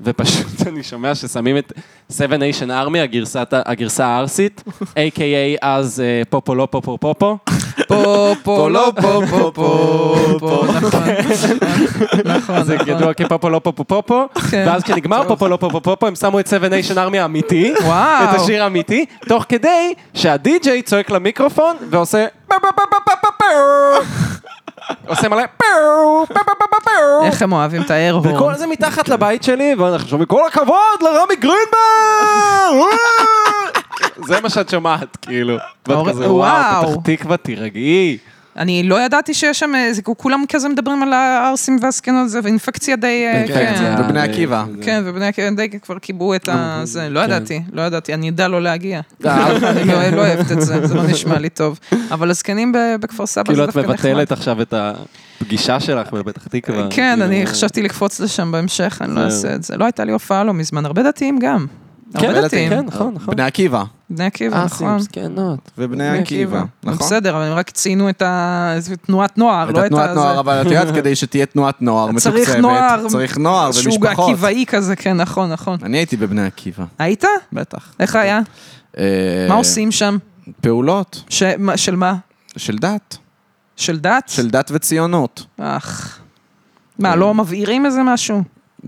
S4: ופשוט (laughs) אני שומע ששמים את 7 Nation Army, הגרסת, הגרסה הערסית, a.k.a אז אה, פופו לא פופו פופו.
S3: פה, פה, לא, פה, פה, פה, פה,
S2: פה. (laughs)
S3: נכון. נכון,
S4: זה
S3: נכון.
S4: ידוע כפופו לא פופו פופו,
S3: כן.
S4: ואז כשנגמר פופו לא פופו פופו, הם שמו את 7 Nation Army האמיתי,
S3: וואו.
S4: את השיר האמיתי, תוך כדי שהדי-ג'יי צועק למיקרופון ועושה... פו, פו, פו, פו, פו, פו. עושה מלא... פו, פו, פו, פו, פו.
S3: איך נכון. הם אוהבים את האיירהורן.
S4: וכל זה מתחת לבית שלי, ואנחנו שומעים כל הכבוד לרמי גרינברג! (laughs) זה מה שאת שומעת, כאילו. ואת
S3: אור-
S4: כזה, וואו,
S3: וואו.
S4: פתח תקווה, תירגעי.
S3: אני לא ידעתי שיש שם, אה, זה- כולם כזה מדברים על הערסים והזקנות, זה ואינפקציה די... אה,
S4: אינפקציה.
S3: כן.
S2: בבני עקיבא.
S3: כן, ובני הקרן די כבר כיבו את ה... זה,
S2: כן.
S3: לא ידעתי, לא ידעתי, אני אדע לא להגיע.
S2: אה, אוקיי.
S3: (laughs) אני לא לא אוהבת את זה, זה לא נשמע לי טוב. אבל הזקנים ב- בכפר סבא זה
S4: כאילו את
S3: דווקא נחמד.
S4: מבטלת עכשיו את הפגישה שלך בפתח תקווה.
S3: כן,
S4: כאילו.
S3: אני חשבתי לקפוץ לשם בהמשך, אני לא
S4: זהו.
S3: אעשה את זה. לא הייתה לי הופעה לא מזמן, הרבה דתיים גם. הרבה דתיים.
S4: כן, נכון, נכון.
S2: בני עקיבא.
S3: בני עקיבא,
S4: אסים,
S3: נכון.
S4: זקנות.
S2: ובני אה, עקיבא, נכון?
S3: בסדר, אבל הם רק ציינו את ה- איזה תנועת נוער, לא
S2: את
S3: את ה...
S2: התנועת נוער,
S3: זה-
S2: אבל את
S3: (laughs)
S2: יודעת, כדי שתהיה תנועת נוער מתוקצבת.
S3: צריך נוער.
S2: צריך נוער
S3: שהוא
S2: ומשפחות.
S3: עקיבאי כזה, כן, נכון, נכון.
S2: אני הייתי בבני עקיבא,
S3: היית?
S2: בטח.
S3: איך היה?
S2: אה,
S3: מה עושים שם?
S2: פעולות
S3: ש- מה- של מה?
S2: של דת,
S3: של דת?
S2: של דת וציונות.
S3: אך. מה, לא מבעירים איזה משהו?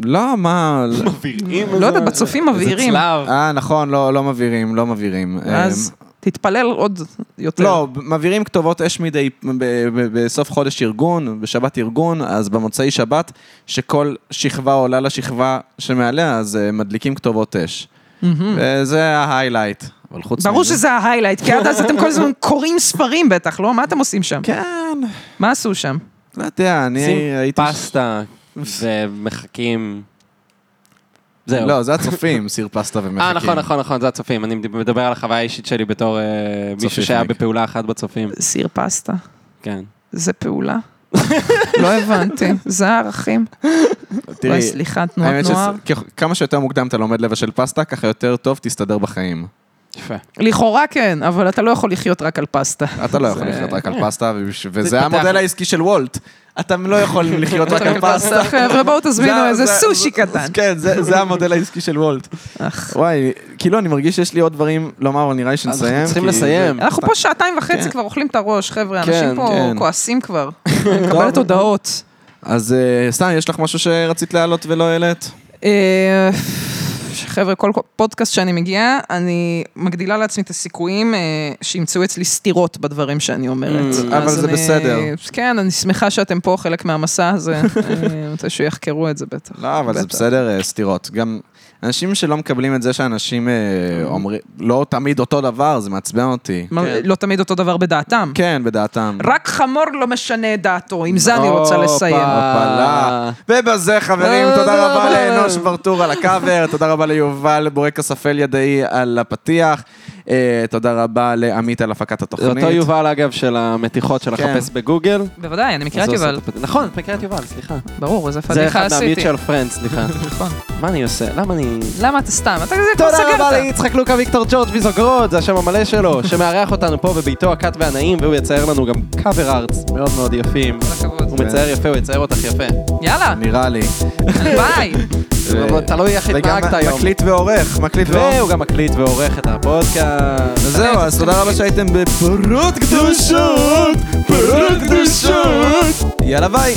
S2: לא,
S3: (laughs)
S2: מה...
S4: אה,
S3: לא יודע, בצופים מבעירים.
S4: צלב.
S2: אה, נכון, לא לא מבהירים, לא מבהירים.
S3: אז תתפלל עוד יותר.
S2: אה, לא, מבהירים כתובות אש מדי, ב- ב- בסוף חודש ארגון, בשבת ארגון, אז במוצאי שבת, שכל שכבה עולה לשכבה שמעליה, אז אה, מדליקים כתובות אש. וזה ההיילייט. אבל חוץ
S3: ברור שזה ההיילייט, כי עד אז אתם כל הזמן קוראים ספרים בטח, לא? מה אתם עושים שם?
S2: כן,
S3: מה עשו שם?
S2: לא יודע, אני
S4: עושים
S2: הייתי...
S4: פסטה ומחכים. זהו.
S2: לא, זה הצופים, סיר פסטה ומחכים.
S4: אה, נכון, נכון, נכון, זה הצופים. אני מדבר על החוויה האישית שלי בתור אה, מישהו שהיה
S2: צופיפניק.
S4: בפעולה אחת בצופים.
S3: סיר פסטה.
S4: כן.
S3: זה פעולה? (laughs) לא הבנתי. זה הערכים? וואי, סליחה, תנועת
S2: האמת
S3: נוער.
S2: שכמה שיותר מוקדם אתה לומד לבשל פסטה, ככה יותר טוב תסתדר בחיים.
S4: יפה.
S3: לכאורה כן, אבל אתה לא יכול לחיות רק על פסטה.
S2: אתה לא יכול
S4: זה- אה.
S2: לחיות רק על פסטה, ובש- וזה
S4: פתח.
S2: המודל העסקי של וולט. אתם לא יכולים לחיות
S4: (laughs)
S2: רק על פסטה.
S3: חבר'ה, בואו תזמינו
S2: זה-
S3: איזה
S2: זה-
S3: סושי
S2: זה-
S3: קטן.
S2: כן, זה זה המודל העסקי של וולט. וואי, כאילו, אני מרגיש שיש לי עוד דברים לומר, אבל נראה לי
S4: אנחנו
S2: שנסיים.
S4: צריכים
S2: כי-
S4: לסיים.
S3: אנחנו פה שעתיים וחצי כבר אוכלים את הראש, חבר'ה.
S4: כן,
S3: אנשים פה
S2: כן.
S3: כועסים כבר. אני מקבלת הודעות.
S2: אז אה, סתם, יש לך משהו שרצית להעלות ולא העלית?
S3: אה, חבר'ה, כל פודקאסט שאני מגיעה, אני מגדילה לעצמי את הסיכויים אה, שימצאו אצלי סתירות בדברים שאני אומרת.
S2: Mm, אבל
S3: אז
S2: זה
S3: אני-
S2: בסדר.
S3: כן, אני שמחה שאתם פה חלק מהמסע
S4: (laughs)
S3: הזה. אה, מתי שיחקרו את זה בטח.
S2: לא, אבל זה
S3: בטח.
S2: בסדר, אה, סתירות. גם אנשים שלא מקבלים את זה שאנשים אה, אומרים, לא תמיד אותו דבר, זה מעצבן אותי.
S3: מה,
S4: כן.
S3: לא תמיד אותו דבר בדעתם.
S2: כן, בדעתם.
S3: רק חמור לא משנה את דעתו, עם זה אני רוצה
S4: הופה.
S3: לסיים.
S2: הפלה. ובזה חברים,
S3: אה,
S2: תודה רבה לאנוש ברטור על הקאבר, תודה רבה ליובל בורקס אפל ידעי על הפתיח, אה, תודה רבה לעמית על הפקת
S4: זה
S2: התוכנית.
S4: אותו יובל, אגב, של המתיחות של
S2: כן.
S4: לחפש בגוגל.
S3: בוודאי, אני מכירה את
S4: אז הוא עושה
S3: יובל.
S4: את הפ- נכון, מקריאת יובל, סליחה.
S3: ברור, איזה
S4: זה
S3: פדיחה
S4: אחד מהמיט
S3: עשיתי.
S4: של פרנדס, (laughs) סליחה.
S3: נכון.
S4: מה אני עושה? למה אני...
S3: למה אתה סתם? אתה כזה כבר
S4: תודה רבה
S3: סגרת.
S4: ליצחק לוקה ויקטור ג'ורג' ויזוגרוד, זה השם המלא שלו, שמארח אותנו פה בביתו הקט והנעים, והוא יצייר לנו גם קאבר ארטס מאוד מאוד יפים.
S3: כל הכבוד.
S4: הוא מצייר יפה, הוא יצייר אותך יפה.
S3: יאללה,
S2: נראה לי.
S3: ביי.
S4: אבל תלוי איך
S2: וגם
S4: התנהגת היום.
S2: מקליט ועורך, מקליט ועורך.
S4: והוא גם מקליט ועורך את הפודקאסט.
S2: זהו, אז תודה רבה שהייתם בפרות קדושות, פרות קדושות. יאללה ביי.